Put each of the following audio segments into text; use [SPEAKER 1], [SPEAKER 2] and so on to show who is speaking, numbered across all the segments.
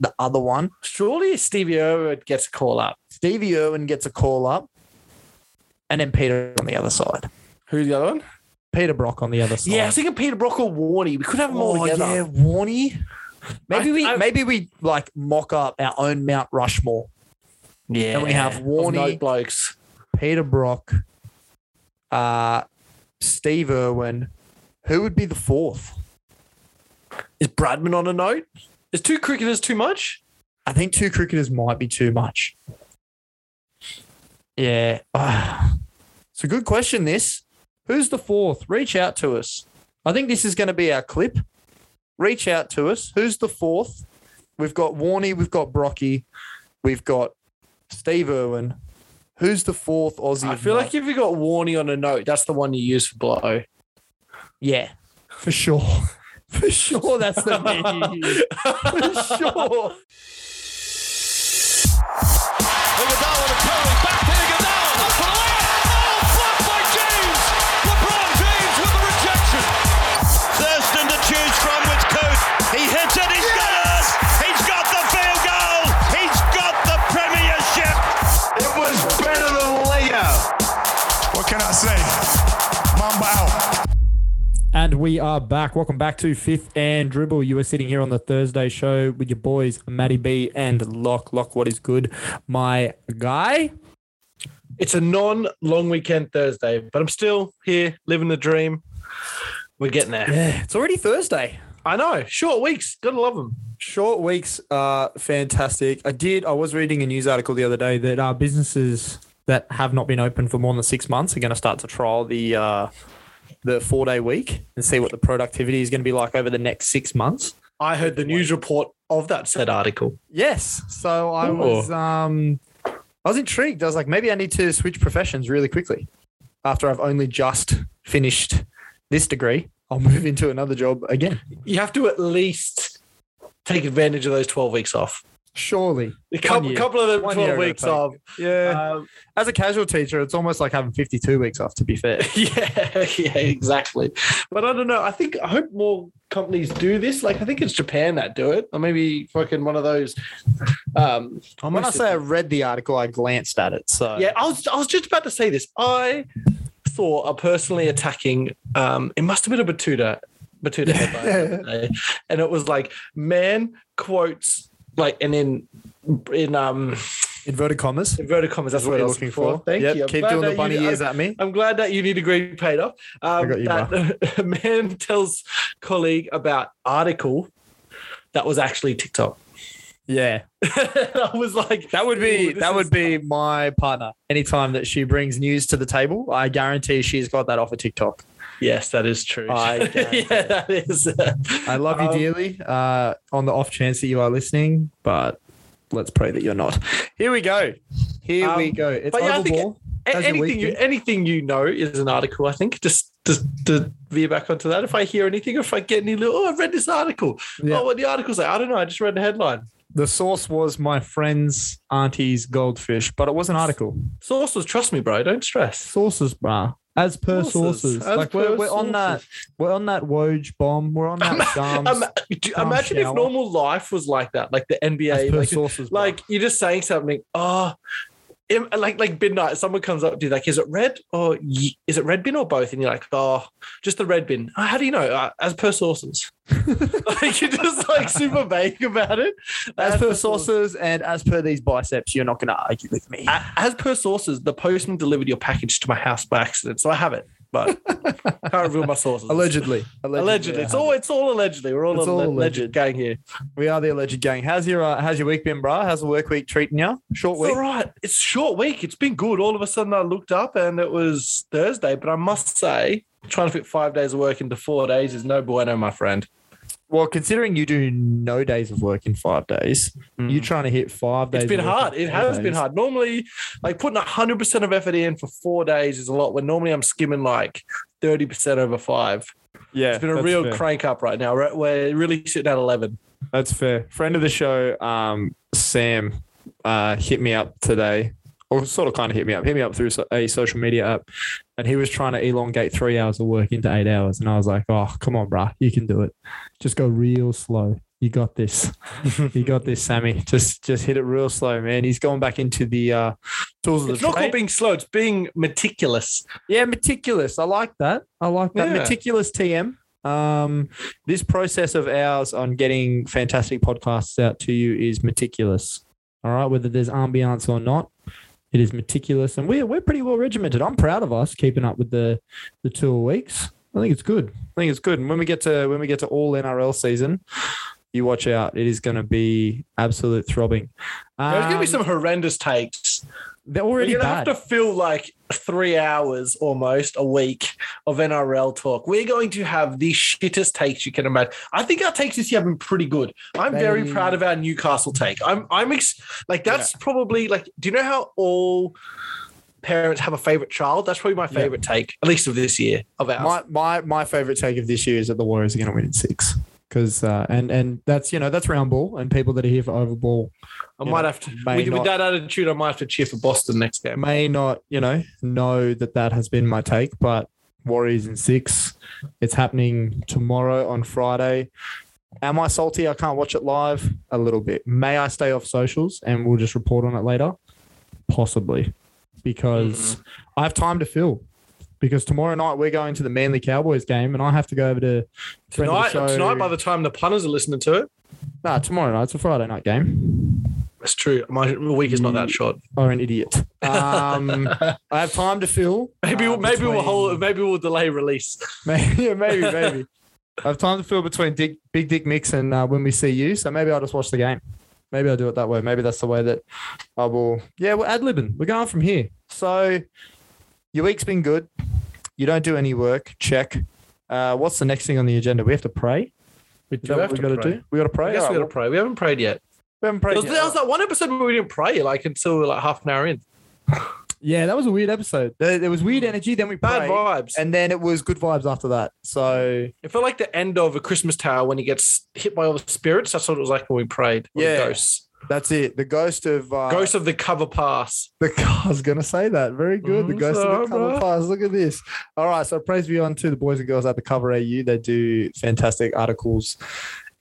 [SPEAKER 1] the other one. Surely Stevie Irwin gets a call up. Stevie Irwin gets a call up, and then Peter on the other side.
[SPEAKER 2] Who's the other one?
[SPEAKER 1] Peter Brock on the other side.
[SPEAKER 2] Yeah, I was thinking Peter Brock or Warney. We could have them all
[SPEAKER 1] Oh
[SPEAKER 2] together.
[SPEAKER 1] yeah, Warney. Maybe
[SPEAKER 2] I-
[SPEAKER 1] we
[SPEAKER 2] I-
[SPEAKER 1] maybe we like mock up our own Mount Rushmore.
[SPEAKER 2] Yeah.
[SPEAKER 1] And we have
[SPEAKER 2] Of
[SPEAKER 1] Warney.
[SPEAKER 2] note blokes.
[SPEAKER 1] Peter Brock, uh, Steve Irwin. Who would be the fourth?
[SPEAKER 2] Is Bradman on a note? Is two cricketers too much?
[SPEAKER 1] I think two cricketers might be too much. Yeah. Ah. it's a good question, this. Who's the fourth? Reach out to us. I think this is going to be our clip. Reach out to us. Who's the fourth? We've got Warney, we've got Brocky, we've got Steve Irwin. Who's the fourth Aussie?
[SPEAKER 2] I feel like if you got Warney on a note, that's the one you use for blow.
[SPEAKER 1] yeah, for sure. For sure, that's the man you use. For sure.
[SPEAKER 3] Iguodala to Curry, back to Iguodala, up for the layup. Oh, blocked by James. LeBron James with the rejection. Thurston to choose from with Coot. He hits it. He's got it. He's got the field goal. He's got the premiership. It was better than layup.
[SPEAKER 4] What can I say? Mamba out.
[SPEAKER 1] And we are back. Welcome back to Fifth and Dribble. You are sitting here on the Thursday show with your boys, Matty B and Lock. Lock, what is good, my guy?
[SPEAKER 2] It's a non-long weekend Thursday, but I'm still here living the dream. We're getting there.
[SPEAKER 1] Yeah, it's already Thursday.
[SPEAKER 2] I know. Short weeks. Gotta love them.
[SPEAKER 1] Short weeks are fantastic. I did, I was reading a news article the other day that uh, businesses that have not been open for more than six months are going to start to trial the, uh, the four day week and see what the productivity is going to be like over the next six months.
[SPEAKER 2] I heard the news report of that said article.
[SPEAKER 1] Yes. So I
[SPEAKER 2] Ooh.
[SPEAKER 1] was um I was intrigued. I was like, maybe I need to switch professions really quickly. After I've only just finished this degree, I'll move into another job again.
[SPEAKER 2] You have to at least take advantage of those 12 weeks off.
[SPEAKER 1] Surely.
[SPEAKER 2] A couple,
[SPEAKER 1] year.
[SPEAKER 2] couple of them
[SPEAKER 1] One
[SPEAKER 2] 12
[SPEAKER 1] year Uh,
[SPEAKER 2] weeks
[SPEAKER 1] it'll
[SPEAKER 2] off.
[SPEAKER 1] Yeah.
[SPEAKER 2] Um,
[SPEAKER 1] As a casual teacher, it's almost like having 52 weeks off, to be fair.
[SPEAKER 2] yeah, yeah, exactly. But I don't know. I think I hope more companies do this. Like I think it's Japan that do it, or maybe fucking one of those. Um,
[SPEAKER 1] When I say I read the article, I glanced at it. So
[SPEAKER 2] yeah, I was I was just about to say this. I thought a personally attacking. Um, it must have been a Batuta, Batuta headline, the other day. and it was like man quotes like and in in um
[SPEAKER 1] inverted commas.
[SPEAKER 2] inverted commas. That's
[SPEAKER 1] That's what
[SPEAKER 2] I
[SPEAKER 1] I'm
[SPEAKER 2] was
[SPEAKER 1] looking for.
[SPEAKER 2] Thank
[SPEAKER 1] Yep,
[SPEAKER 2] you. I'm
[SPEAKER 1] Keep
[SPEAKER 2] glad
[SPEAKER 1] doing the
[SPEAKER 2] that
[SPEAKER 1] bunny
[SPEAKER 2] you-
[SPEAKER 1] ears at me.
[SPEAKER 2] I'm glad that you need a degree paid off. Um,
[SPEAKER 1] got you,
[SPEAKER 2] that a man tells colleague about article that was actually TikTok.
[SPEAKER 1] Yeah.
[SPEAKER 2] I was like,
[SPEAKER 1] That would be
[SPEAKER 2] "Ooh, this
[SPEAKER 1] that
[SPEAKER 2] is-
[SPEAKER 1] would be my partner. Anytime that she brings news to the table, I guarantee she's got that off of TikTok.
[SPEAKER 2] yes, that is true.
[SPEAKER 1] I guarantee
[SPEAKER 2] yeah, that is.
[SPEAKER 1] I love you
[SPEAKER 2] Um,
[SPEAKER 1] dearly. Uh, on the off chance that you are listening, but let's pray that you're not. Here we go. Here we
[SPEAKER 2] Um,
[SPEAKER 1] go. It's
[SPEAKER 2] but yeah, I
[SPEAKER 1] oval
[SPEAKER 2] think-
[SPEAKER 1] ball.
[SPEAKER 2] A-
[SPEAKER 1] How's your week
[SPEAKER 2] anything you
[SPEAKER 1] been?
[SPEAKER 2] anything you know is an article. I think just just to veer back onto that. If I hear anything, or if I get any little, oh, I read this article.
[SPEAKER 1] Yeah.
[SPEAKER 2] Oh, what the article's like? I don't know. I just read the headline.
[SPEAKER 1] The source was my friend's auntie's goldfish, but it was an article.
[SPEAKER 2] Sources, trust me, bro. Don't stress.
[SPEAKER 1] Sources, bruh. As per
[SPEAKER 2] Sources.
[SPEAKER 1] sources,
[SPEAKER 2] As
[SPEAKER 1] like
[SPEAKER 2] per
[SPEAKER 1] we're, we're on that, we're on that Woj bomb. We're on that Shams.
[SPEAKER 2] Um, do-
[SPEAKER 1] Calm
[SPEAKER 2] imagine
[SPEAKER 1] shower.
[SPEAKER 2] if normal life was like that, like the
[SPEAKER 1] as
[SPEAKER 2] NBA,
[SPEAKER 1] per
[SPEAKER 2] like,
[SPEAKER 1] sources, bruh.
[SPEAKER 2] like you're just saying something. Oh, im- like like midnight, someone comes up to you like, is it red or ye- is it red bin or both? And you're like, oh, just the red bin. "Oh, how do you know? Uh, as per sources. like you're just like super vague about it.
[SPEAKER 1] as per
[SPEAKER 2] sources.
[SPEAKER 1] sources and as per these biceps, you're not going to argue with me.
[SPEAKER 2] A- As per sources, the postman delivered your package to my house by accident, so I have it, but can't reveal my sources.
[SPEAKER 1] Allegedly,
[SPEAKER 2] allegedly,
[SPEAKER 1] yeah,
[SPEAKER 2] it's all it's all allegedly. We're all,
[SPEAKER 1] It's all
[SPEAKER 2] alleged,
[SPEAKER 1] alleged.
[SPEAKER 2] gang here.
[SPEAKER 1] We are the alleged gang. How's your uh, How's your week been, bruh? How's the work week treating you? Short
[SPEAKER 2] It's
[SPEAKER 1] week.
[SPEAKER 2] all right. It's a short week. It's been good. All of a sudden, I looked up and it was Thursday. But I must say, trying to fit five days of work into four days is no bueno, my friend.
[SPEAKER 1] Well, considering you do no days of work in five days, you're trying to hit five days.
[SPEAKER 2] Hmm. It's been
[SPEAKER 1] of work in
[SPEAKER 2] hard. It
[SPEAKER 1] four
[SPEAKER 2] has been
[SPEAKER 1] days.
[SPEAKER 2] hard. Normally, like putting hundred percent of effort in for four days is a lot. When normally I'm skimming like thirty percent over five.
[SPEAKER 1] Yeah,
[SPEAKER 2] It's been a
[SPEAKER 1] that's
[SPEAKER 2] real
[SPEAKER 1] fair.
[SPEAKER 2] crank up right now. We're, we're really sitting at eleven.
[SPEAKER 1] That's fair. Friend of the show, um, Sam, uh, hit me up today, or sort of kind of hit me up, hit me up through so- a social media app, and he was trying to elongate three hours of work into eight hours, and I was like, "Oh, come on, bruh, you can do it. Just go real slow." You got this. you got this, Sammy. Just just hit it real slow, man. He's going back into the uh, tools of the
[SPEAKER 2] It's not
[SPEAKER 1] trade.
[SPEAKER 2] called being slow. It's being meticulous.
[SPEAKER 1] Yeah, meticulous. I like that. I like that.
[SPEAKER 2] Yeah.
[SPEAKER 1] Meticulous TM. Um, this process of ours on getting fantastic podcasts out to you is meticulous. All right, whether there's ambiance or not, it is meticulous, and we're we're pretty well regimented. I'm proud of us keeping up with the the two a weeks. I think it's good. I think it's good. And when we get to when we get to all NRL season, you watch out. It is going to be absolute throbbing.
[SPEAKER 2] There's going to
[SPEAKER 1] Um,
[SPEAKER 2] be some horrendous takes.
[SPEAKER 1] They're
[SPEAKER 2] We're
[SPEAKER 1] already
[SPEAKER 2] going to
[SPEAKER 1] bad.
[SPEAKER 2] have to fill like three hours almost a week of NRL talk. We're going to have the shittest takes you can imagine. I think our takes this year have been pretty good. I'm very
[SPEAKER 1] They-
[SPEAKER 2] proud of our Newcastle take. I'm, I'm ex- like, that's probably like, do you know how all parents have a favorite child? That's probably my
[SPEAKER 1] Yeah.
[SPEAKER 2] favorite take, at least of this year, of ours.
[SPEAKER 1] My my my favorite take of this year is that the Warriors are going to win in six. Because uh, and and that's you know that's round ball and people that are here for over ball
[SPEAKER 2] I
[SPEAKER 1] you
[SPEAKER 2] might
[SPEAKER 1] know,
[SPEAKER 2] have to,
[SPEAKER 1] may
[SPEAKER 2] with,
[SPEAKER 1] not-
[SPEAKER 2] with that attitude, I might have to cheer for Boston next game.
[SPEAKER 1] may not you know know that that has been my take, but Warriors in six, it's happening tomorrow on Friday. Am I salty? I can't watch it live. A little bit. May I stay off socials and we'll just report on it later? Possibly, because
[SPEAKER 2] Mm-hmm.
[SPEAKER 1] I have time to fill. Because tomorrow night we're going to the Manly Cowboys game, and I have to go over to friend of the
[SPEAKER 2] Tonight,
[SPEAKER 1] show-
[SPEAKER 2] tonight, by the time the punters are listening to it,
[SPEAKER 1] Nah, tomorrow night. It's a Friday night game.
[SPEAKER 2] That's true. My week is not that short.
[SPEAKER 1] Or an idiot. Um, I have time to fill.
[SPEAKER 2] Maybe
[SPEAKER 1] uh,
[SPEAKER 2] we'll maybe we'll
[SPEAKER 1] between-
[SPEAKER 2] hold, maybe we'll delay release.
[SPEAKER 1] Maybe, yeah, maybe, maybe. I have time to fill between Dick, Big Dick Mix and uh, when we see you. So maybe I'll just watch the game. Maybe I'll do it that way. Maybe that's the way that I will. Yeah, we're ad libbing. We're going from here. So your week's been good. You don't do any work. Check. Uh, what's the next thing on the agenda? We have to pray.
[SPEAKER 2] We
[SPEAKER 1] Is that what we got to do? We got to pray.
[SPEAKER 2] I guess
[SPEAKER 1] All
[SPEAKER 2] we
[SPEAKER 1] right,
[SPEAKER 2] got to pray. We haven't prayed yet.
[SPEAKER 1] we haven't
[SPEAKER 2] There
[SPEAKER 1] prayed.
[SPEAKER 2] was,
[SPEAKER 1] yet.
[SPEAKER 2] there was that one episode where we didn't pray like until like half an hour in.
[SPEAKER 1] Yeah, that was a weird episode. There, there was weird energy. Then we prayed.
[SPEAKER 2] Bad vibes.
[SPEAKER 1] and then it was good vibes after that. So
[SPEAKER 2] it felt like the end of a Christmas Tower when he gets hit by all the spirits. That's what it was like when we prayed. Or the
[SPEAKER 1] Yeah.
[SPEAKER 2] ghosts.
[SPEAKER 1] that's it. The ghost of uh,
[SPEAKER 2] Ghost of the cover pass.
[SPEAKER 1] The I was gonna say that. Very good. The
[SPEAKER 2] Mhm,
[SPEAKER 1] ghost of
[SPEAKER 2] sorry,
[SPEAKER 1] the cover
[SPEAKER 2] bro.
[SPEAKER 1] pass. Look at this. All right. So praise be on to the boys and girls at the cover AU. They do fantastic articles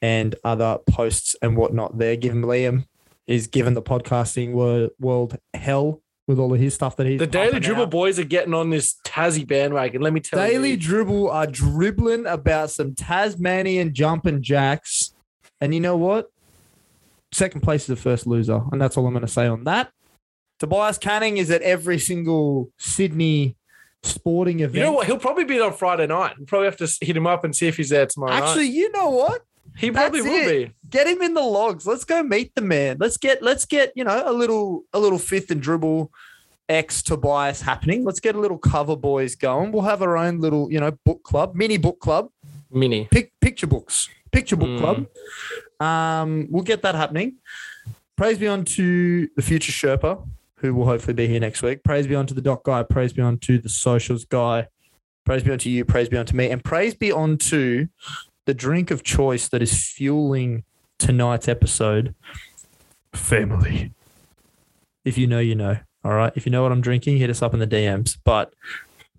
[SPEAKER 1] and other posts and whatnot. There, give him Liam. He's given the podcasting wor- world hell with all of his stuff that he's
[SPEAKER 2] The Daily
[SPEAKER 1] pumping
[SPEAKER 2] Dribble
[SPEAKER 1] out.
[SPEAKER 2] boys are getting on this Tassie bandwagon. Let me tell
[SPEAKER 1] Daily
[SPEAKER 2] you.
[SPEAKER 1] Dribble are dribbling about some Tasmanian jumping jacks. And you know what? Second place is the first loser. And that's all I'm going to say on that. Tobias Canning is at every single Sydney sporting event.
[SPEAKER 2] You know what? He'll probably be there on Friday night. We'll probably have to hit him up and see if he's there tomorrow. night.
[SPEAKER 1] Actually, you know what?
[SPEAKER 2] he probably
[SPEAKER 1] that's
[SPEAKER 2] will
[SPEAKER 1] it.
[SPEAKER 2] be.
[SPEAKER 1] Get him in the logs. Let's go meet the man. Let's get let's get, you know, a little a little fifth and dribble X Tobias happening. Let's get a little cover boys going. We'll have our own little, you know, book club, mini book club.
[SPEAKER 2] Mini.
[SPEAKER 1] pic- picture books, picture book
[SPEAKER 2] Mm.
[SPEAKER 1] club. Um, we'll get that happening. Praise be on to the future Sherpa, who will hopefully be here next week. Praise be on to the doc guy. Praise be on to the socials guy. Praise be on to you. Praise be on to me. And praise be on to the drink of choice that is fueling tonight's episode family. If you know, you know. All right. If you know what I'm drinking, hit us up in the DMs. But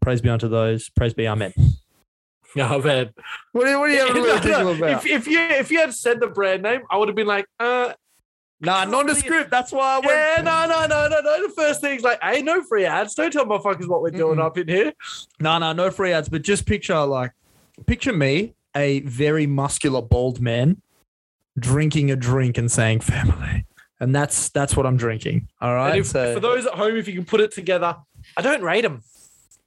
[SPEAKER 1] praise be on to those. Praise be amen.
[SPEAKER 2] Oh man.
[SPEAKER 1] What are, what are you having a
[SPEAKER 2] No,
[SPEAKER 1] little
[SPEAKER 2] no.
[SPEAKER 1] giggle about?
[SPEAKER 2] If, if you if you had said the brand name, I would have been like, uh,
[SPEAKER 1] Nah, nondescript. That's why I went.
[SPEAKER 2] yeah, no, no, no, no, no. The first thing's like, hey, no free ads. Don't tell motherfuckers what we're doing
[SPEAKER 1] Mm-mm.
[SPEAKER 2] up in here.
[SPEAKER 1] No, no, no free ads, but just picture like, picture me, a very muscular bald man, drinking a drink and saying family, and that's that's what I'm drinking. All right.
[SPEAKER 2] and if,
[SPEAKER 1] so
[SPEAKER 2] for those at home, if you can put it together, I don't rate them.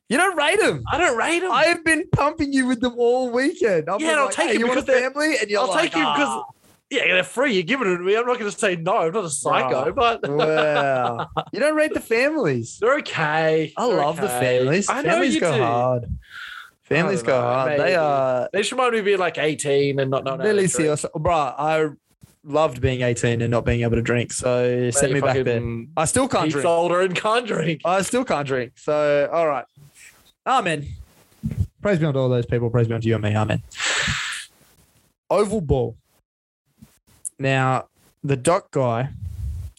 [SPEAKER 1] you don't rate them.
[SPEAKER 2] I don't rate them.
[SPEAKER 1] I have been pumping you with them all weekend. I've
[SPEAKER 2] Yeah,
[SPEAKER 1] been
[SPEAKER 2] and I'll
[SPEAKER 1] like,
[SPEAKER 2] take
[SPEAKER 1] hey,
[SPEAKER 2] it
[SPEAKER 1] you want a
[SPEAKER 2] because they're-
[SPEAKER 1] family, and you're
[SPEAKER 2] I'll
[SPEAKER 1] like,
[SPEAKER 2] take you because.
[SPEAKER 1] "Ah,
[SPEAKER 2] Yeah, they're free. You're giving it to me. I'm not going to say no. I'm not
[SPEAKER 1] Ah.
[SPEAKER 2] a psycho, but
[SPEAKER 1] wow. you don't rate the families.
[SPEAKER 2] they're okay.
[SPEAKER 1] I
[SPEAKER 2] They're
[SPEAKER 1] love the
[SPEAKER 2] okay.
[SPEAKER 1] families.
[SPEAKER 2] I know
[SPEAKER 1] families
[SPEAKER 2] you
[SPEAKER 1] go
[SPEAKER 2] do.
[SPEAKER 1] hard. Families
[SPEAKER 2] I
[SPEAKER 1] go
[SPEAKER 2] don't know,
[SPEAKER 1] hard. They
[SPEAKER 2] maybe.
[SPEAKER 1] are.
[SPEAKER 2] They should mind me being like 18 and not not.
[SPEAKER 1] Lily Seals, bruh, I loved being 18 and not being able to drink. So send me back there. I still can't
[SPEAKER 2] He's
[SPEAKER 1] drink.
[SPEAKER 2] older and can't drink.
[SPEAKER 1] I still can't drink. So, all right. Amen. Praise be unto all those people. Praise be unto you and me. Amen. Oval ball. Now, the doc guy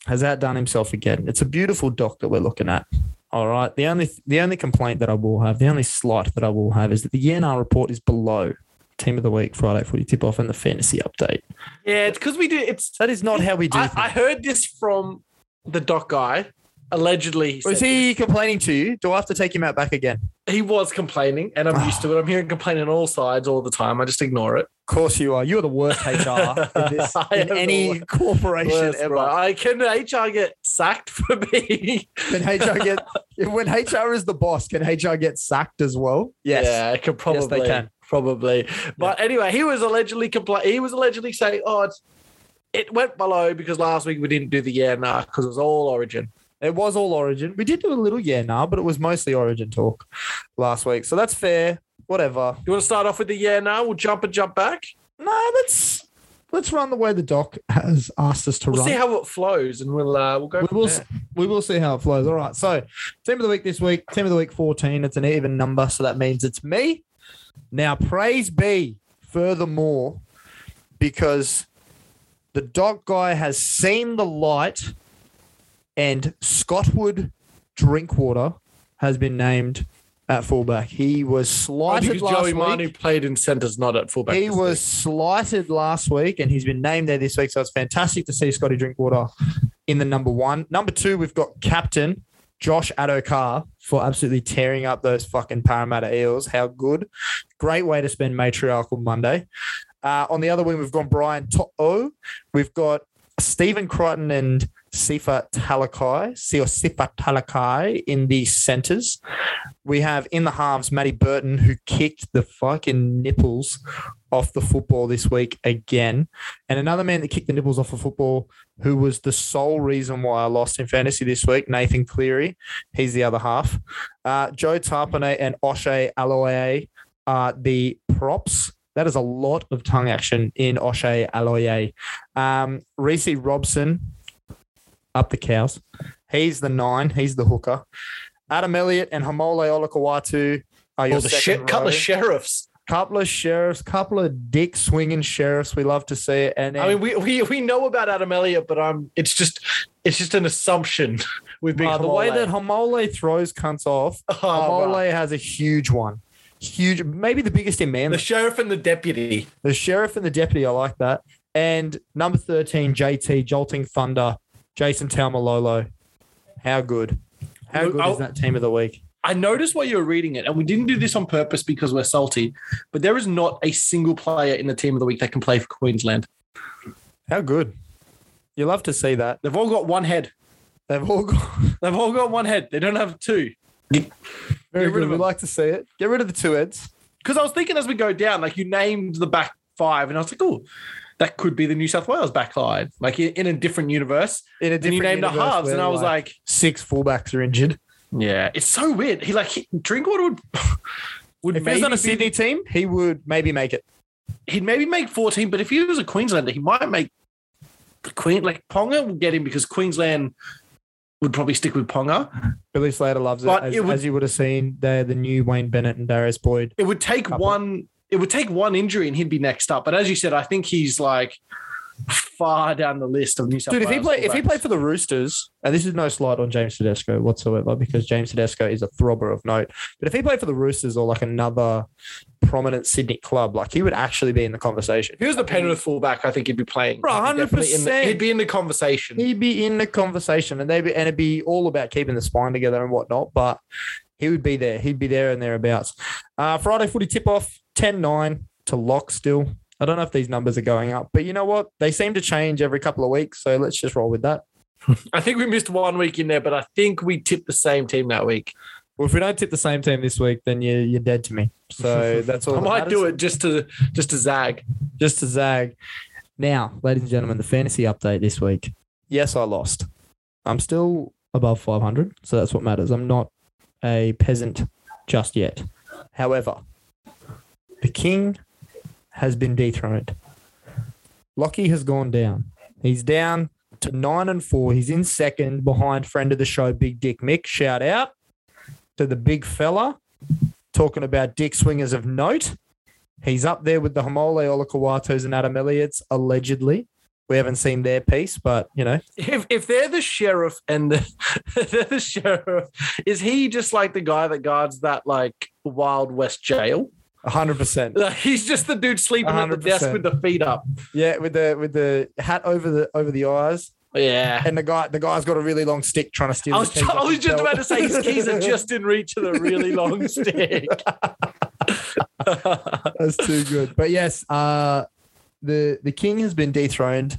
[SPEAKER 1] has outdone himself again. It's a beautiful doc that we're looking at. All right. The only the only complaint that I will have, the only slight that I will have, is that the ENR report is below team of the week, Friday footy tip off, and the fantasy update.
[SPEAKER 2] Yeah, it's because we do. It's
[SPEAKER 1] That is not how we do
[SPEAKER 2] I,
[SPEAKER 1] things.
[SPEAKER 2] I heard this from the doc guy. Allegedly, he,
[SPEAKER 1] Was
[SPEAKER 2] said
[SPEAKER 1] Oh, he complaining to you? Do I have to take him out back again?
[SPEAKER 2] he was complaining, and I'm used to it. I'm hearing complaining on all sides all the time. I just ignore it.
[SPEAKER 1] Of course you are. You're the worst HR in, this,
[SPEAKER 2] I am
[SPEAKER 1] in
[SPEAKER 2] the
[SPEAKER 1] any
[SPEAKER 2] worst-
[SPEAKER 1] corporation
[SPEAKER 2] Worse,
[SPEAKER 1] ever.
[SPEAKER 2] bro. I can HR get sacked for me?
[SPEAKER 1] Can HR get when HR is the boss? Can HR get sacked as well? Yes.
[SPEAKER 2] Yeah, I could probably.
[SPEAKER 1] Yes, they can.
[SPEAKER 2] Probably. But anyway, he was allegedly compla- He was allegedly saying, "Oh, it's, it went below because last week we didn't do the yeah nah because it was all Origin."
[SPEAKER 1] It was all Origin. We did do a little yeah now, but it was mostly Origin talk last week. So that's fair. Whatever.
[SPEAKER 2] You want to start off with the yeah nah? We'll jump and jump back.
[SPEAKER 1] No, let's let's run the way the doc has asked us to
[SPEAKER 2] We'll
[SPEAKER 1] run.
[SPEAKER 2] see how it flows, and we'll uh, we'll go.
[SPEAKER 1] we
[SPEAKER 2] from
[SPEAKER 1] will
[SPEAKER 2] there.
[SPEAKER 1] s- we will see how it flows. All right. So team of the week this week, team of the week 14. It's an even number, so that means it's me. Now praise be furthermore, because the dog guy has seen the light and Scottwood Drinkwater has been named at fullback. He was
[SPEAKER 2] Oh,
[SPEAKER 1] slighted
[SPEAKER 2] because
[SPEAKER 1] last
[SPEAKER 2] Joey
[SPEAKER 1] week.
[SPEAKER 2] Manu played in centres, not at fullback.
[SPEAKER 1] He
[SPEAKER 2] this
[SPEAKER 1] was slighted last week and he's been named there this week. So it's fantastic to see Scotty Drinkwater in the number one. Number two, we've got captain Josh Adokar for absolutely tearing up those fucking Parramatta Eels. How good. Great way to spend Matriarchal Monday. Uh, on the other wing, we've got Brian To'o. We've got Stephen Crichton and Sifa Talakai, Si- or Sifa Talakai in the centres. We have in the halves Matty Burton, who kicked the fucking nipples off the football this week again. And another man that kicked the nipples off the football, who was the sole reason why I lost in fantasy this week, Nathan Cleary. He's the other half. Uh, Joe Tarpanay and Oshay Aloye are the props. That is a lot of tongue action in Oshay Aloye. Um, Reese Robson, up the cows. He's the nine. He's the hooker. Adam Elliott and Hamole Olakawatu are
[SPEAKER 2] week.
[SPEAKER 1] your
[SPEAKER 2] All the
[SPEAKER 1] second
[SPEAKER 2] shit, couple of
[SPEAKER 1] row
[SPEAKER 2] sheriffs.
[SPEAKER 1] couple of sheriffs, couple of dick swinging sheriffs. We love to see it. And
[SPEAKER 2] I mean, we, we we know about Adam Elliott, but I'm. It's just it's just an assumption with Big
[SPEAKER 1] uh, the way
[SPEAKER 2] Kamole.
[SPEAKER 1] that Homole throws cunts off,
[SPEAKER 2] Oh,
[SPEAKER 1] Homole
[SPEAKER 2] right.
[SPEAKER 1] has a huge one. Huge, maybe the biggest in man.
[SPEAKER 2] the sheriff and the deputy.
[SPEAKER 1] the sheriff and the deputy. I like that. And number 13, JT, Jolting Thunder, Jason Taumalolo. How good. How
[SPEAKER 2] Look,
[SPEAKER 1] good
[SPEAKER 2] I'll-
[SPEAKER 1] is that team of the week?
[SPEAKER 2] I noticed while you were reading it, and we didn't do this on purpose because we're salty, but there is not a single player in the team of the week that can play for Queensland.
[SPEAKER 1] How good. You love to see that.
[SPEAKER 2] They've all got one head.
[SPEAKER 1] They've all got
[SPEAKER 2] They've all got one head. They don't have two.
[SPEAKER 1] very
[SPEAKER 2] rid
[SPEAKER 1] good.
[SPEAKER 2] of
[SPEAKER 1] We
[SPEAKER 2] them.
[SPEAKER 1] like to see it. Get rid of the two heads.
[SPEAKER 2] Because I was thinking as we go down, like you named the back five, and I was like, oh, that could be the New South Wales back line, like in, in a different universe.
[SPEAKER 1] In a
[SPEAKER 2] And you named the
[SPEAKER 1] universe
[SPEAKER 2] halves,
[SPEAKER 1] where,
[SPEAKER 2] and I was like,
[SPEAKER 1] six fullbacks are injured.
[SPEAKER 2] yeah, it's so weird. He like he, Drinkwater would would
[SPEAKER 1] If he
[SPEAKER 2] maybe
[SPEAKER 1] was on a
[SPEAKER 2] be-
[SPEAKER 1] Sydney team, he would maybe make it.
[SPEAKER 2] he'd maybe make 14, but if he was a Queenslander, he might make the Queen. Like Ponga will get him because Queensland would probably stick with Ponga.
[SPEAKER 1] Billy Slater loves it.
[SPEAKER 2] But
[SPEAKER 1] As,
[SPEAKER 2] it would-
[SPEAKER 1] as you would have seen, they're the new Wayne Bennett and Darius Boyd.
[SPEAKER 2] It would take
[SPEAKER 1] Couple.
[SPEAKER 2] one. It would take one injury and he'd be next up. But as you said, I think he's like far down the list of New South
[SPEAKER 1] Dude, if
[SPEAKER 2] Wales.
[SPEAKER 1] he play if he
[SPEAKER 2] fullbacks.
[SPEAKER 1] played for the Roosters, and this is no slight on James Tedesco whatsoever, because James Tedesco is a throbber of note. But if he played for the Roosters or like another prominent Sydney club, like he would actually be in the conversation.
[SPEAKER 2] if he was the Penrith fullback, I think he'd be playing.
[SPEAKER 1] Bro,
[SPEAKER 2] He'd be definitely in the-
[SPEAKER 1] 100%.
[SPEAKER 2] He'd be in the conversation.
[SPEAKER 1] He'd be in the conversation, and they'd be, and it'd be all about keeping the spine together and whatnot. But he would be there. He'd be there and thereabouts. Uh, Friday footy tip off 10-9 to lock still. I don't know if these numbers are going up, but you know what? They seem to change every couple of weeks. So let's just roll with that.
[SPEAKER 2] I think we missed one week in there, but I think we tipped the same team that week.
[SPEAKER 1] Well, if we don't tip the same team this week, then you, you're dead to me. So that's all.
[SPEAKER 2] I
[SPEAKER 1] that
[SPEAKER 2] might do
[SPEAKER 1] matters.
[SPEAKER 2] it just to just to zag.
[SPEAKER 1] just to zag. Now, ladies and gentlemen, the fantasy update this week. Yes, I lost. I'm still above 500, so that's what matters. I'm not a peasant just yet. However, the king has been dethroned. Lockie has gone down. He's down to nine and four. He's in second behind friend of the show, Big Dick Mick. Shout out to the big fella talking about dick swingers of note. He's up there with the Hamole Olakawatos and Adam Elliott's, allegedly. We haven't seen their piece, but you know,
[SPEAKER 2] If if they're the sheriff and the, they're the sheriff, is he just like the guy that guards that like Wild West jail?
[SPEAKER 1] hundred percent.
[SPEAKER 2] Like, he's just the dude sleeping at the desk
[SPEAKER 1] 100%.
[SPEAKER 2] with the feet up.
[SPEAKER 1] Yeah, with the with the hat over the over the eyes,
[SPEAKER 2] Yeah.
[SPEAKER 1] and the guy the guy's got a really long stick trying to steal.
[SPEAKER 2] I
[SPEAKER 1] his
[SPEAKER 2] was,
[SPEAKER 1] team's
[SPEAKER 2] I
[SPEAKER 1] off
[SPEAKER 2] was
[SPEAKER 1] his
[SPEAKER 2] just
[SPEAKER 1] belt.
[SPEAKER 2] about to say his keys are just in reach of the really long stick.
[SPEAKER 1] That's too good. But yes, uh, the the king has been dethroned.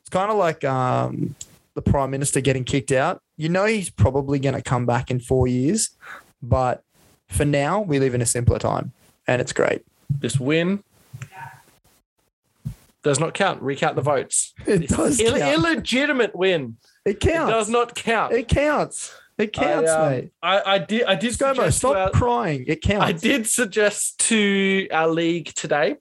[SPEAKER 1] It's kind of like um, the prime minister getting kicked out. You know he's probably going to come back in four years, but for now we live in a simpler time, and it's great.
[SPEAKER 2] This win does not count. Recount the votes.
[SPEAKER 1] It does
[SPEAKER 2] Ill-
[SPEAKER 1] count.
[SPEAKER 2] illegitimate win.
[SPEAKER 1] It
[SPEAKER 2] It
[SPEAKER 1] counts.
[SPEAKER 2] does not count.
[SPEAKER 1] It counts. It counts,
[SPEAKER 2] I, um,
[SPEAKER 1] mate.
[SPEAKER 2] I, I did. I did
[SPEAKER 1] Scomo,
[SPEAKER 2] suggest
[SPEAKER 1] stop
[SPEAKER 2] to our-
[SPEAKER 1] crying. It counts.
[SPEAKER 2] I did suggest to our league today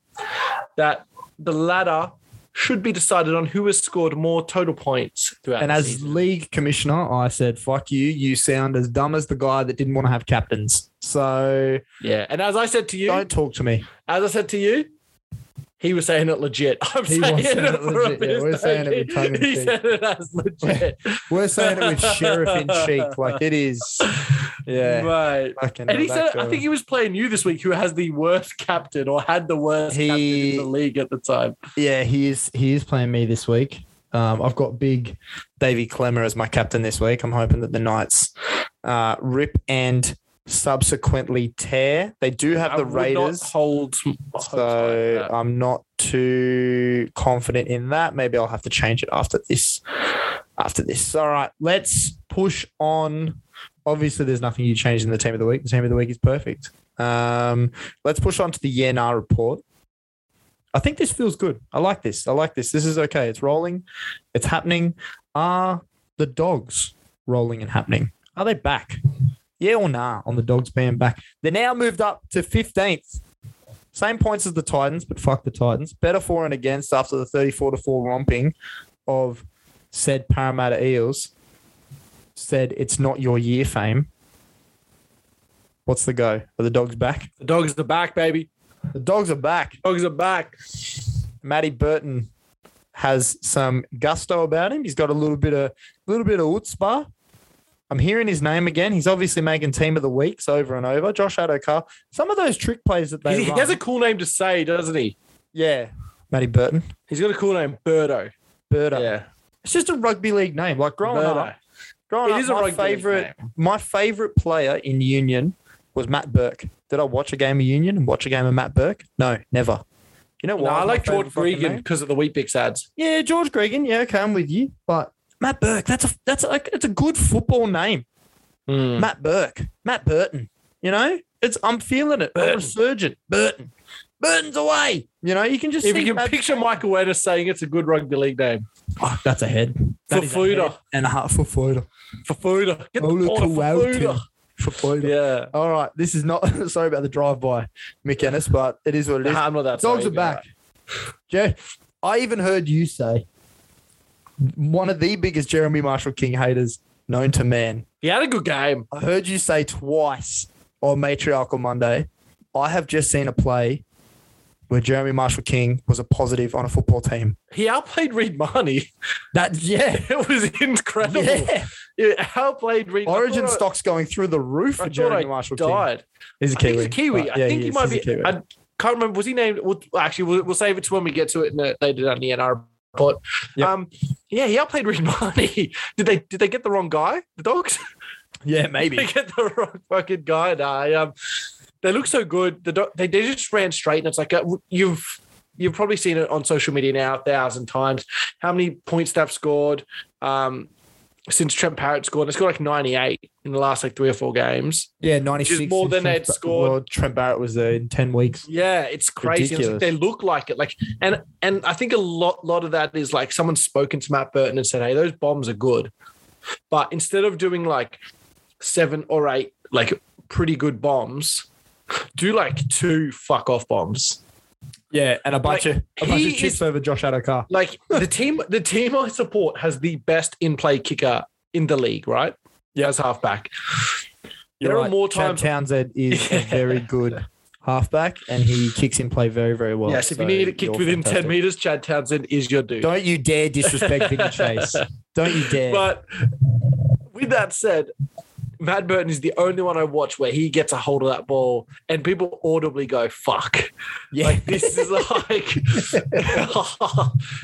[SPEAKER 2] that the ladder should be decided on who has scored more total points throughout.
[SPEAKER 1] And
[SPEAKER 2] the
[SPEAKER 1] as
[SPEAKER 2] season.
[SPEAKER 1] league commissioner, I said, "Fuck you! You sound as dumb as the guy that didn't want to have captains." So
[SPEAKER 2] yeah, and as I said to you,
[SPEAKER 1] don't talk to me.
[SPEAKER 2] as I said to you, he was saying it legit. I'm
[SPEAKER 1] He was
[SPEAKER 2] saying,
[SPEAKER 1] saying
[SPEAKER 2] it
[SPEAKER 1] it
[SPEAKER 2] for
[SPEAKER 1] legit,
[SPEAKER 2] a
[SPEAKER 1] yeah, we're
[SPEAKER 2] piss
[SPEAKER 1] saying it
[SPEAKER 2] take.
[SPEAKER 1] with tongue in
[SPEAKER 2] He
[SPEAKER 1] cheek.
[SPEAKER 2] said it as legit.
[SPEAKER 1] We're saying it with sheriff in cheek, like it is. Yeah,
[SPEAKER 2] Right.
[SPEAKER 1] fucking
[SPEAKER 2] And he
[SPEAKER 1] hell,
[SPEAKER 2] said,
[SPEAKER 1] that uh,
[SPEAKER 2] I
[SPEAKER 1] guy.
[SPEAKER 2] think he was playing you this week, who has the worst captain or had the worst
[SPEAKER 1] He-
[SPEAKER 2] captain in the league at the time.
[SPEAKER 1] yeah, he is. He is playing me this week. Um, I've got big Davy Clemmer as my captain this week. I'm hoping that the Knights uh, rip and subsequently tear. They do have
[SPEAKER 2] I
[SPEAKER 1] the
[SPEAKER 2] would
[SPEAKER 1] Raiders.
[SPEAKER 2] not hold. hopes
[SPEAKER 1] So uh,
[SPEAKER 2] like that.
[SPEAKER 1] I'm not too confident in that. Maybe I'll have to change it after this. After this. All right, let's push on. Obviously, there's nothing you changed in the team of the week. The team of the week is perfect. Um, let's push on to the Yenar report. I think this feels good. I like this. I like this. This is okay. It's rolling. It's happening. Are the dogs rolling and happening? Are they back? Yeah or nah on the dogs being back? They're now moved up to 15th. Same points as the Titans, but fuck the Titans. Better for and against after the 34 to 4 romping of said Parramatta Eels. Said it's not your year fame. What's the go? Are the dogs back?
[SPEAKER 2] the dogs are back, baby.
[SPEAKER 1] The dogs are back.
[SPEAKER 2] Dogs are back.
[SPEAKER 1] Matty Burton has some gusto about him. He's got a little bit of little bit of utzpa. I'm hearing his name again. He's obviously making team of the weeks over and over. Josh Adokar. Some of those trick plays that they
[SPEAKER 2] He, he
[SPEAKER 1] run.
[SPEAKER 2] has a cool name to say, doesn't he?
[SPEAKER 1] yeah. Matty Burton.
[SPEAKER 2] He's got a cool name, Birdo.
[SPEAKER 1] Birdo.
[SPEAKER 2] Yeah,
[SPEAKER 1] It's just a rugby league name. Like growing
[SPEAKER 2] Birdo.
[SPEAKER 1] up, growing
[SPEAKER 2] It
[SPEAKER 1] up,
[SPEAKER 2] is a
[SPEAKER 1] my
[SPEAKER 2] rugby league
[SPEAKER 1] favorite, my favorite player in Union was Matt Burke. Did I watch a game of Union and watch a game of Matt Burke? No, never. You know
[SPEAKER 2] No,
[SPEAKER 1] why?
[SPEAKER 2] I
[SPEAKER 1] my
[SPEAKER 2] like George
[SPEAKER 1] favourite fucking
[SPEAKER 2] Gregan
[SPEAKER 1] name?
[SPEAKER 2] because of the Wheat Bix ads.
[SPEAKER 1] Yeah, George Gregan. Yeah, okay, I'm with you. But Matt Burke, that's a that's a, it's a good football name.
[SPEAKER 2] Hmm.
[SPEAKER 1] Matt Burke, Matt Burton. You know, it's I'm feeling it. I'm
[SPEAKER 2] Burton.
[SPEAKER 1] resurgent. Burton, Burton's away. You know, you can just
[SPEAKER 2] If
[SPEAKER 1] see
[SPEAKER 2] you can
[SPEAKER 1] Matt-
[SPEAKER 2] picture Michael Werner saying it's a good rugby league name,
[SPEAKER 1] Oh, that's a head. That is a
[SPEAKER 2] Fafuda.
[SPEAKER 1] head and a half for Oh, Fuda.
[SPEAKER 2] Fafuda, get the
[SPEAKER 1] Ola
[SPEAKER 2] ball to
[SPEAKER 1] Kowalton.
[SPEAKER 2] Fafuda.
[SPEAKER 1] For Fuda.
[SPEAKER 2] Yeah,
[SPEAKER 1] All right, this is not sorry about the drive by, Mick Ennis, but it is what it is.
[SPEAKER 2] Nah, I'm not
[SPEAKER 1] Dogs
[SPEAKER 2] that. sorry,
[SPEAKER 1] are
[SPEAKER 2] you're
[SPEAKER 1] back.
[SPEAKER 2] right.
[SPEAKER 1] Jeff, I even heard you say one of the biggest Jeremy Marshall King haters known to man.
[SPEAKER 2] He had a good game.
[SPEAKER 1] I heard you say twice on Matriarchal Monday, I have just seen a play where Jeremy Marshall King was a positive on a football team.
[SPEAKER 2] He outplayed Reed Marnie.
[SPEAKER 1] That yeah.
[SPEAKER 2] It was incredible.
[SPEAKER 1] Yeah.
[SPEAKER 2] It outplayed Reed. I
[SPEAKER 1] Origin
[SPEAKER 2] thought I-
[SPEAKER 1] stocks going through the roof for
[SPEAKER 2] I thought
[SPEAKER 1] Jeremy
[SPEAKER 2] I
[SPEAKER 1] Marshall King.
[SPEAKER 2] died.
[SPEAKER 1] He's a
[SPEAKER 2] I think
[SPEAKER 1] Kiwi.
[SPEAKER 2] he's a Kiwi.
[SPEAKER 1] but
[SPEAKER 2] I
[SPEAKER 1] yeah,
[SPEAKER 2] think he
[SPEAKER 1] is.
[SPEAKER 2] might
[SPEAKER 1] He's a
[SPEAKER 2] be.
[SPEAKER 1] Kiwi.
[SPEAKER 2] I can't remember. Was he named? Well, actually, we'll, we'll save it to when we get to it. In the, they did it on the NR report.
[SPEAKER 1] Yep.
[SPEAKER 2] Um, yeah, he outplayed Reed Marnie. Did they? Did they get the wrong guy? The dogs?
[SPEAKER 1] yeah,
[SPEAKER 2] they
[SPEAKER 1] maybe.
[SPEAKER 2] get the wrong fucking guy. Nah, I, um, they look so good. The dog, they, they just ran straight, and it's like uh, you've you've probably seen it on social media now a thousand times. How many points they've scored? Um, since Trent Parrott scored, they scored like 98 in the last like three or four games.
[SPEAKER 1] Yeah, 96.
[SPEAKER 2] more
[SPEAKER 1] is
[SPEAKER 2] than
[SPEAKER 1] Trent
[SPEAKER 2] they'd
[SPEAKER 1] Ba-
[SPEAKER 2] scored.
[SPEAKER 1] Well, Trent Barrett was there in 10 weeks.
[SPEAKER 2] Yeah, it's crazy. And it's like
[SPEAKER 1] Ridiculous.
[SPEAKER 2] they look like it. Like and and I think a lot lot of that is like someone's spoken to Matt Burton and said, Hey, those bombs are good. But instead of doing like seven or eight like pretty good bombs, do like two fuck off bombs.
[SPEAKER 1] Yeah, and a bunch
[SPEAKER 2] Like,
[SPEAKER 1] of a bunch
[SPEAKER 2] he
[SPEAKER 1] of chips
[SPEAKER 2] is-
[SPEAKER 1] over Josh Adokar.
[SPEAKER 2] Like the team the team I support has the best in play kicker in the league, right? Yeah, as halfback.
[SPEAKER 1] You're
[SPEAKER 2] there are
[SPEAKER 1] right,
[SPEAKER 2] more
[SPEAKER 1] Chad
[SPEAKER 2] times
[SPEAKER 1] Townsend is a
[SPEAKER 2] Yeah.
[SPEAKER 1] very good halfback, and he kicks in play very, very well.
[SPEAKER 2] yes, if
[SPEAKER 1] So
[SPEAKER 2] you need it kicked
[SPEAKER 1] you're
[SPEAKER 2] within
[SPEAKER 1] fantastic.
[SPEAKER 2] 10 meters, Chad Townsend is your dude.
[SPEAKER 1] Don't you dare disrespect Vinny Chase. Don't you dare.
[SPEAKER 2] But with that said, Matt Burton is the only one I watch where he gets a hold of that ball and people audibly go, fuck.
[SPEAKER 1] Yeah.
[SPEAKER 2] Like this is like it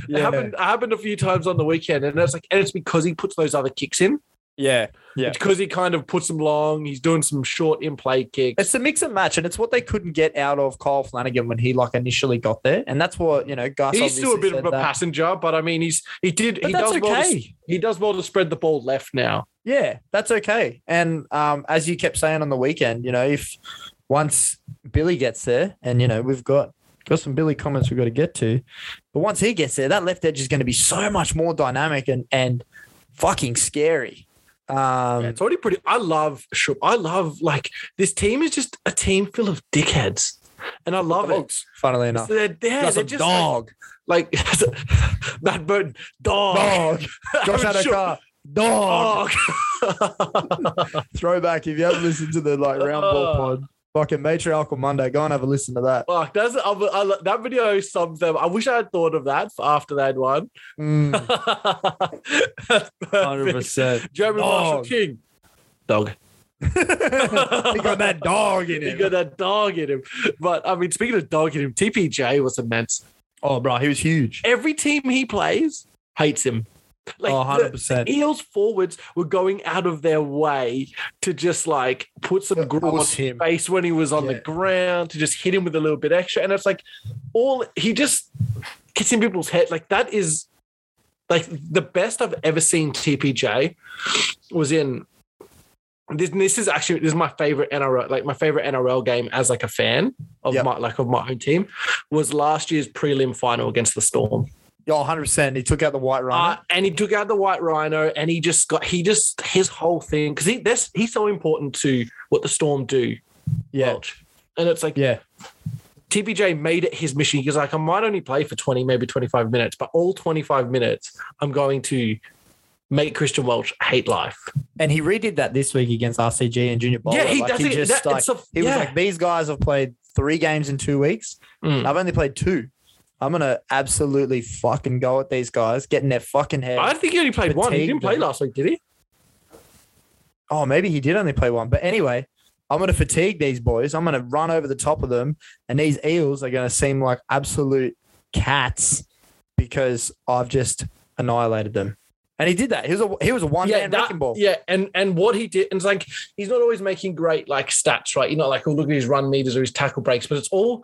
[SPEAKER 1] Yeah.
[SPEAKER 2] happened it happened a few times on the weekend, and it's like and it's because he puts those other kicks in.
[SPEAKER 1] yeah. Yeah.
[SPEAKER 2] It's because he kind of puts them long, he's doing some short in play kicks.
[SPEAKER 1] It's a mix and match, and it's what they couldn't get out of Kyle Flanagan when he like initially got there, and that's what you know. Gus
[SPEAKER 2] He's still a
[SPEAKER 1] obviously
[SPEAKER 2] bit of
[SPEAKER 1] said
[SPEAKER 2] a
[SPEAKER 1] that.
[SPEAKER 2] passenger, but I mean he's he did
[SPEAKER 1] But
[SPEAKER 2] he
[SPEAKER 1] that's
[SPEAKER 2] does well to,
[SPEAKER 1] okay.
[SPEAKER 2] he does well to spread the ball left now.
[SPEAKER 1] Yeah, that's okay. And um, as you kept saying on the weekend, you know, if once Billy gets there, and you know, we've got got some Billy comments we've got to get to, but once he gets there, that left edge is going to be so much more dynamic and and fucking scary. Um,
[SPEAKER 2] It's already pretty I love Shoup. I love like this team is just a team full of dickheads. And I love it.
[SPEAKER 1] dogs, funnily enough,
[SPEAKER 2] They're there.
[SPEAKER 1] Gus
[SPEAKER 2] they're
[SPEAKER 1] a
[SPEAKER 2] just like-
[SPEAKER 1] dog,
[SPEAKER 2] like Matt Burton, dog,
[SPEAKER 1] dog, Josh
[SPEAKER 2] oh, Sure.
[SPEAKER 1] Adokar, dog.
[SPEAKER 2] dog. Oh.
[SPEAKER 1] throwback. If you haven't listened to the like round ball
[SPEAKER 2] Uh.
[SPEAKER 1] pod, fucking matriarchal Monday, go and have a listen to that.
[SPEAKER 2] Fuck, that's I, I, that video sums them. I wish I had thought of that for after that one.
[SPEAKER 1] Mm,
[SPEAKER 2] That's perfect.
[SPEAKER 1] 100%.
[SPEAKER 2] Jeremy Marshall
[SPEAKER 1] Dog.
[SPEAKER 2] King, dog.
[SPEAKER 1] he got that dog in
[SPEAKER 2] He
[SPEAKER 1] him.
[SPEAKER 2] got that dog in him. But I mean, speaking of dog in him, TPJ was immense.
[SPEAKER 1] oh, bro, he was huge.
[SPEAKER 2] Every team he plays hates him. Like
[SPEAKER 1] oh,
[SPEAKER 2] the-
[SPEAKER 1] 100%.
[SPEAKER 2] Eels forwards were going out of their way to just like put some gruel on
[SPEAKER 1] force
[SPEAKER 2] his
[SPEAKER 1] him.
[SPEAKER 2] face when he was on the
[SPEAKER 1] Yeah.
[SPEAKER 2] ground to just hit him with a little bit extra. And it's like all he just gets in people's head. Like that is like the best I've ever seen TPJ was in this, this is actually this is my favorite NRL like my favorite NRL game as like a fan of
[SPEAKER 1] Yep.
[SPEAKER 2] my like of my own team was last year's prelim final against the Storm.
[SPEAKER 1] Oh, 100%. He took out the white runner.
[SPEAKER 2] Uh, and he took out the white rhino, and he just got he just his whole thing because he that's he's so important to what the storm do.
[SPEAKER 1] yeah.
[SPEAKER 2] Welch. and it's like
[SPEAKER 1] yeah.
[SPEAKER 2] TPJ made it his mission. He's like, I might only play for twenty, maybe twenty five minutes, but all twenty five minutes, I'm going to make Christian Welch hate life.
[SPEAKER 1] And he redid that this week against RCG and Junior Bowler.
[SPEAKER 2] yeah, he
[SPEAKER 1] Like,
[SPEAKER 2] does it.
[SPEAKER 1] just,
[SPEAKER 2] that-
[SPEAKER 1] like,
[SPEAKER 2] it's a-
[SPEAKER 1] he
[SPEAKER 2] yeah.
[SPEAKER 1] was like, these guys have played three games in two weeks.
[SPEAKER 2] Mm.
[SPEAKER 1] I've only played two. I'm going to absolutely fucking go at these guys, getting their fucking head.
[SPEAKER 2] I think he only played one. He
[SPEAKER 1] fatigued
[SPEAKER 2] didn't play
[SPEAKER 1] him.
[SPEAKER 2] last week, did he?
[SPEAKER 1] oh, maybe he did only play one. But anyway, I'm going to fatigue these boys. I'm going to run over the top of them. And these eels are going to seem like absolute cats because I've just annihilated them. And he did that. He was a he was a one man
[SPEAKER 2] that-
[SPEAKER 1] wrecking ball.
[SPEAKER 2] Yeah, and and what he did, and it's like he's not always making great like stats, right? You're not like, oh, look at his run meters or his tackle breaks, but it's all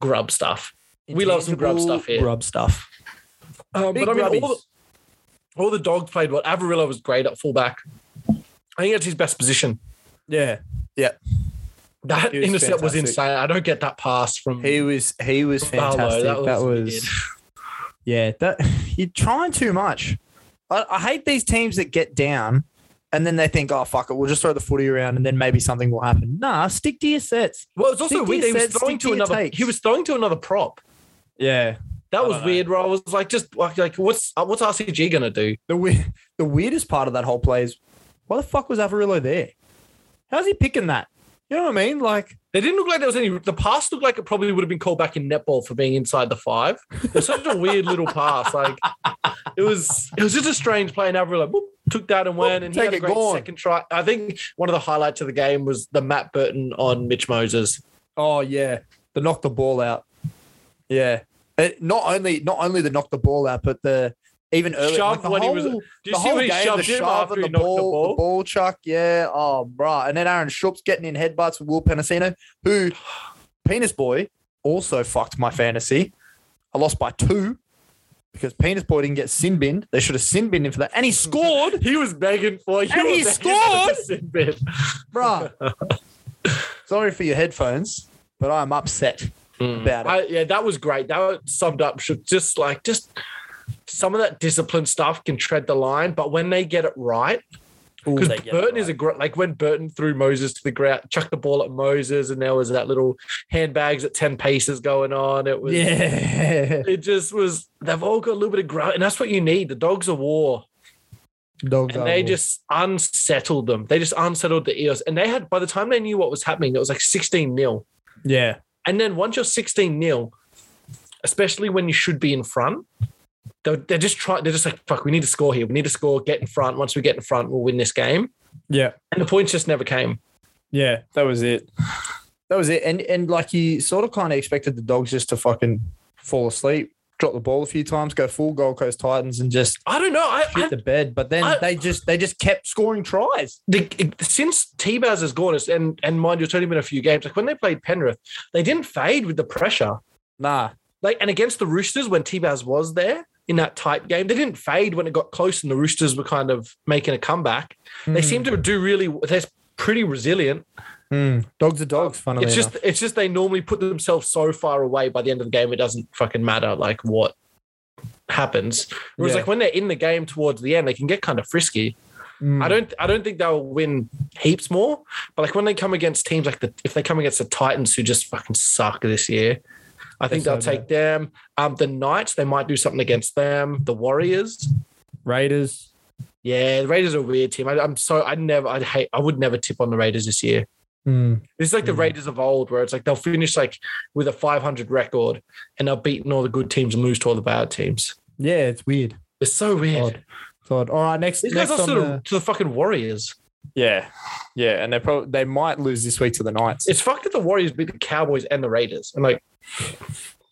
[SPEAKER 2] grub stuff. We love some grub
[SPEAKER 1] Intangible
[SPEAKER 2] stuff here.
[SPEAKER 1] Grub stuff.
[SPEAKER 2] Um,
[SPEAKER 1] Big
[SPEAKER 2] but I mean, all the,
[SPEAKER 1] grubbies.
[SPEAKER 2] all the dogs played well. Avarillo was great at fullback. I think that's his best position.
[SPEAKER 1] Yeah.
[SPEAKER 2] That
[SPEAKER 1] He was
[SPEAKER 2] intercept was
[SPEAKER 1] fantastic.
[SPEAKER 2] insane. I don't get that pass from.
[SPEAKER 1] He was he was
[SPEAKER 2] Barlow.
[SPEAKER 1] fantastic. That was,
[SPEAKER 2] weird.
[SPEAKER 1] yeah, that you're trying too much. I, I hate these teams that get down and then they think, oh fuck it, we'll just throw the footy around and then maybe something will happen. Nah, stick to your sets.
[SPEAKER 2] Well, it's also
[SPEAKER 1] Stick to
[SPEAKER 2] weird.
[SPEAKER 1] your
[SPEAKER 2] He was
[SPEAKER 1] sets, stick
[SPEAKER 2] throwing
[SPEAKER 1] to
[SPEAKER 2] to
[SPEAKER 1] your
[SPEAKER 2] another.
[SPEAKER 1] takes.
[SPEAKER 2] He was throwing to another prop.
[SPEAKER 1] Yeah.
[SPEAKER 2] That
[SPEAKER 1] I
[SPEAKER 2] was
[SPEAKER 1] don't know.
[SPEAKER 2] weird. Where I was like, just like, like what's uh, what's RCG gonna do?
[SPEAKER 1] The we- the weirdest part of that whole play is why the fuck was Avarillo there? How's he picking that? You know what I mean? Like,
[SPEAKER 2] They didn't look like there was any. The pass looked like it probably would have been called back in netball for being inside the five. It was such a weird little pass. Like it was, it was just a strange play. And Avril like, whoop, took that and went, and he
[SPEAKER 1] Take
[SPEAKER 2] had a
[SPEAKER 1] it,
[SPEAKER 2] great
[SPEAKER 1] go on.
[SPEAKER 2] second try. I think one of the highlights of the game was the Matt Burton on Mitch Moses.
[SPEAKER 1] oh yeah, they knocked the ball out. Yeah, It- not only not only they knocked the ball out, but the even earlier,
[SPEAKER 2] Shoved
[SPEAKER 1] like the
[SPEAKER 2] when he
[SPEAKER 1] whole,
[SPEAKER 2] was- Do
[SPEAKER 1] the whole game, the shove and the ball, the ball, chuck. Yeah, oh bruh. and then Aaron Schupp's getting in headbutts with Will Penasino, who Penis Boy also fucked my fantasy. I lost by two. Because Penis Boy didn't get sin binned. They should have sin binned him for that. And he scored.
[SPEAKER 2] He was begging for you.
[SPEAKER 1] And he
[SPEAKER 2] were begging
[SPEAKER 1] scored!
[SPEAKER 2] for this in bed.
[SPEAKER 1] Bruh. Sorry for your headphones, but I'm upset about it.
[SPEAKER 2] I, yeah, that was great. That summed up. Should just like just some of that discipline stuff can tread the line, but when they get it right. Because
[SPEAKER 1] they get
[SPEAKER 2] Burton is a great, like when Burton threw Moses to the ground, chucked the ball at Moses, and there was that little handbags at 10 paces going on. It was,
[SPEAKER 1] yeah.
[SPEAKER 2] it just was, they've all got a little bit of grunt, and that's what you need. The dogs are war,
[SPEAKER 1] Dogs
[SPEAKER 2] and
[SPEAKER 1] are
[SPEAKER 2] they
[SPEAKER 1] war.
[SPEAKER 2] just unsettled them. They just unsettled the Eels, and they had, by the time they knew what was happening, it was like 16 nil.
[SPEAKER 1] yeah.
[SPEAKER 2] And then once you're 16 nil, especially when you should be in front, they're, they're just trying, they're just like, fuck, we need to score here. We need to score, get in front. Once we get in front, we'll win this game.
[SPEAKER 5] Yeah.
[SPEAKER 2] and the points just never came.
[SPEAKER 5] Yeah. That was it.
[SPEAKER 1] That was it. And and like you sort of kind of expected the dogs just to fucking fall asleep, drop the ball a few times, go full Gold Coast Titans and just
[SPEAKER 2] I don't know. I, I,
[SPEAKER 1] hit the bed. But then
[SPEAKER 2] I-
[SPEAKER 1] they just they just kept scoring tries.
[SPEAKER 2] the, since T Baz has gone, it's- and and mind you, it's only been a few games. Like when they played Penrith, they didn't fade with the pressure.
[SPEAKER 1] Nah.
[SPEAKER 2] Like and against the Roosters, when T Baz was there in that tight game, they didn't fade when it got close, and the Roosters were kind of making a comeback. They seem to do really. They're pretty resilient.
[SPEAKER 1] Mm. Dogs are dogs, funnily
[SPEAKER 2] It's
[SPEAKER 1] enough.
[SPEAKER 2] just it's just they normally put themselves so far away by the end of the game, it doesn't fucking matter like what happens. Whereas
[SPEAKER 1] Yeah.
[SPEAKER 2] like when they're in the game towards the end, they can get kind of frisky.
[SPEAKER 1] Mm.
[SPEAKER 5] Hmm.
[SPEAKER 2] I don't I don't think they'll win heaps more, but like when they come against teams like the if they come against the Titans who just fucking suck this year, I think
[SPEAKER 5] They're
[SPEAKER 2] they'll
[SPEAKER 5] so
[SPEAKER 2] take them. Um, the Knights they might do something against them. The Warriors,
[SPEAKER 5] Raiders.
[SPEAKER 2] yeah, the Raiders are a weird team. I, I'm so I never I'd hate I would never tip on the Raiders this year.
[SPEAKER 1] Mm.
[SPEAKER 2] This is like the Raiders of old, where it's like they'll finish like with a 500 record and they'll beat all the good teams and lose to all the bad teams.
[SPEAKER 1] Yeah, it's weird.
[SPEAKER 2] It's so weird.
[SPEAKER 1] Odd. It's odd. All right, next,
[SPEAKER 2] These guys
[SPEAKER 1] next
[SPEAKER 2] are
[SPEAKER 1] on
[SPEAKER 2] sort of
[SPEAKER 1] the-
[SPEAKER 2] to the fucking Warriors.
[SPEAKER 1] Yeah. Yeah. And they probably they might lose this week to the Knights.
[SPEAKER 2] It's fucked that the Warriors beat the Cowboys and the Raiders. And like,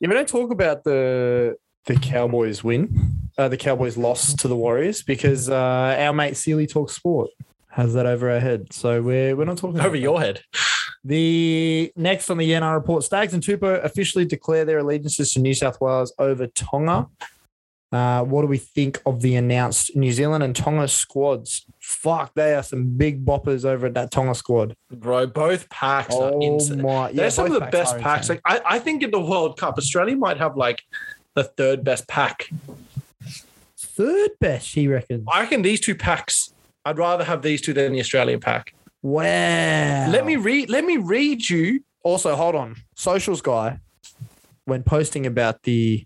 [SPEAKER 1] Yeah, we don't talk about the the Cowboys win, uh, the Cowboys loss to the Warriors because uh, our mate Sealy talks sport has that over our head, so we're we're not talking
[SPEAKER 2] over
[SPEAKER 1] about
[SPEAKER 2] your head.
[SPEAKER 1] that. The next on the ENR report, Stags and Tupou officially declare their allegiances to New South Wales over Tonga. Uh, what do we think of the announced New Zealand and Tonga squads? Fuck, they are some big boppers over at that Tonga squad.
[SPEAKER 2] Bro, both packs are
[SPEAKER 1] Oh
[SPEAKER 2] insane.
[SPEAKER 1] my,
[SPEAKER 2] They're
[SPEAKER 1] yeah,
[SPEAKER 2] some of
[SPEAKER 1] both
[SPEAKER 2] the best
[SPEAKER 1] are
[SPEAKER 2] packs.
[SPEAKER 1] insane.
[SPEAKER 2] Like, I, I think in the World Cup, Australia might have like the third best pack.
[SPEAKER 1] Third best, he reckons.
[SPEAKER 2] I reckon these two packs, I'd rather have these two than the Australian pack.
[SPEAKER 1] Wow.
[SPEAKER 2] Let me read let me read you
[SPEAKER 1] Also, hold on. Socials guy, when posting about the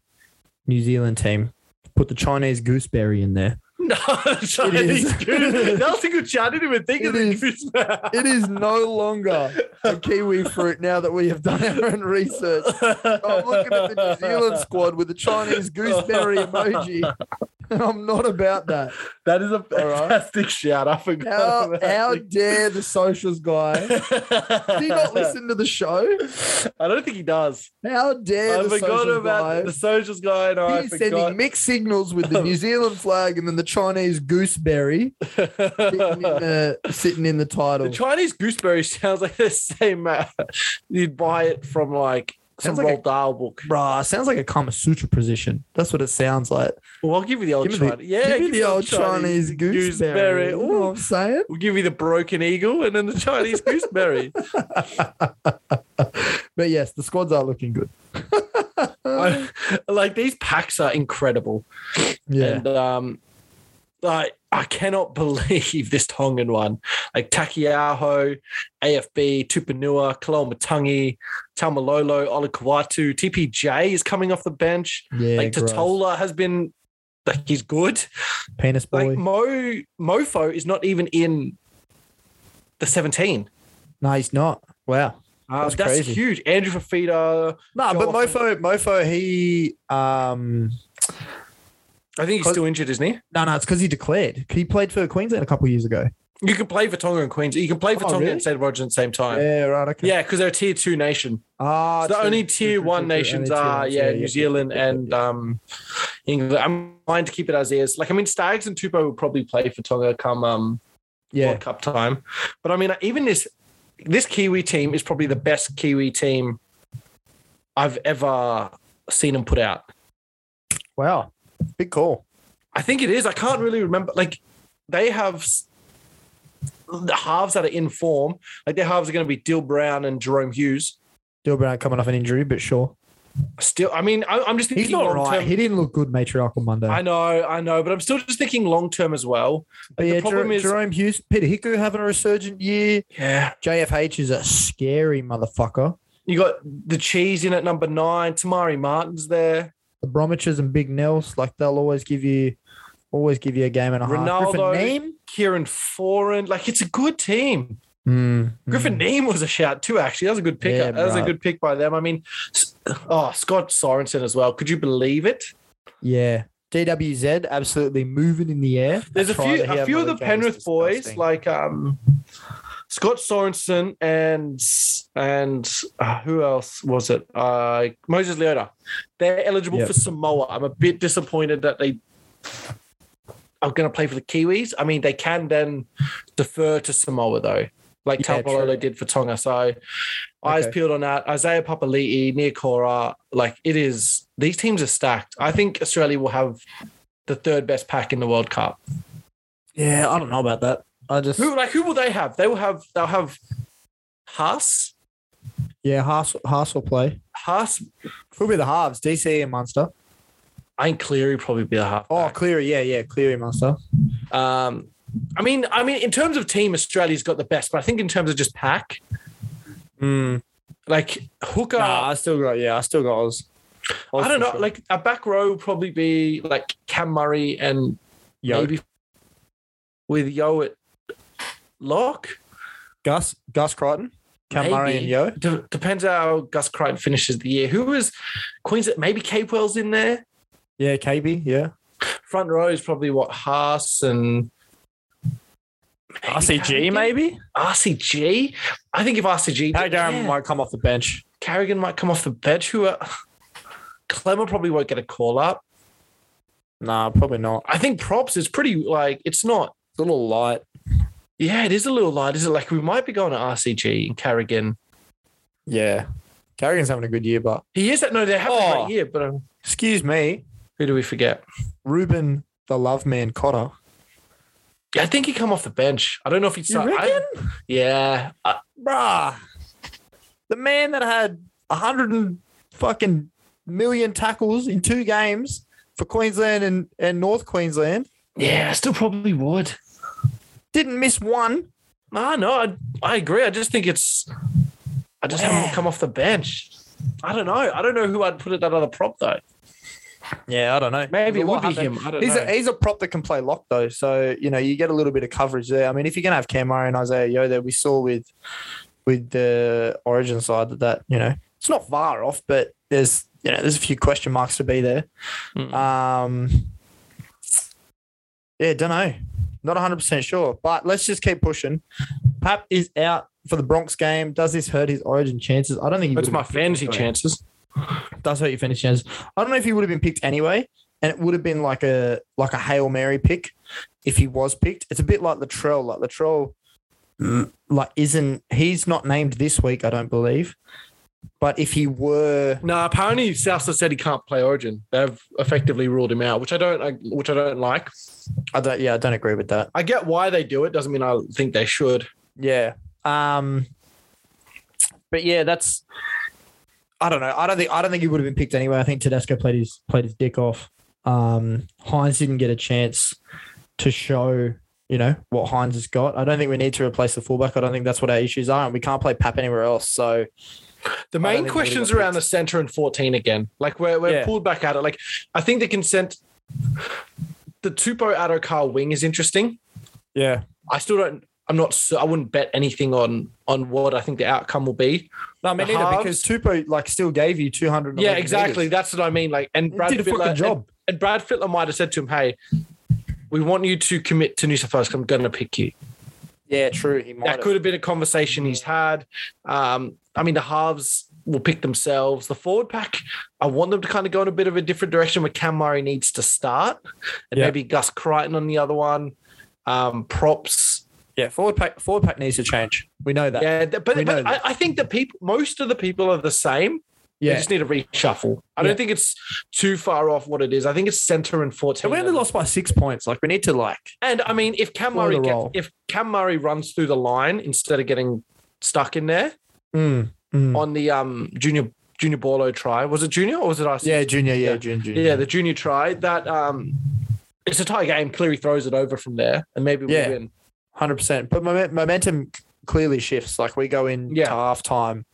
[SPEAKER 1] New Zealand team, put the Chinese gooseberry in there.
[SPEAKER 2] No, Chinese
[SPEAKER 1] is.
[SPEAKER 2] goose. That was a good chat. I didn't even think of
[SPEAKER 1] It
[SPEAKER 2] the
[SPEAKER 1] is.
[SPEAKER 2] goose.
[SPEAKER 1] It is no longer a kiwi fruit now that we have done our own research. I'm looking Oh, at the New Zealand squad with the Chinese gooseberry emoji, and I'm not about that.
[SPEAKER 2] That is a
[SPEAKER 1] All right.
[SPEAKER 2] fantastic shout. I forgot.
[SPEAKER 1] How,
[SPEAKER 2] about
[SPEAKER 1] how
[SPEAKER 2] it.
[SPEAKER 1] dare the socials guy? Do you not listen to the show?
[SPEAKER 2] I don't think he does.
[SPEAKER 1] How dare
[SPEAKER 2] I
[SPEAKER 1] the
[SPEAKER 2] forgot
[SPEAKER 1] socials
[SPEAKER 2] about
[SPEAKER 1] guy?
[SPEAKER 2] the socials guy. and I
[SPEAKER 1] He's
[SPEAKER 2] forgot.
[SPEAKER 1] sending mixed signals with the New Zealand flag and then the Chinese gooseberry sitting in
[SPEAKER 2] the
[SPEAKER 1] the, uh, sitting in the title.
[SPEAKER 2] Chinese gooseberry sounds like the same. Uh, you'd buy it from like some
[SPEAKER 1] Sounds like a-
[SPEAKER 2] Roald Dahl book.
[SPEAKER 1] Bruh, sounds like a Kama Sutra position. That's what it sounds like.
[SPEAKER 2] Well, I'll give you the old
[SPEAKER 1] Give me
[SPEAKER 2] Chinese.
[SPEAKER 1] the,
[SPEAKER 2] yeah,
[SPEAKER 1] give me the old Chinese, gooseberry. You know what
[SPEAKER 2] Ooh.
[SPEAKER 1] I'm saying?
[SPEAKER 2] We'll give you the broken eagle and then the Chinese gooseberry.
[SPEAKER 1] But yes, the squads are looking good.
[SPEAKER 2] I- like these packs are incredible,
[SPEAKER 1] Yeah.
[SPEAKER 2] and um, I I cannot believe this Tongan one. Like Takiaho, AFB, Tupanua, Kalamatangi, Tamalolo, Olakawatu, TPJ is coming off the bench.
[SPEAKER 1] yeah.
[SPEAKER 2] uh, like
[SPEAKER 1] gross.
[SPEAKER 2] Totola has been like he's good.
[SPEAKER 1] Penis boy.
[SPEAKER 2] Like Mo Mofo is not even in the seventeen.
[SPEAKER 1] no, he's not. Wow.
[SPEAKER 2] Uh,
[SPEAKER 1] That's
[SPEAKER 2] that's
[SPEAKER 1] crazy.
[SPEAKER 2] huge. Andrew Fafita.
[SPEAKER 1] No,
[SPEAKER 2] Go
[SPEAKER 1] but
[SPEAKER 2] off
[SPEAKER 1] Mofo, Mofo, he um
[SPEAKER 2] I think he's
[SPEAKER 1] Cos-
[SPEAKER 2] still injured, isn't he?
[SPEAKER 1] no, no, it's because he declared. He played for Queensland a couple years ago.
[SPEAKER 2] You can play for Tonga and Queens. You can play for
[SPEAKER 1] Oh,
[SPEAKER 2] Tonga
[SPEAKER 1] really?
[SPEAKER 2] and St. Rogers at the same time.
[SPEAKER 1] Yeah, right. Okay.
[SPEAKER 2] Yeah, because they're a tier two nation.
[SPEAKER 1] Ah,
[SPEAKER 2] So the
[SPEAKER 1] true,
[SPEAKER 2] only
[SPEAKER 1] true,
[SPEAKER 2] tier
[SPEAKER 1] true, true,
[SPEAKER 2] one
[SPEAKER 1] true.
[SPEAKER 2] nations
[SPEAKER 1] Only tier
[SPEAKER 2] are
[SPEAKER 1] ones,
[SPEAKER 2] yeah,
[SPEAKER 1] yeah,
[SPEAKER 2] New
[SPEAKER 1] yeah,
[SPEAKER 2] Zealand
[SPEAKER 1] yeah, yeah,
[SPEAKER 2] and um, England. I'm trying to keep it as is. Like I mean, Stags and Tupo will probably play for Tonga come um,
[SPEAKER 1] yeah.
[SPEAKER 2] World Cup time. But I mean, even this this Kiwi team is probably the best Kiwi team I've ever seen them put out.
[SPEAKER 1] Wow. Big call.
[SPEAKER 2] I think it is. I can't really remember. Like they have s- the halves that are in form. Like their halves are going to be Dill Brown and Jerome Hughes.
[SPEAKER 1] Dill Brown coming off an injury, but sure.
[SPEAKER 2] Still, I mean, I, I'm just thinking
[SPEAKER 1] He's not
[SPEAKER 2] long
[SPEAKER 1] right.
[SPEAKER 2] term.
[SPEAKER 1] He didn't look good matriarchal Monday.
[SPEAKER 2] I know, I know, but I'm still just thinking long term as well.
[SPEAKER 1] but
[SPEAKER 2] the
[SPEAKER 1] yeah,
[SPEAKER 2] problem
[SPEAKER 1] Jer-
[SPEAKER 2] is-
[SPEAKER 1] Jerome Hughes, Peter Hiku having a resurgent year.
[SPEAKER 2] Yeah,
[SPEAKER 1] JFH is a scary motherfucker.
[SPEAKER 2] you got the cheese in at number nine. Tamari Martin's there.
[SPEAKER 1] The Bromwiches and Big Nels, like they'll always give you, always give you a game and a half.
[SPEAKER 2] Ronaldo.
[SPEAKER 1] Griffin
[SPEAKER 2] Kieran Foran, like it's a good team.
[SPEAKER 1] Neem. Mm,
[SPEAKER 2] Griffin Neem was a shout too. Actually, that was a good pick.
[SPEAKER 1] Yeah,
[SPEAKER 2] that was a
[SPEAKER 1] right.
[SPEAKER 2] good pick by them. I mean, s- oh Scott Sorensen as well. Could you believe it?
[SPEAKER 1] mm. Yeah. DWZ absolutely moving in the air.
[SPEAKER 2] There's
[SPEAKER 1] That
[SPEAKER 2] a
[SPEAKER 1] try
[SPEAKER 2] few,
[SPEAKER 1] that he
[SPEAKER 2] a
[SPEAKER 1] had
[SPEAKER 2] few
[SPEAKER 1] on
[SPEAKER 2] of the
[SPEAKER 1] that game was
[SPEAKER 2] Penrith boys
[SPEAKER 1] disgusting.
[SPEAKER 2] like um, Scott Sorensen and and uh, who else was it? Uh, Moses Leota. They're eligible
[SPEAKER 5] Yep.
[SPEAKER 2] for Samoa. I'm a bit disappointed that they are going to play for the Kiwis. I mean, they can then defer to Samoa though, like
[SPEAKER 5] Yeah,
[SPEAKER 2] yeah,
[SPEAKER 5] true.
[SPEAKER 2] did for Tonga. So eyes
[SPEAKER 5] Okay.
[SPEAKER 2] peeled on that. Isaiah Papali'i, Nia Cora, like it is. These teams are stacked. I think Australia will have the third best pack in the World Cup.
[SPEAKER 1] yeah, I don't know about that. I just
[SPEAKER 2] Who like who will they have? They will have they'll have Haas,
[SPEAKER 1] yeah, Haas, Haas will play.
[SPEAKER 2] Haas.
[SPEAKER 1] Who'll be the halves? DC and Munster.
[SPEAKER 2] I think Cleary probably be the half.
[SPEAKER 1] Oh, Cleary, yeah, yeah, Cleary Munster.
[SPEAKER 2] um, I mean, I mean, in terms of team, Australia's got the best, but I think in terms of just pack,
[SPEAKER 1] Hmm.
[SPEAKER 2] like Hooker,
[SPEAKER 1] Nah, I still got yeah, I still got Oz. Oz
[SPEAKER 2] I
[SPEAKER 1] for
[SPEAKER 2] don't know.
[SPEAKER 1] sure.
[SPEAKER 2] Like a back row will probably be like Cam Murray and
[SPEAKER 5] Yo,
[SPEAKER 2] maybe with Yo at lock.
[SPEAKER 1] Gus, Gus Crichton, Cam Murray, and
[SPEAKER 2] Maybe.
[SPEAKER 1] Yo.
[SPEAKER 2] De- depends how Gus Crichton finishes the year. Who is Queens? Maybe Capewell's in there.
[SPEAKER 1] Yeah, KB, yeah.
[SPEAKER 2] Front row is probably what Haas and
[SPEAKER 5] RCG maybe.
[SPEAKER 2] RCG. I think if RCG,
[SPEAKER 1] Harry Durham
[SPEAKER 2] Yeah.
[SPEAKER 1] might come off the bench.
[SPEAKER 2] Carrigan might come off the bench. Who are Clemmer probably won't get a call up.
[SPEAKER 1] Nah, probably not.
[SPEAKER 2] I think props is pretty like it's not.
[SPEAKER 1] It's a little light.
[SPEAKER 2] Yeah, it is a little light. Is it like we might be going to RCG and Carrigan?
[SPEAKER 1] Yeah. Carrigan's having a good year, but
[SPEAKER 2] He is that no, they're having a
[SPEAKER 1] Oh.
[SPEAKER 2] great year. But um,
[SPEAKER 1] excuse me,
[SPEAKER 2] who do we forget?
[SPEAKER 1] Ruben the Love Man Cotter.
[SPEAKER 2] I think he come off the bench. I don't know if he's
[SPEAKER 1] You reckon?
[SPEAKER 2] yeah, uh, I-
[SPEAKER 1] Bruh. The man that had a hundred and fucking million tackles in two games for Queensland and, and North Queensland
[SPEAKER 2] yeah. I still probably would.
[SPEAKER 1] didn't miss one.
[SPEAKER 2] Ah, no, I, I agree. I just think it's. I just haven't come off the bench. I don't know. I don't know who I'd put at that other prop though.
[SPEAKER 1] Yeah, I don't know.
[SPEAKER 2] Maybe
[SPEAKER 1] There's
[SPEAKER 2] it
[SPEAKER 1] a
[SPEAKER 2] would
[SPEAKER 1] lot
[SPEAKER 2] be
[SPEAKER 1] happening.
[SPEAKER 2] him. I don't
[SPEAKER 1] He's
[SPEAKER 2] know.
[SPEAKER 1] a, he's a prop that can play lock though, so you know you get a little bit of coverage there. I mean, if you're going to have Cam Murray and Isaiah Yo that we saw with with the Origin side, that that you know it's not far off, but there's you know there's a few question marks to be there.
[SPEAKER 2] Mm.
[SPEAKER 1] Um, yeah, don't know, not 100 percent sure, but let's just keep pushing. Pap is out for the Bronx game. Does this hurt his Origin chances? I don't think he
[SPEAKER 2] That's
[SPEAKER 1] would've
[SPEAKER 2] my fantasy
[SPEAKER 1] Sorry.
[SPEAKER 2] chances.
[SPEAKER 1] does hurt your finish chances. I don't know if he would have been picked anyway, and it would have been like a like a hail mary pick if he was picked. It's a bit like Latrell. Like Latrell, mm, like isn't he's not named this week, I don't believe. But if he were,
[SPEAKER 2] No, apparently Southside said he can't play Origin. They've effectively ruled him out, which I don't. I, which I don't like.
[SPEAKER 1] I don't. Yeah, I don't agree with that.
[SPEAKER 2] I get why they do it. Doesn't mean I think they should.
[SPEAKER 1] Yeah. Um. But yeah, that's. I don't know. I don't think. I don't think he would have been picked anyway. I think Tedesco played his played his dick off. Um, Hines didn't get a chance to show. You know what Hines has got. I don't think we need to replace the fullback. I don't think that's what our issues are, and we can't play Pap anywhere else. So
[SPEAKER 2] The
[SPEAKER 1] I don't
[SPEAKER 2] main
[SPEAKER 1] think
[SPEAKER 2] question's
[SPEAKER 1] really got
[SPEAKER 2] around the center and 14 again. Like we're, we're
[SPEAKER 1] Yeah.
[SPEAKER 2] pulled back at it. Like I think the consent, the Tupo Adokar wing is interesting.
[SPEAKER 5] Yeah.
[SPEAKER 2] I still don't. I'm not. su- I wouldn't bet anything on on what I think the outcome will be.
[SPEAKER 1] no, I mean
[SPEAKER 2] The
[SPEAKER 1] neither because
[SPEAKER 2] halves-
[SPEAKER 1] Tupo like still gave you two hundred.
[SPEAKER 2] Yeah, exactly. That's what I mean. Like, and
[SPEAKER 1] He
[SPEAKER 2] Brad
[SPEAKER 1] did a
[SPEAKER 2] Fittler,
[SPEAKER 1] fucking
[SPEAKER 2] and-
[SPEAKER 1] job.
[SPEAKER 2] And, Brad Fittler might have said to him, "Hey, we want you to commit to New South Wales. 'cause I'm going to pick you."
[SPEAKER 1] Yeah, true. He might.
[SPEAKER 2] That could have been a conversation he's had. Um, I mean, the halves will pick themselves. The forward pack, I want them to kind of go in a bit of a different direction where Cam Murray needs to start, and
[SPEAKER 5] Yeah.
[SPEAKER 2] maybe Gus Crichton on the other one. Um, props.
[SPEAKER 1] Yeah, forward pack. Forward pack needs to change. We know that.
[SPEAKER 2] Yeah, th- but,
[SPEAKER 1] We know
[SPEAKER 2] but I,
[SPEAKER 1] that.
[SPEAKER 2] I think the people, most of the people are the same. They
[SPEAKER 1] yeah.
[SPEAKER 2] just need to reshuffle. I
[SPEAKER 1] Yeah.
[SPEAKER 2] don't think it's too far off what it is. I think it's center and
[SPEAKER 1] And
[SPEAKER 2] fourteen.
[SPEAKER 1] we only lost by six points. Like we need to like
[SPEAKER 2] And I mean, if Cam
[SPEAKER 1] Slow
[SPEAKER 2] Murray
[SPEAKER 1] the
[SPEAKER 2] gets-
[SPEAKER 1] roll.
[SPEAKER 2] if Cam Murray runs through the line instead of getting stuck in there Hmm,
[SPEAKER 1] Mm, mm.
[SPEAKER 2] on the um junior junior Borlo try, was it junior or was it IC?
[SPEAKER 1] Yeah, junior. Yeah,
[SPEAKER 2] Yeah.
[SPEAKER 1] junior. junior.
[SPEAKER 2] yeah, the junior try that um. It's a tie game. Cleary throws it over from there, and maybe we
[SPEAKER 1] Yeah.
[SPEAKER 2] win.
[SPEAKER 1] hundred percent. But momen- momentum clearly shifts. Like we go in
[SPEAKER 2] Yeah.
[SPEAKER 1] to half time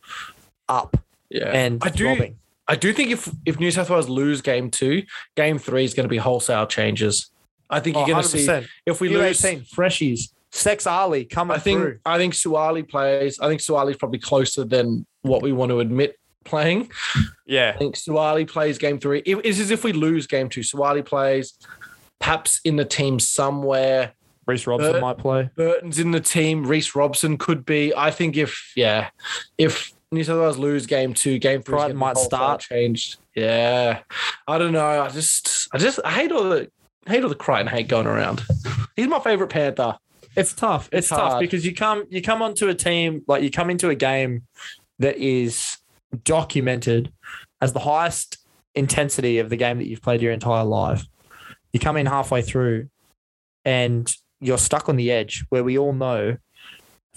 [SPEAKER 1] up
[SPEAKER 2] Yeah,
[SPEAKER 1] and
[SPEAKER 2] I do.
[SPEAKER 1] throbbing.
[SPEAKER 2] I do think if if New South Wales lose game two, game three is going to be wholesale changes. I think you're
[SPEAKER 1] Oh,
[SPEAKER 2] going to see
[SPEAKER 1] 100%.
[SPEAKER 2] if we
[SPEAKER 1] Year
[SPEAKER 2] lose.
[SPEAKER 1] 18, freshies. Sex Ali coming
[SPEAKER 2] I think
[SPEAKER 1] through.
[SPEAKER 2] I think Suwali plays. I think Suwali's probably closer than what we want to admit playing.
[SPEAKER 5] Yeah.
[SPEAKER 2] I think Suwali plays game three. It- It's as if we lose game two. Suwali plays. Paps in the team somewhere.
[SPEAKER 1] Reese Robson
[SPEAKER 2] Uh,
[SPEAKER 1] might play.
[SPEAKER 2] Burton's in the team. Reese Robson could be. I think if yeah, if New South Wales lose game two, game three
[SPEAKER 1] Crichton might start.
[SPEAKER 2] changed. Yeah, I don't know. I just I just I hate all the hate all the Crichton hate going around. He's my favorite Panther.
[SPEAKER 1] It's tough. It's,
[SPEAKER 2] It's
[SPEAKER 1] tough
[SPEAKER 2] hard.
[SPEAKER 1] because you come you come onto a team like you come into a game that is documented as the highest intensity of the game that you've played your entire life. You come in halfway through and you're stuck on the edge where we all know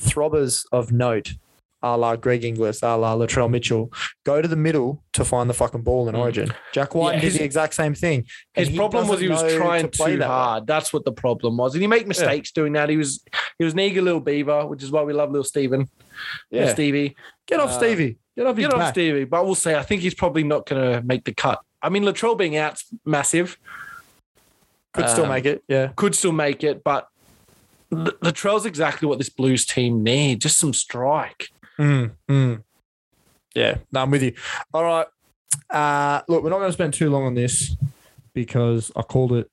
[SPEAKER 1] throbbers of note, a la Greg Inglis, a la Latrell Mitchell, go to the middle to find the fucking ball in
[SPEAKER 2] Mm.
[SPEAKER 1] origin. Jack White
[SPEAKER 2] Yeah,
[SPEAKER 1] did
[SPEAKER 2] his-
[SPEAKER 1] the exact same thing. and
[SPEAKER 2] His problem was he was
[SPEAKER 1] doesn't know
[SPEAKER 2] trying
[SPEAKER 1] play
[SPEAKER 2] too
[SPEAKER 1] that way.
[SPEAKER 2] hard. That's what the problem was, and he made mistakes doing that. He was he was an eager little beaver, which is why we love little Steven, little
[SPEAKER 1] Yeah.
[SPEAKER 2] Stevie.
[SPEAKER 1] Get off
[SPEAKER 2] Uh,
[SPEAKER 1] Stevie. Get off your
[SPEAKER 2] Get off
[SPEAKER 1] back.
[SPEAKER 2] Stevie, but we'll say I think he's probably not going to make the cut. I mean, Latrell being out's massive.
[SPEAKER 1] Could still
[SPEAKER 2] Um,
[SPEAKER 1] make it. Yeah.
[SPEAKER 2] could still make it, but L- Latrell's exactly what this Blues team need. Just some strike.
[SPEAKER 1] Mm, mm. Yeah, no, I'm with you. All right. Uh, look, we're not going to spend too long on this because I called it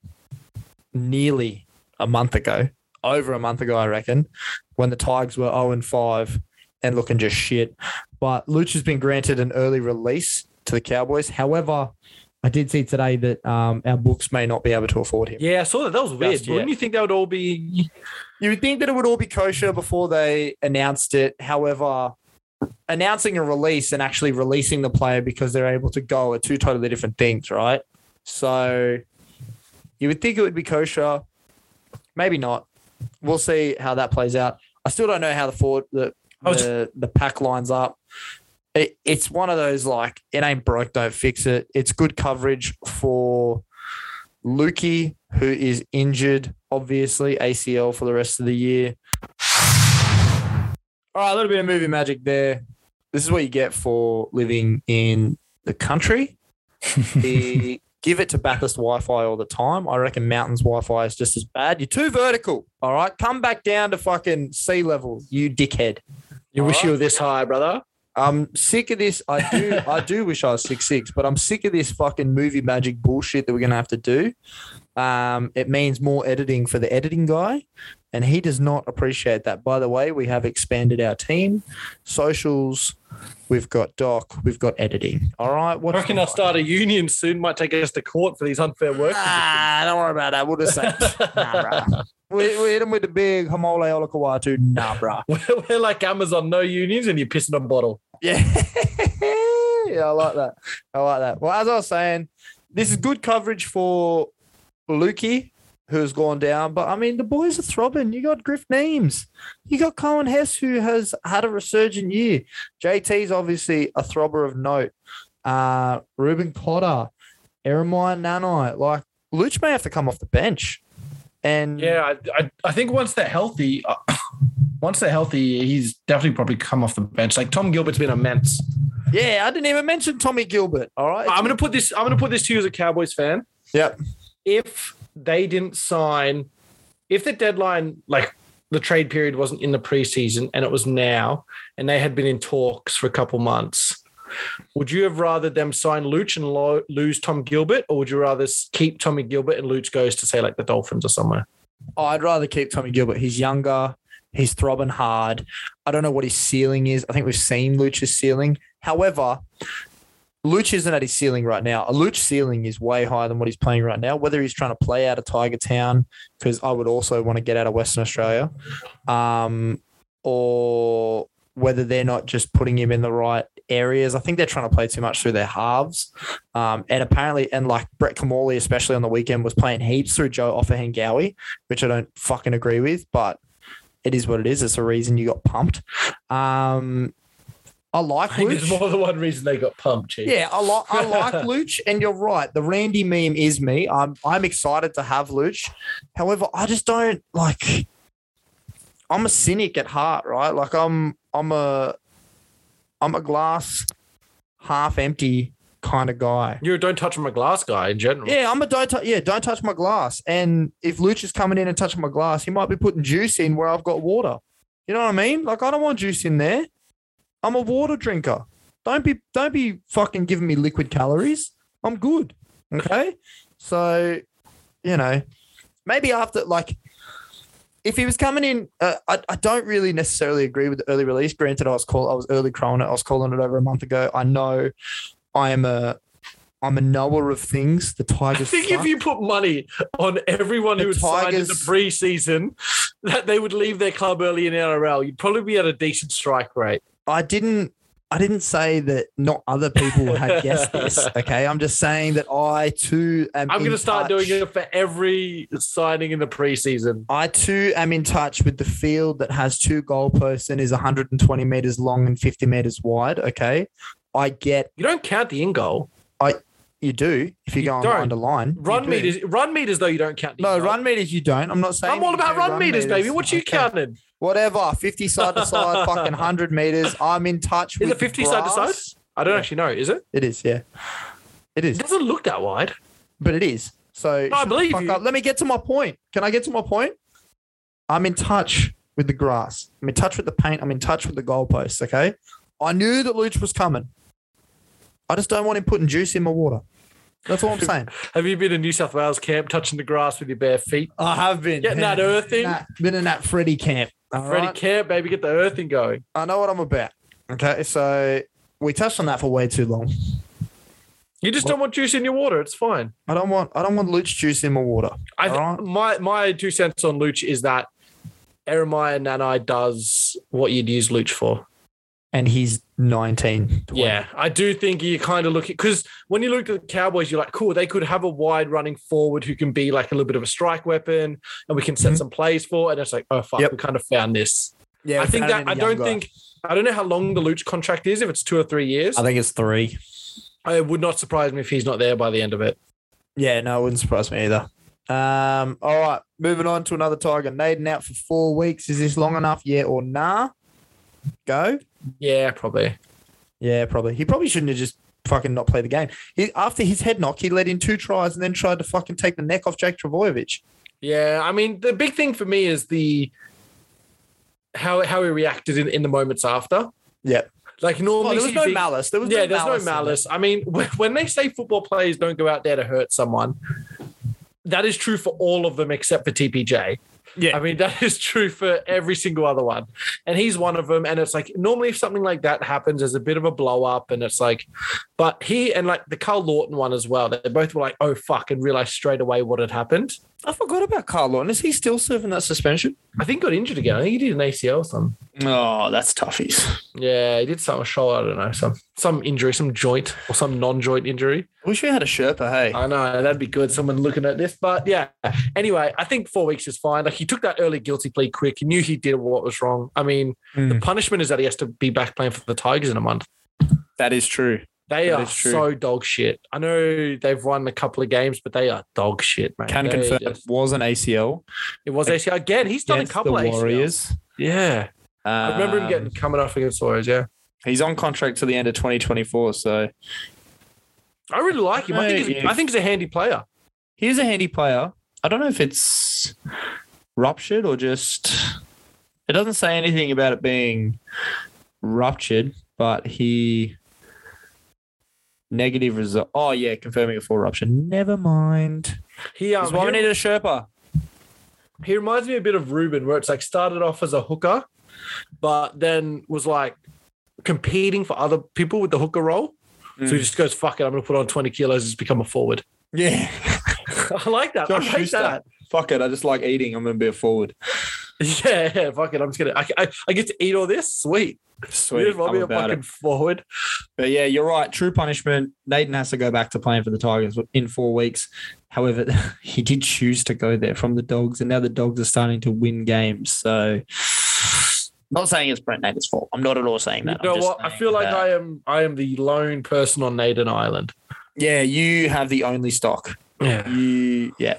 [SPEAKER 1] nearly a month ago, over a month ago, I reckon, when the Tigers were 0 and 5 and looking just shit. But Luch has been granted an early release to the Cowboys. However, I did see today that um, our books may not be able to afford him.
[SPEAKER 2] Yeah, I saw that. That was weird.
[SPEAKER 1] Just yet.
[SPEAKER 2] Wouldn't you think that would all be?
[SPEAKER 1] You would think that it would all be kosher before they announced it. However, announcing a release and actually releasing the player because they're able to go are two totally different things, right? So you would think it would be kosher. Maybe not. We'll see how that plays out. I still don't know how the forward the
[SPEAKER 2] I was-
[SPEAKER 1] the, the pack lines up. It, it's one of those like it ain't broke, don't fix it. It's good coverage for Lukey, who is injured, obviously ACL for the rest of the year. All right, a little bit of movie magic there. This is what you get for living in the country. The give it to Bathurst Wi-Fi all the time. I reckon mountains Wi-Fi is just as bad. You're too vertical. All right, come back down to fucking sea level, you dickhead.
[SPEAKER 2] You
[SPEAKER 1] All
[SPEAKER 2] wish you
[SPEAKER 1] right.
[SPEAKER 2] were this high, brother.
[SPEAKER 1] I'm sick of this. I do. I do wish I was six six, but I'm sick of this fucking movie magic bullshit that we're gonna have to do. Um, it means more editing for the editing guy, and he does not appreciate that. By the way, we have expanded our team, socials. We've got doc. We've got editing. All right.
[SPEAKER 2] I
[SPEAKER 1] What's
[SPEAKER 2] reckon I'll start a union soon. Might take us to court for these unfair work.
[SPEAKER 1] Ah, don't worry about that. We'll just say, nah, bruh. We, we hit him with the big Hamole Olakawatu. Nah, bruh.
[SPEAKER 2] We're, we're like Amazon, no unions, and you're pissing on bottle.
[SPEAKER 1] Yeah. yeah, I like that. I like that. Well, as I was saying, this is good coverage for Lukey, who's gone down. But I mean, the boys are throbbing. You got Griff Neems. You got Colin Hess, who has had a resurgent year. JT's obviously a throbber of note. Uh, Ruben Cotter, Eremiah Nanai. Like, Luch may have to come off the bench. And
[SPEAKER 2] Yeah, I, I, I think once they're healthy, uh, once they're healthy, he's definitely probably come off the bench. Like Tom Gilbert's been immense.
[SPEAKER 1] yeah, I didn't even mention Tommy Gilbert. All right.
[SPEAKER 2] I'm gonna put this. I'm gonna put this to you as a Cowboys fan.
[SPEAKER 1] Yep.
[SPEAKER 2] if they didn't sign, if the deadline, like the trade period wasn't in the preseason and it was now, and they had been in talks for a couple months, would you have rather them sign Luch and lo- lose Tom Gilbert, or would you rather s- keep Tommy Gilbert and Luch goes to say like the Dolphins or somewhere?
[SPEAKER 1] Oh, I'd rather keep Tommy Gilbert. He's younger. He's throbbing hard. I don't know what his ceiling is. I think we've seen Luch's ceiling. However, Luch isn't at his ceiling right now. A Luch ceiling is way higher than what he's playing right now. Whether he's trying to play out of Tiger Town, because I would also want to get out of Western Australia, um, or whether they're not just putting him in the right areas. I think they're trying to play too much through their halves. Um, and apparently, and like Brett Kamali, especially on the weekend, was playing heaps through Joe Offahengawi which I don't fucking agree with, but it is what it is. It's a reason you got pumped. Um, I like
[SPEAKER 2] I think
[SPEAKER 1] Luch.
[SPEAKER 2] there's more than one reason they got pumped. Chief.
[SPEAKER 1] yeah, I like I like Luch, and you're right. The Randy meme is me. I'm I'm excited to have Luch. However, I just don't like. I'm a cynic at heart, right? Like I'm I'm a I'm a glass half empty kind of guy.
[SPEAKER 2] You're a don't touch my glass guy in general.
[SPEAKER 1] Yeah, I'm a don't. tou- yeah, don't touch my glass. And if Luch is coming in and touching my glass, he might be putting juice in where I've got water. You know what I mean? Like I don't want juice in there. I'm a water drinker. Don't be don't be fucking giving me liquid calories. I'm good. Okay. So, you know, maybe after like if he was coming in, uh, I, I don't really necessarily agree with the early release. Granted, I was call I was early calling it. I was calling it over a month ago. I know I am a I'm a knower of things. The
[SPEAKER 2] I
[SPEAKER 1] Tigers.
[SPEAKER 2] think if
[SPEAKER 1] suck.
[SPEAKER 2] you put money on everyone
[SPEAKER 1] The
[SPEAKER 2] who had signed in the
[SPEAKER 1] Tigers-
[SPEAKER 2] preseason that they would leave their club early in NRL, you'd probably be at a decent strike rate.
[SPEAKER 1] I didn't I didn't say that not other people had guessed this. Okay. I'm just saying that I too am
[SPEAKER 2] I'm
[SPEAKER 1] in
[SPEAKER 2] going to start
[SPEAKER 1] touch-
[SPEAKER 2] doing it for every signing in the preseason.
[SPEAKER 1] I too am in touch with the field that has two goalposts and is 120 meters long and 50 meters wide. Okay. I get
[SPEAKER 2] You don't count the in goal.
[SPEAKER 1] you do if you're
[SPEAKER 2] You
[SPEAKER 1] going
[SPEAKER 2] don't.
[SPEAKER 1] line to line. You
[SPEAKER 2] Run
[SPEAKER 1] do.
[SPEAKER 2] meters, run meters though. You don't count. The
[SPEAKER 1] No,
[SPEAKER 2] in-goal.
[SPEAKER 1] run meters you don't. I'm not saying
[SPEAKER 2] I'm all
[SPEAKER 1] you
[SPEAKER 2] about
[SPEAKER 1] do
[SPEAKER 2] run, meters, baby. What you
[SPEAKER 1] Okay.
[SPEAKER 2] counting?
[SPEAKER 1] Whatever. 50 side to side, fucking 100 meters. I'm in touch
[SPEAKER 2] Is
[SPEAKER 1] with
[SPEAKER 2] it 50 side to
[SPEAKER 1] grass.
[SPEAKER 2] side? I don't
[SPEAKER 1] Yeah.
[SPEAKER 2] actually know. Is it?
[SPEAKER 1] It is, yeah. It is.
[SPEAKER 2] It doesn't look that wide.
[SPEAKER 1] but it is. So
[SPEAKER 2] No, I
[SPEAKER 1] shut the
[SPEAKER 2] believe
[SPEAKER 1] fuck
[SPEAKER 2] you.
[SPEAKER 1] up. Let me get to my point. Can I get to my point? I'm in touch with the grass. I'm in touch with the paint. I'm in touch with the goalposts. Okay. I knew that Luch was coming. I just don't want him putting juice in my water. That's all I'm saying.
[SPEAKER 2] Have you been in New South Wales camp touching the grass with your bare feet?
[SPEAKER 1] I have been
[SPEAKER 2] Getting that earthing.
[SPEAKER 1] Nah, been in that Freddy camp. All
[SPEAKER 2] Freddie
[SPEAKER 1] right?
[SPEAKER 2] camp, baby, get the earthing going.
[SPEAKER 1] I know what I'm about. Okay, so we touched on that for way too long.
[SPEAKER 2] You just don't want juice in your water. It's fine.
[SPEAKER 1] I don't want I don't want Luch juice in my water.
[SPEAKER 2] I th-
[SPEAKER 1] Alright.
[SPEAKER 2] my my two cents on Luch is that Eremiah Nanai does what you'd use Luch for.
[SPEAKER 1] And he's 19.
[SPEAKER 2] Yeah, I do think you kind of look at because when you look at the Cowboys, you're like, cool, they could have a wide running forward who can be like a little bit of a strike weapon, and we can set
[SPEAKER 1] Mhm.
[SPEAKER 2] some plays for. And it's like, oh fuck,
[SPEAKER 1] Yep.
[SPEAKER 2] we kind of found this.
[SPEAKER 1] yeah.
[SPEAKER 2] I think
[SPEAKER 1] found it in
[SPEAKER 2] that
[SPEAKER 1] a
[SPEAKER 2] I
[SPEAKER 1] young
[SPEAKER 2] don't
[SPEAKER 1] guy.
[SPEAKER 2] think I don't know how long the Luch contract is. If it's two or three years,
[SPEAKER 1] I think it's three.
[SPEAKER 2] it would not surprise me if he's not there by the end of it.
[SPEAKER 1] Yeah, no, it wouldn't surprise me either. Um, all right, moving on to another Tiger. Naden out for four weeks. Is this long enough? Yeah or nah? Go.
[SPEAKER 2] Yeah, probably.
[SPEAKER 1] Yeah, probably. He probably shouldn't have just fucking not played the game. He, after his head knock, he let in two tries and then tried to fucking take the neck off Jake Travojevic.
[SPEAKER 2] Yeah, I mean the big thing for me is the how how he reacted in, in the moments after.
[SPEAKER 1] Yeah.
[SPEAKER 2] Like normally,
[SPEAKER 1] Oh, there was
[SPEAKER 2] you
[SPEAKER 1] no
[SPEAKER 2] think-
[SPEAKER 1] malice. There was
[SPEAKER 2] yeah,
[SPEAKER 1] no
[SPEAKER 2] there's
[SPEAKER 1] malice in
[SPEAKER 2] no
[SPEAKER 1] it.
[SPEAKER 2] malice. I mean, when, when they say football players don't go out there to hurt someone, that is true for all of them except for TPJ.
[SPEAKER 5] Yeah.
[SPEAKER 2] I mean, that is true for every single other one. And he's one of them. And it's like, normally, if something like that happens, there's a bit of a blow up. And it's like, but he and like the Carl Lawton one as well, they both were like, oh, fuck, and realized straight away what had happened.
[SPEAKER 1] I forgot about Carl Lawton. Is he still serving that suspension?
[SPEAKER 2] I think he got injured again. I think he did an ACL or something.
[SPEAKER 5] Oh, that's toughies.
[SPEAKER 2] Yeah, he did something, shoulder, I don't know, some, some injury, some joint or some non joint injury.
[SPEAKER 5] Wish we had a Sherpa, hey.
[SPEAKER 2] I know that'd be good. Someone looking at this, but yeah. Anyway, I think four weeks is fine. Like he took that early guilty plea quick. He knew he did what was wrong. I mean, the
[SPEAKER 5] Mm.
[SPEAKER 2] punishment is that he has to be back playing for the Tigers in a month.
[SPEAKER 5] That is true.
[SPEAKER 2] They
[SPEAKER 5] That
[SPEAKER 2] are
[SPEAKER 5] is true.
[SPEAKER 2] so dog shit. I know they've won a couple of games, but they are dog shit, man.
[SPEAKER 5] Can
[SPEAKER 2] They
[SPEAKER 5] confirm it
[SPEAKER 2] just-
[SPEAKER 5] was an ACL
[SPEAKER 2] it was ACL again. He's done a
[SPEAKER 5] against the
[SPEAKER 2] couple of ACLs.
[SPEAKER 5] Warriors.
[SPEAKER 2] Yeah, I remember him
[SPEAKER 5] Um,
[SPEAKER 2] getting coming off against the Warriors. Yeah,
[SPEAKER 5] He's on contract to the end of 2024, so
[SPEAKER 2] I really like him. I think he's,
[SPEAKER 5] Yeah.
[SPEAKER 2] I think he's a handy player.
[SPEAKER 5] he's a handy player. I don't know if it's ruptured or just. It doesn't say anything about it being ruptured, but he negative result. Oh yeah, confirming a full rupture. Never mind.
[SPEAKER 2] He um,
[SPEAKER 5] That's why we
[SPEAKER 2] he-
[SPEAKER 5] need a Sherpa.
[SPEAKER 2] he reminds me a bit of Ruben, where it's like started off as a hooker, but then was like competing for other people with the hooker role. So he just goes, fuck it, I'm going to put on 20 kilos, just become a forward.
[SPEAKER 5] Yeah.
[SPEAKER 2] I like that.
[SPEAKER 5] Josh
[SPEAKER 2] I like
[SPEAKER 5] Schuster.
[SPEAKER 2] that.
[SPEAKER 5] Fuck it. I just like eating. I'm gonna be a forward.
[SPEAKER 2] Yeah, yeah, fuck it. I'm just going to, I, I get to eat all this. Sweet.
[SPEAKER 5] Sweet.
[SPEAKER 2] Beautiful, I'll
[SPEAKER 5] I'm
[SPEAKER 2] be a
[SPEAKER 5] about
[SPEAKER 2] fucking
[SPEAKER 5] it.
[SPEAKER 2] forward.
[SPEAKER 5] But yeah, you're right. True punishment. Nathan has to go back to playing for the Tigers in four weeks. However, he did choose to go there from the Dogs, and now the Dogs are starting to win games. So, not saying it's Brent Nathan's fault. I'm not at all saying
[SPEAKER 2] You
[SPEAKER 5] that. I'm
[SPEAKER 2] know
[SPEAKER 5] just
[SPEAKER 2] what? I
[SPEAKER 5] saying
[SPEAKER 2] feel like
[SPEAKER 5] that-
[SPEAKER 2] I am I am the lone person on Naden Island.
[SPEAKER 5] Yeah, you have the only stock.
[SPEAKER 2] Yeah.
[SPEAKER 5] You yeah.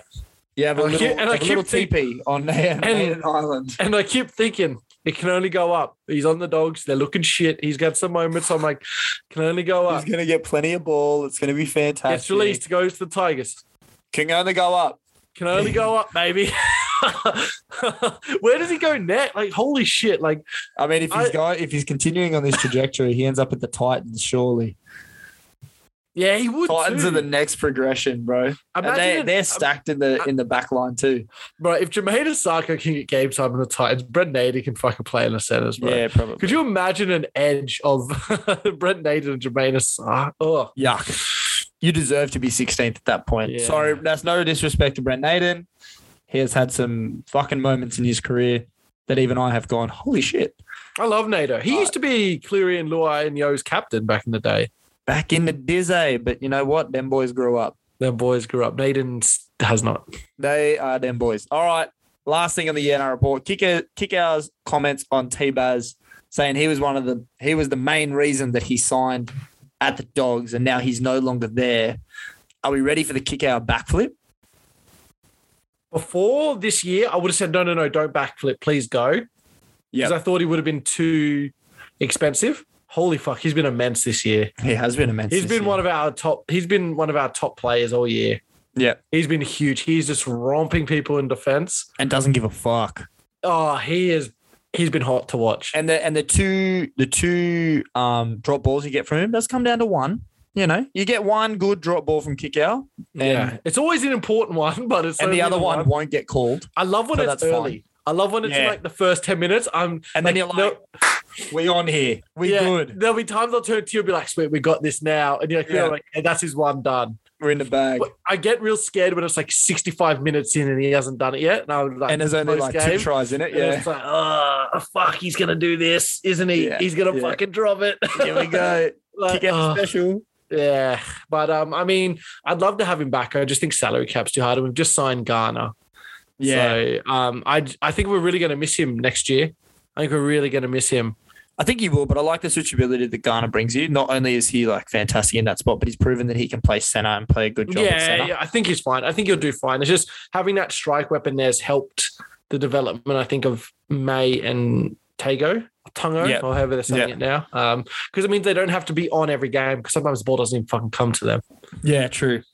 [SPEAKER 5] You have a
[SPEAKER 2] And I
[SPEAKER 5] little,
[SPEAKER 2] keep- and
[SPEAKER 5] have
[SPEAKER 2] I
[SPEAKER 5] a little
[SPEAKER 2] keep
[SPEAKER 5] TP
[SPEAKER 2] think-
[SPEAKER 5] on Nathan, Nathan Island.
[SPEAKER 2] And I keep thinking it can only go up. He's on the dogs. They're looking shit. He's got some moments. I'm like, can only go
[SPEAKER 5] He's
[SPEAKER 2] up.
[SPEAKER 5] going to get plenty of ball. It's going to be fantastic.
[SPEAKER 2] Gets released, goes to the Tigers.
[SPEAKER 5] Can only go up.
[SPEAKER 2] Can only go up, baby. Where does he go next? Like, holy shit! Like,
[SPEAKER 1] I mean, if he's
[SPEAKER 2] I-
[SPEAKER 1] going, if he's continuing on this trajectory, he ends up at the Titans, surely.
[SPEAKER 2] yeah, he would.
[SPEAKER 1] Titans
[SPEAKER 2] too.
[SPEAKER 1] are the next progression, bro. and
[SPEAKER 2] Imagine uh,
[SPEAKER 1] they,
[SPEAKER 2] it-
[SPEAKER 1] they're stacked in the in the back line too.
[SPEAKER 2] Right, if Jermaine Osaka can get game time in the Titans, Brent Nader can fucking play in the centers, bro.
[SPEAKER 1] probably.
[SPEAKER 2] Could you imagine an edge of Brent Nader and Jermaine Osaka? Oh,
[SPEAKER 1] Yuck. You deserve to be 16th at that point.
[SPEAKER 2] Yeah.
[SPEAKER 1] Sorry, that's no disrespect to Brent Naden. He has had some fucking moments in his career that even I have gone, holy shit.
[SPEAKER 2] I love Nader. He used to be Cleary and Luai and Yo's captain back in the day.
[SPEAKER 1] Back in the dizzy, but you know what? Them boys grew up.
[SPEAKER 2] Them boys grew up. Naden has not.
[SPEAKER 1] They are them boys. All right. Last thing on the Yano report, Kicker Kickout's comments on T Baz saying he was one of the he was the main reason that he signed at the dogs and now he's no longer there. Are we ready for the kick out backflip?
[SPEAKER 2] Before this year, I would have said, no, no, no, don't backflip. Please go. Because
[SPEAKER 1] Yep.
[SPEAKER 2] I thought he would have been too expensive. Holy fuck, he's been immense this year.
[SPEAKER 1] He has been immense.
[SPEAKER 2] He's been one of our top. He's been one of our top players all year.
[SPEAKER 1] Yeah.
[SPEAKER 2] He's been huge. He's just romping people in defense.
[SPEAKER 1] and doesn't give a fuck.
[SPEAKER 2] Oh, he is. He's been hot to watch.
[SPEAKER 1] And the and the two the two um drop balls you get from him does come down to one. You know, you get one good drop ball from Kickout, and,
[SPEAKER 2] yeah, it's always an important one, but it's
[SPEAKER 1] and
[SPEAKER 2] only
[SPEAKER 1] the other one won't get called.
[SPEAKER 2] I love when
[SPEAKER 1] so
[SPEAKER 2] it's
[SPEAKER 1] that's
[SPEAKER 2] early. I love when it's in,
[SPEAKER 1] Yeah.
[SPEAKER 2] like the first ten minutes. I'm
[SPEAKER 1] And then you're like,
[SPEAKER 2] no-
[SPEAKER 1] "We on here? We
[SPEAKER 2] yeah,
[SPEAKER 1] good?
[SPEAKER 2] There'll be times I'll turn to you and be like, "Sweet, we got this now," and you're like, "Yeah,
[SPEAKER 1] Yeah.
[SPEAKER 2] like, "Yeah, that's his one done."
[SPEAKER 1] We're in the bag."
[SPEAKER 2] But I get real scared when it's like 65 minutes in and he hasn't done it yet, and I'm like,
[SPEAKER 1] And there's only like two
[SPEAKER 2] post-game.
[SPEAKER 1] tries in it.
[SPEAKER 2] And
[SPEAKER 1] Yeah,
[SPEAKER 2] it's like, oh fuck, he's gonna do this, isn't he?
[SPEAKER 1] Yeah,
[SPEAKER 2] He's gonna
[SPEAKER 1] yeah.
[SPEAKER 2] fucking drop it.
[SPEAKER 1] here we go.
[SPEAKER 2] Like,
[SPEAKER 1] Kick out
[SPEAKER 2] oh.
[SPEAKER 1] special.
[SPEAKER 2] Yeah, but um, I mean, I'd love to have him back. I just think salary cap's too hard, and we've just signed Garner.
[SPEAKER 1] Yeah,
[SPEAKER 2] so, um, I I think we're really going to miss him next year. I think we're really going to miss him.
[SPEAKER 1] I think you will, but I like the switchability that Garner brings you. Not only is he like fantastic in that spot, but he's proven that he can play center and play a good job at
[SPEAKER 2] yeah,
[SPEAKER 1] center.
[SPEAKER 2] yeah, I think he's fine. I think he'll do fine. It's just having that strike weapon there's helped the development. I think of May and Tago. Tungo,
[SPEAKER 1] Yeah.
[SPEAKER 2] or however they're saying
[SPEAKER 1] Yeah.
[SPEAKER 2] it now, Um, because it means they don't have to be on every game. Because sometimes the ball doesn't even fucking come to them.
[SPEAKER 1] Yeah, true.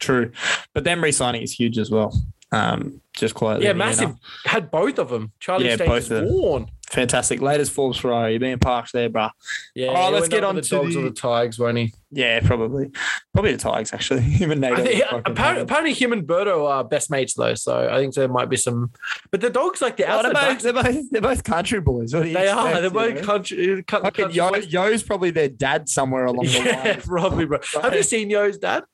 [SPEAKER 1] True. But them re signing is huge as well. Um, just quietly.
[SPEAKER 2] Yeah,
[SPEAKER 1] you know.
[SPEAKER 2] massive. Had both of them. Charlie
[SPEAKER 1] Yeah,
[SPEAKER 2] States
[SPEAKER 1] both of them.
[SPEAKER 2] worn.
[SPEAKER 1] Fantastic. Latest Forbes Ferrari. You're being parked there, bruh.
[SPEAKER 2] Yeah.
[SPEAKER 1] All right,
[SPEAKER 2] he
[SPEAKER 1] let's
[SPEAKER 2] went
[SPEAKER 1] get
[SPEAKER 2] up
[SPEAKER 1] on
[SPEAKER 2] with
[SPEAKER 1] to
[SPEAKER 2] the dogs
[SPEAKER 1] the-
[SPEAKER 2] or the tigers, won't he?
[SPEAKER 1] Yeah, probably. Probably the Tigers, actually. Even Nate.
[SPEAKER 2] I think,
[SPEAKER 1] fucking
[SPEAKER 2] apparently,
[SPEAKER 1] hated it.
[SPEAKER 2] apparently, him and Birdo are best mates though, so I think there might be some. But the dogs like the
[SPEAKER 1] Oh, they're,
[SPEAKER 2] outside
[SPEAKER 1] both,
[SPEAKER 2] backs.
[SPEAKER 1] they're, both, they're both country boys. What do you
[SPEAKER 2] They
[SPEAKER 1] expect,
[SPEAKER 2] are. They're
[SPEAKER 1] you
[SPEAKER 2] both
[SPEAKER 1] know?
[SPEAKER 2] country. co-
[SPEAKER 1] Fucking
[SPEAKER 2] country
[SPEAKER 1] Yo,
[SPEAKER 2] boys.
[SPEAKER 1] Yo's probably their dad somewhere along the
[SPEAKER 2] Yeah,
[SPEAKER 1] line.
[SPEAKER 2] probably, bro. Have you seen Yo's dad?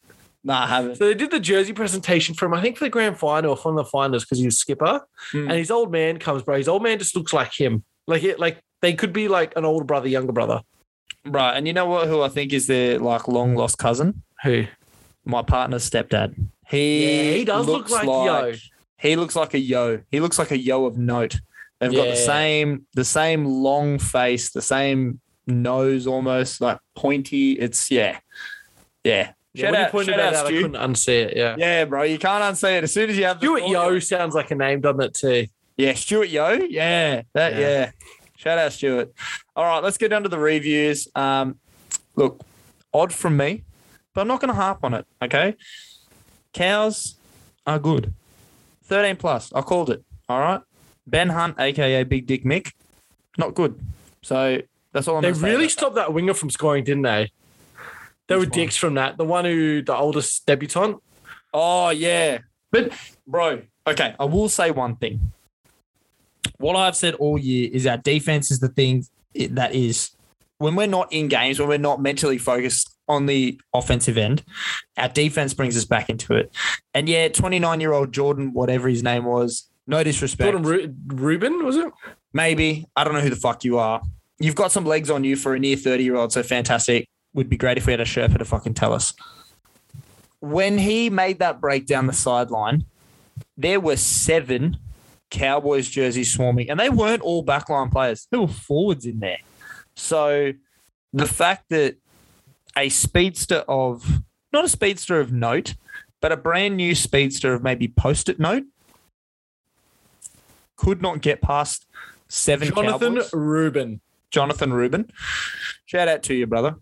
[SPEAKER 1] Nah, I haven't.
[SPEAKER 2] So they did the jersey presentation for him, I think, for the grand final or for one of the finals because he's skipper.
[SPEAKER 1] Hmm.
[SPEAKER 2] And his old man comes, bro. His old man just looks like him. Like it, like they could be like an older brother, younger brother.
[SPEAKER 1] Right. And you know what? Who I think is their like long lost cousin?
[SPEAKER 2] Who?
[SPEAKER 1] My partner's stepdad. He,
[SPEAKER 2] Yeah, he does look
[SPEAKER 1] looks
[SPEAKER 2] like Yo.
[SPEAKER 1] He looks like a yo. He looks like a yo of note. They've got
[SPEAKER 2] Yeah.
[SPEAKER 1] the same the same long face, the same nose almost like pointy. It's yeah. Yeah. Shout
[SPEAKER 2] Yeah, when you
[SPEAKER 1] out-
[SPEAKER 2] pointed
[SPEAKER 1] shout
[SPEAKER 2] that
[SPEAKER 1] out,
[SPEAKER 2] out, I
[SPEAKER 1] Stu.
[SPEAKER 2] couldn't unsee it. Yeah.
[SPEAKER 1] Yeah, Oh, bro. You can't unsee it. As soon as you have the
[SPEAKER 2] Stuart
[SPEAKER 1] thought-
[SPEAKER 2] Yo sounds like a name, doesn't it, too?
[SPEAKER 1] Yeah, Stuart Yo. Yeah. That
[SPEAKER 2] Yeah.
[SPEAKER 1] yeah. Shout out Stuart. All right, let's get down to the reviews. Um look, odd from me, but I'm not gonna harp on it. Okay. Cows are good. 13 plus. I called it. All right. Ben Hunt, aka Big Dick Mick, not good. So that's all I'm
[SPEAKER 2] They
[SPEAKER 1] gonna say
[SPEAKER 2] really
[SPEAKER 1] about that.
[SPEAKER 2] stopped that winger from scoring, didn't they? They were
[SPEAKER 1] Which one?
[SPEAKER 2] dicks from that. The one who, the oldest debutant.
[SPEAKER 1] Oh yeah. But bro, okay, I will say one thing. What I've said all year is our defense is the thing that is when we're not in games, when we're not mentally focused on the offensive end, our defense brings us back into it. And yeah, 29 year old Jordan, whatever his name was, no disrespect.
[SPEAKER 2] Jordan Ru- Rubin, was it?
[SPEAKER 1] maybe. I don't know who the fuck you are. You've got some legs on you for a near 30 year old, so fantastic. Would be great if we had a Sherpa to fucking tell us. When he made that break down the sideline, there were seven Cowboys jerseys swarming, and they weren't all backline players. There were forwards in there. So the fact that a speedster of, not a speedster of note, but a brand new speedster of maybe post it note could not get past seven
[SPEAKER 2] Jonathan
[SPEAKER 1] Cowboys.
[SPEAKER 2] Rubin.
[SPEAKER 1] Jonathan Rubin. Shout out to you, brother.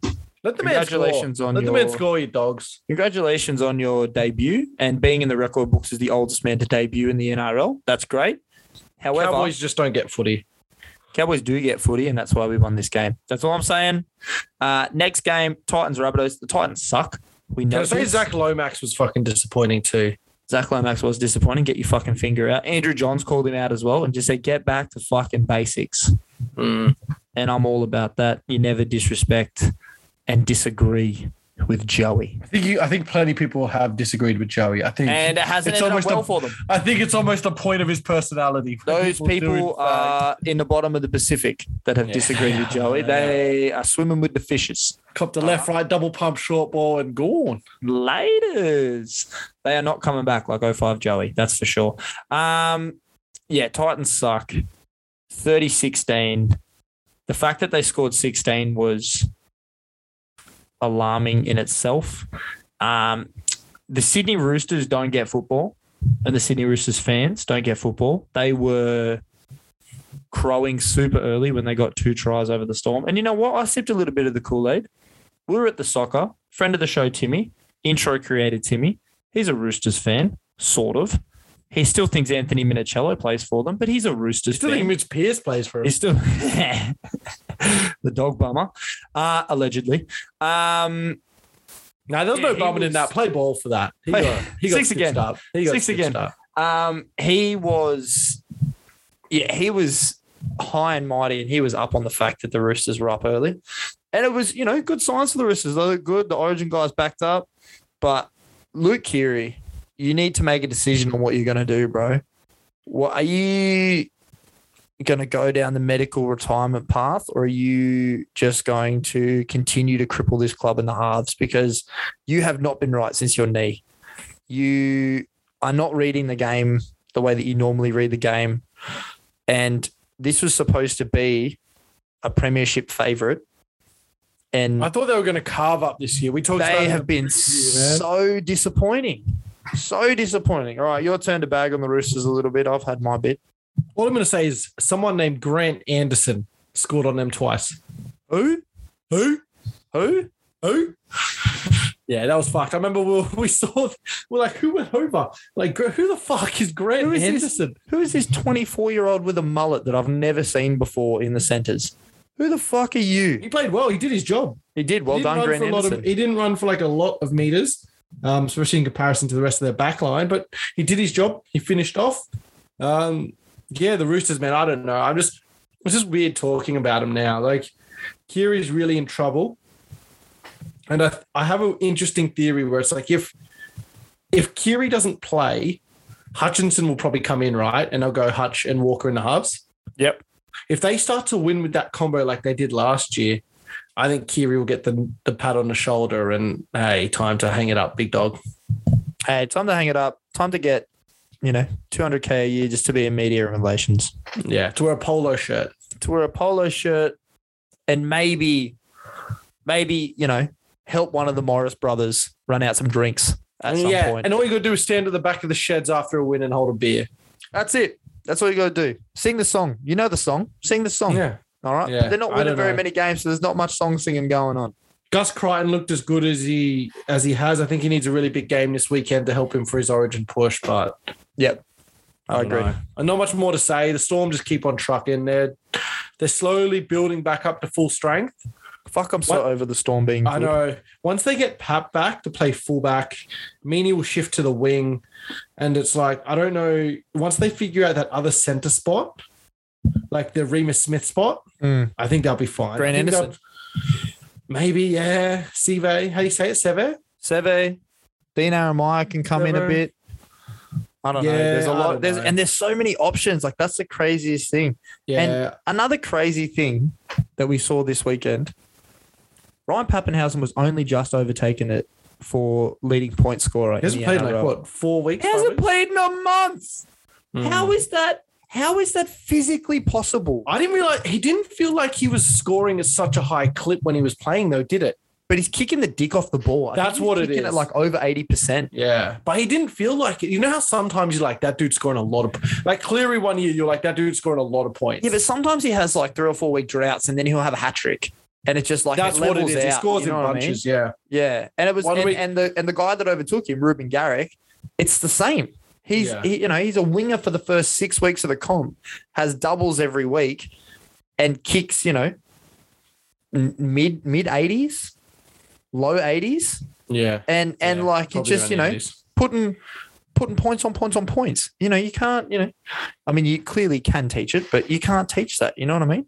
[SPEAKER 2] Let the man score.
[SPEAKER 1] Congratulations on
[SPEAKER 2] Let
[SPEAKER 1] your
[SPEAKER 2] the man score, you dogs.
[SPEAKER 1] congratulations on your debut and being in the record books as the oldest man to debut in the NRL. That's great. However,
[SPEAKER 2] Cowboys just don't get footy.
[SPEAKER 1] Cowboys do get footy, and that's why we won this game. That's all I'm saying. Uh, next game, Titans Rabbitohs. The Titans suck. We
[SPEAKER 2] Can
[SPEAKER 1] know
[SPEAKER 2] I say
[SPEAKER 1] this.
[SPEAKER 2] Zach Lomax was fucking disappointing too?
[SPEAKER 1] Zach Lomax was disappointing. Get your fucking finger out. Andrew Johns called him out as well and just said, "Get back to fucking basics." Hmm. And I'm all about that. You never disrespect and disagree with Joey,
[SPEAKER 2] I think you, I think plenty of people have disagreed with Joey. I think
[SPEAKER 1] and it hasn't
[SPEAKER 2] It's
[SPEAKER 1] ended up
[SPEAKER 2] almost a-
[SPEAKER 1] well for them.
[SPEAKER 2] I think it's almost the point of his personality.
[SPEAKER 1] Those
[SPEAKER 2] do, in
[SPEAKER 1] people
[SPEAKER 2] fact-
[SPEAKER 1] are in the bottom of the Pacific that have
[SPEAKER 2] Yeah.
[SPEAKER 1] disagreed with Joey. They are swimming with the fishes.
[SPEAKER 2] copped a left right double pump short ball and gone.
[SPEAKER 1] Laters. They are not coming back like 05 Joey, that's for sure. Um, yeah, Titans suck. 30 16. The fact that they scored 16 was alarming in itself. Um, the Sydney Roosters don't get football, and the Sydney Roosters fans don't get football. They were crowing super early when they got two tries over the storm. And you know what? I sipped a little bit of the Kool Aid. We were at the soccer. Friend of the show, Timmy, intro creator Timmy. He's a Roosters fan, sort of. He still thinks Anthony Minicello plays for them, but he's a Roosters
[SPEAKER 2] Still
[SPEAKER 1] fan.
[SPEAKER 2] think Mitch Pierce plays for him.
[SPEAKER 1] He's still the dog bummer, uh, allegedly. Um,
[SPEAKER 2] No, there was
[SPEAKER 1] Yeah,
[SPEAKER 2] no
[SPEAKER 1] he
[SPEAKER 2] bumming in
[SPEAKER 1] was-
[SPEAKER 2] that. Play ball for that. He
[SPEAKER 1] Play-
[SPEAKER 2] got, he got
[SPEAKER 1] Six
[SPEAKER 2] stitched
[SPEAKER 1] again.
[SPEAKER 2] Up. He got
[SPEAKER 1] Six
[SPEAKER 2] stitched
[SPEAKER 1] again.
[SPEAKER 2] Up.
[SPEAKER 1] um, he was, yeah, he was high and mighty, and he was up on the fact that the Roosters were up early, and it was you know good signs for the Roosters. They look good. The Origin guys backed up, but Luke Keary, you need to make a decision on what you're going to do, bro. What are you? Going to go down the medical retirement path, or are you just going to continue to cripple this club in the halves? Because you have not been right since your knee. You are not reading the game the way that you normally read the game. And this was supposed to be a premiership favourite. And
[SPEAKER 2] I thought they were going to carve up this year. We talked about
[SPEAKER 1] they
[SPEAKER 2] it.
[SPEAKER 1] have been so disappointing. So disappointing. All right, your turn to bag on the Roosters a little bit. I've had my bit.
[SPEAKER 2] All I'm going to say is someone named Grant Anderson scored on them twice.
[SPEAKER 1] Who?
[SPEAKER 2] Who?
[SPEAKER 1] Who?
[SPEAKER 2] Who? Yeah, that was fucked. I remember we, we saw, we're like, who went over? Like, who the fuck is Grant
[SPEAKER 1] Who is this?
[SPEAKER 2] Anderson?
[SPEAKER 1] Who is this 24 year old with a mullet that I've never seen before in the centres? Who the fuck are you?
[SPEAKER 2] He played well. He did his job.
[SPEAKER 1] He did. Well
[SPEAKER 2] he
[SPEAKER 1] done,
[SPEAKER 2] didn't run
[SPEAKER 1] Grant
[SPEAKER 2] for a lot
[SPEAKER 1] Anderson.
[SPEAKER 2] of, He didn't run for like a lot of meters, um, especially in comparison to the rest of their back line, but he did his job. He finished off. Um, yeah, the Roosters, man, I don't know. I'm just, it's just weird talking about him now. Like, Kiri's really in trouble. And I, I have an interesting theory where it's like if if Kiri doesn't play, Hutchinson will probably come in, right? And they'll go Hutch and Walker in the hubs.
[SPEAKER 1] Yep.
[SPEAKER 2] If they start to win with that combo like they did last year, I think Kiri will get the, the pat on the shoulder and hey, time to hang it up, big dog.
[SPEAKER 1] Hey, time to hang it up. Time to get, you know, 200K a year just to be in media relations,
[SPEAKER 2] Yeah. To wear a polo shirt.
[SPEAKER 1] to wear a polo shirt and maybe, maybe, you know, help one of the Morris brothers run out some drinks at some
[SPEAKER 2] yeah.
[SPEAKER 1] point.
[SPEAKER 2] And all you gotta do is stand at the back of the sheds after a win and hold a beer.
[SPEAKER 1] That's it. That's all you got to do. Sing the song. You know the song. Sing the song. All right.
[SPEAKER 2] Yeah,
[SPEAKER 1] They're not
[SPEAKER 2] I
[SPEAKER 1] winning
[SPEAKER 2] don't
[SPEAKER 1] very
[SPEAKER 2] know.
[SPEAKER 1] many games, so there's not much song singing going on.
[SPEAKER 2] Gus Crichton looked as good as he as he has. I think he needs a really big game this weekend to help him for his origin push, but
[SPEAKER 1] Yep. I,
[SPEAKER 2] don't
[SPEAKER 1] agree.
[SPEAKER 2] know. And not much more to say. The storm just keep on trucking. They're they're slowly building back up to full strength.
[SPEAKER 1] Fuck, I'm so
[SPEAKER 2] What-
[SPEAKER 1] over the storm being.
[SPEAKER 2] I
[SPEAKER 1] good.
[SPEAKER 2] know. Once they get Pat back to play fullback, Meany will shift to the wing. And it's like, I don't know. Once they figure out that other center spot, like the Remus Smith spot,
[SPEAKER 1] Mm.
[SPEAKER 2] I think they'll be fine.
[SPEAKER 1] Grant
[SPEAKER 2] I think
[SPEAKER 1] Anderson.
[SPEAKER 2] they'll- Maybe, yeah. Seve. How do you say it? Seve?
[SPEAKER 1] Seve, Dean Aramaya can come in a
[SPEAKER 2] Seve.
[SPEAKER 1] bit. I don't know.
[SPEAKER 2] Yeah,
[SPEAKER 1] There's a
[SPEAKER 2] I
[SPEAKER 1] lot.
[SPEAKER 2] don't
[SPEAKER 1] There's
[SPEAKER 2] know.
[SPEAKER 1] and there's so many options. Like that's the craziest thing.
[SPEAKER 2] Yeah.
[SPEAKER 1] Another crazy thing that we saw this weekend. Ryan Pappenhausen was only just overtaken it for leading point scorer.
[SPEAKER 2] he hasn't
[SPEAKER 1] in the
[SPEAKER 2] played
[SPEAKER 1] NRL.
[SPEAKER 2] like, what, four weeks?
[SPEAKER 1] He hasn't
[SPEAKER 2] five weeks?
[SPEAKER 1] played in a month.
[SPEAKER 2] Mm.
[SPEAKER 1] How is that? How is that physically possible?
[SPEAKER 2] I didn't realize he didn't feel like he was scoring at such a high clip when he was playing, though, did it?
[SPEAKER 1] But he's kicking the dick off the ball. I think
[SPEAKER 2] That's
[SPEAKER 1] he's
[SPEAKER 2] what it
[SPEAKER 1] kicking
[SPEAKER 2] is.
[SPEAKER 1] like over eighty percent.
[SPEAKER 2] Yeah. But he didn't feel like it. You know how sometimes you're like, that dude's scoring a lot of like Cleary one year, you're like, that dude's scoring a lot of points.
[SPEAKER 1] Yeah, but sometimes he has like three or four week droughts, and then he'll have a hat trick. and it's just like
[SPEAKER 2] That's what it
[SPEAKER 1] levels
[SPEAKER 2] is. he
[SPEAKER 1] out,
[SPEAKER 2] scores
[SPEAKER 1] you know
[SPEAKER 2] in
[SPEAKER 1] what I mean?
[SPEAKER 2] bunches. Yeah.
[SPEAKER 1] Yeah, and it was
[SPEAKER 2] Why don't
[SPEAKER 1] and,
[SPEAKER 2] we-
[SPEAKER 1] and the and the guy that overtook him, Ruben Garrick, it's the same. He's
[SPEAKER 2] Yeah.
[SPEAKER 1] he, you know he's a winger for the first six weeks of the comp, has doubles every week, and kicks you know n- mid mid eighties, low eighties,
[SPEAKER 2] Yeah.
[SPEAKER 1] and and
[SPEAKER 2] Yeah,
[SPEAKER 1] like it
[SPEAKER 2] probably
[SPEAKER 1] just
[SPEAKER 2] around
[SPEAKER 1] you
[SPEAKER 2] the
[SPEAKER 1] know
[SPEAKER 2] 80s.
[SPEAKER 1] putting putting points on points on points. You know you can't you know, I mean you clearly can teach it, but you can't teach that. You know what I mean?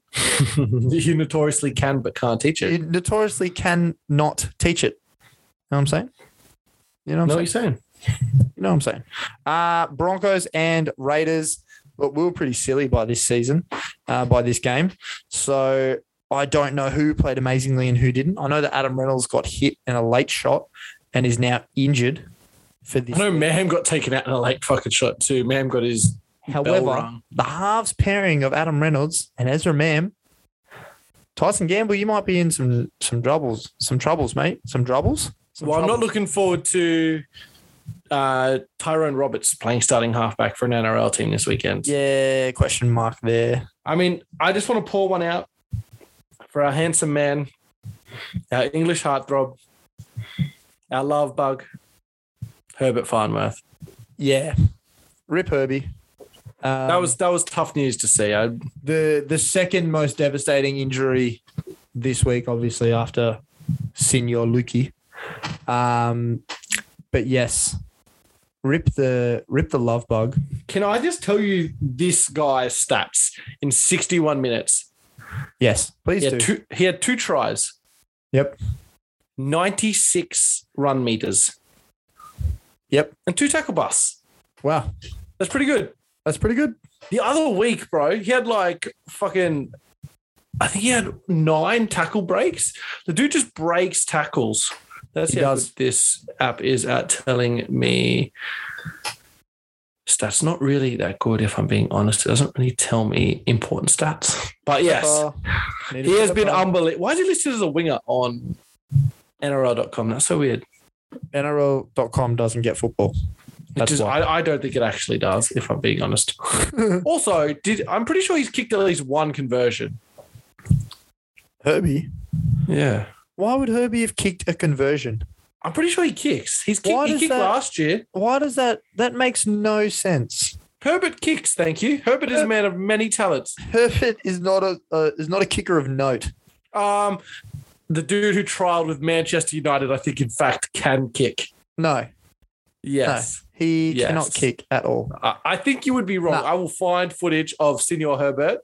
[SPEAKER 2] you notoriously can but can't teach
[SPEAKER 1] You
[SPEAKER 2] it.
[SPEAKER 1] notoriously can not teach it. You know what I'm saying? You know what I'm
[SPEAKER 2] know what
[SPEAKER 1] saying?
[SPEAKER 2] you're saying?
[SPEAKER 1] You know what I'm saying? Uh, Broncos and Raiders. But we were pretty silly by this season, uh, by this game. So I don't know who played amazingly and who didn't. I know that Adam Reynolds got hit in a late shot and is now injured for this.
[SPEAKER 2] I know Maham got taken out in a late fucking shot too. Maham got his bell
[SPEAKER 1] However,
[SPEAKER 2] rung.
[SPEAKER 1] the halves pairing of Adam Reynolds and Ezra Mam, Tyson Gamble, you might be in some some troubles, some troubles, mate, some troubles. Some
[SPEAKER 2] Well, I'm not
[SPEAKER 1] troubles.
[SPEAKER 2] looking forward to uh, Tyrone Roberts playing starting halfback for an NRL team this weekend.
[SPEAKER 1] Yeah, question mark there.
[SPEAKER 2] I mean, I just want to pour one out for our handsome man, our English heartthrob, our love bug, Herbert Farnworth.
[SPEAKER 1] Yeah, rip Herbie. Um,
[SPEAKER 2] that was that was tough news to see. I,
[SPEAKER 1] the the second most devastating injury this week, obviously after Signor Luki. Um, but yes, rip the rip the love bug.
[SPEAKER 2] can I just tell you this guy's stats in 61 minutes?
[SPEAKER 1] Yes, please
[SPEAKER 2] He
[SPEAKER 1] do.
[SPEAKER 2] had, two, he had two tries,
[SPEAKER 1] yep,
[SPEAKER 2] 96 run meters,
[SPEAKER 1] yep.
[SPEAKER 2] and two tackle busts.
[SPEAKER 1] Wow,
[SPEAKER 2] That's pretty good.
[SPEAKER 1] that's pretty good.
[SPEAKER 2] The other week, bro, he had like fucking, I think he had nine tackle breaks. The dude just breaks tackles. That's
[SPEAKER 1] He
[SPEAKER 2] how
[SPEAKER 1] does.
[SPEAKER 2] good this app is at telling me. Stats not really that good, if I'm being honest. It doesn't really tell me important stats. But yes,
[SPEAKER 1] Uh, Need a
[SPEAKER 2] he has been um-
[SPEAKER 1] pepper.
[SPEAKER 2] unbelievable. Why is he listed as a winger on NRL.com? That's so weird.
[SPEAKER 1] NRL.com doesn't get football.
[SPEAKER 2] It
[SPEAKER 1] That's
[SPEAKER 2] just-
[SPEAKER 1] why.
[SPEAKER 2] I, I don't think it actually does, if I'm being honest. also, did I'm pretty sure he's kicked at least one conversion.
[SPEAKER 1] Herbie,
[SPEAKER 2] Yeah.
[SPEAKER 1] why would Herbie have kicked a conversion?
[SPEAKER 2] I'm pretty sure he kicks. He's
[SPEAKER 1] Why
[SPEAKER 2] kicked, he
[SPEAKER 1] does
[SPEAKER 2] kicked
[SPEAKER 1] that-
[SPEAKER 2] last year.
[SPEAKER 1] Why does that? That makes no sense.
[SPEAKER 2] Herbert kicks, thank you. Herbert is a man of many talents.
[SPEAKER 1] Herbert is not a uh, is not a kicker of note.
[SPEAKER 2] Um, the dude who trialed with Manchester United, I think, in fact, can kick.
[SPEAKER 1] No,
[SPEAKER 2] Yes.
[SPEAKER 1] No, he
[SPEAKER 2] Yes.
[SPEAKER 1] cannot kick at all.
[SPEAKER 2] I, I think you would be wrong.
[SPEAKER 1] No.
[SPEAKER 2] I will find footage of Senor Herbert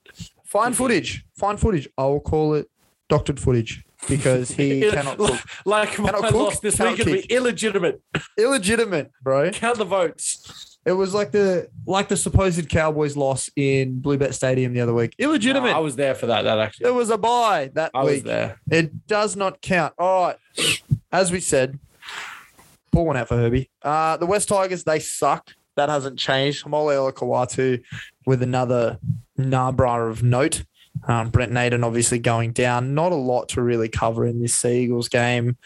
[SPEAKER 1] Find footage. Find footage. I will call it doctored footage because he cannot
[SPEAKER 2] Like-
[SPEAKER 1] cook.
[SPEAKER 2] Like my
[SPEAKER 1] Cannot cook,
[SPEAKER 2] loss this
[SPEAKER 1] cannot
[SPEAKER 2] week would be
[SPEAKER 1] kick.
[SPEAKER 2] illegitimate.
[SPEAKER 1] Illegitimate, bro.
[SPEAKER 2] Count the votes.
[SPEAKER 1] It was like the like the supposed Cowboys loss in Blue Bet Stadium the other week. Illegitimate.
[SPEAKER 2] I was there for that. That actually.
[SPEAKER 1] there was a buy that
[SPEAKER 2] I was
[SPEAKER 1] week.
[SPEAKER 2] there.
[SPEAKER 1] It does not count. All right. As we said, pour one out for Herbie. Uh, the West Tigers, they suck. That hasn't changed. Hamole Olakawatu with another Nabra of note. Um, Brent Naden obviously going down. Not a lot to really cover in this Seagulls game.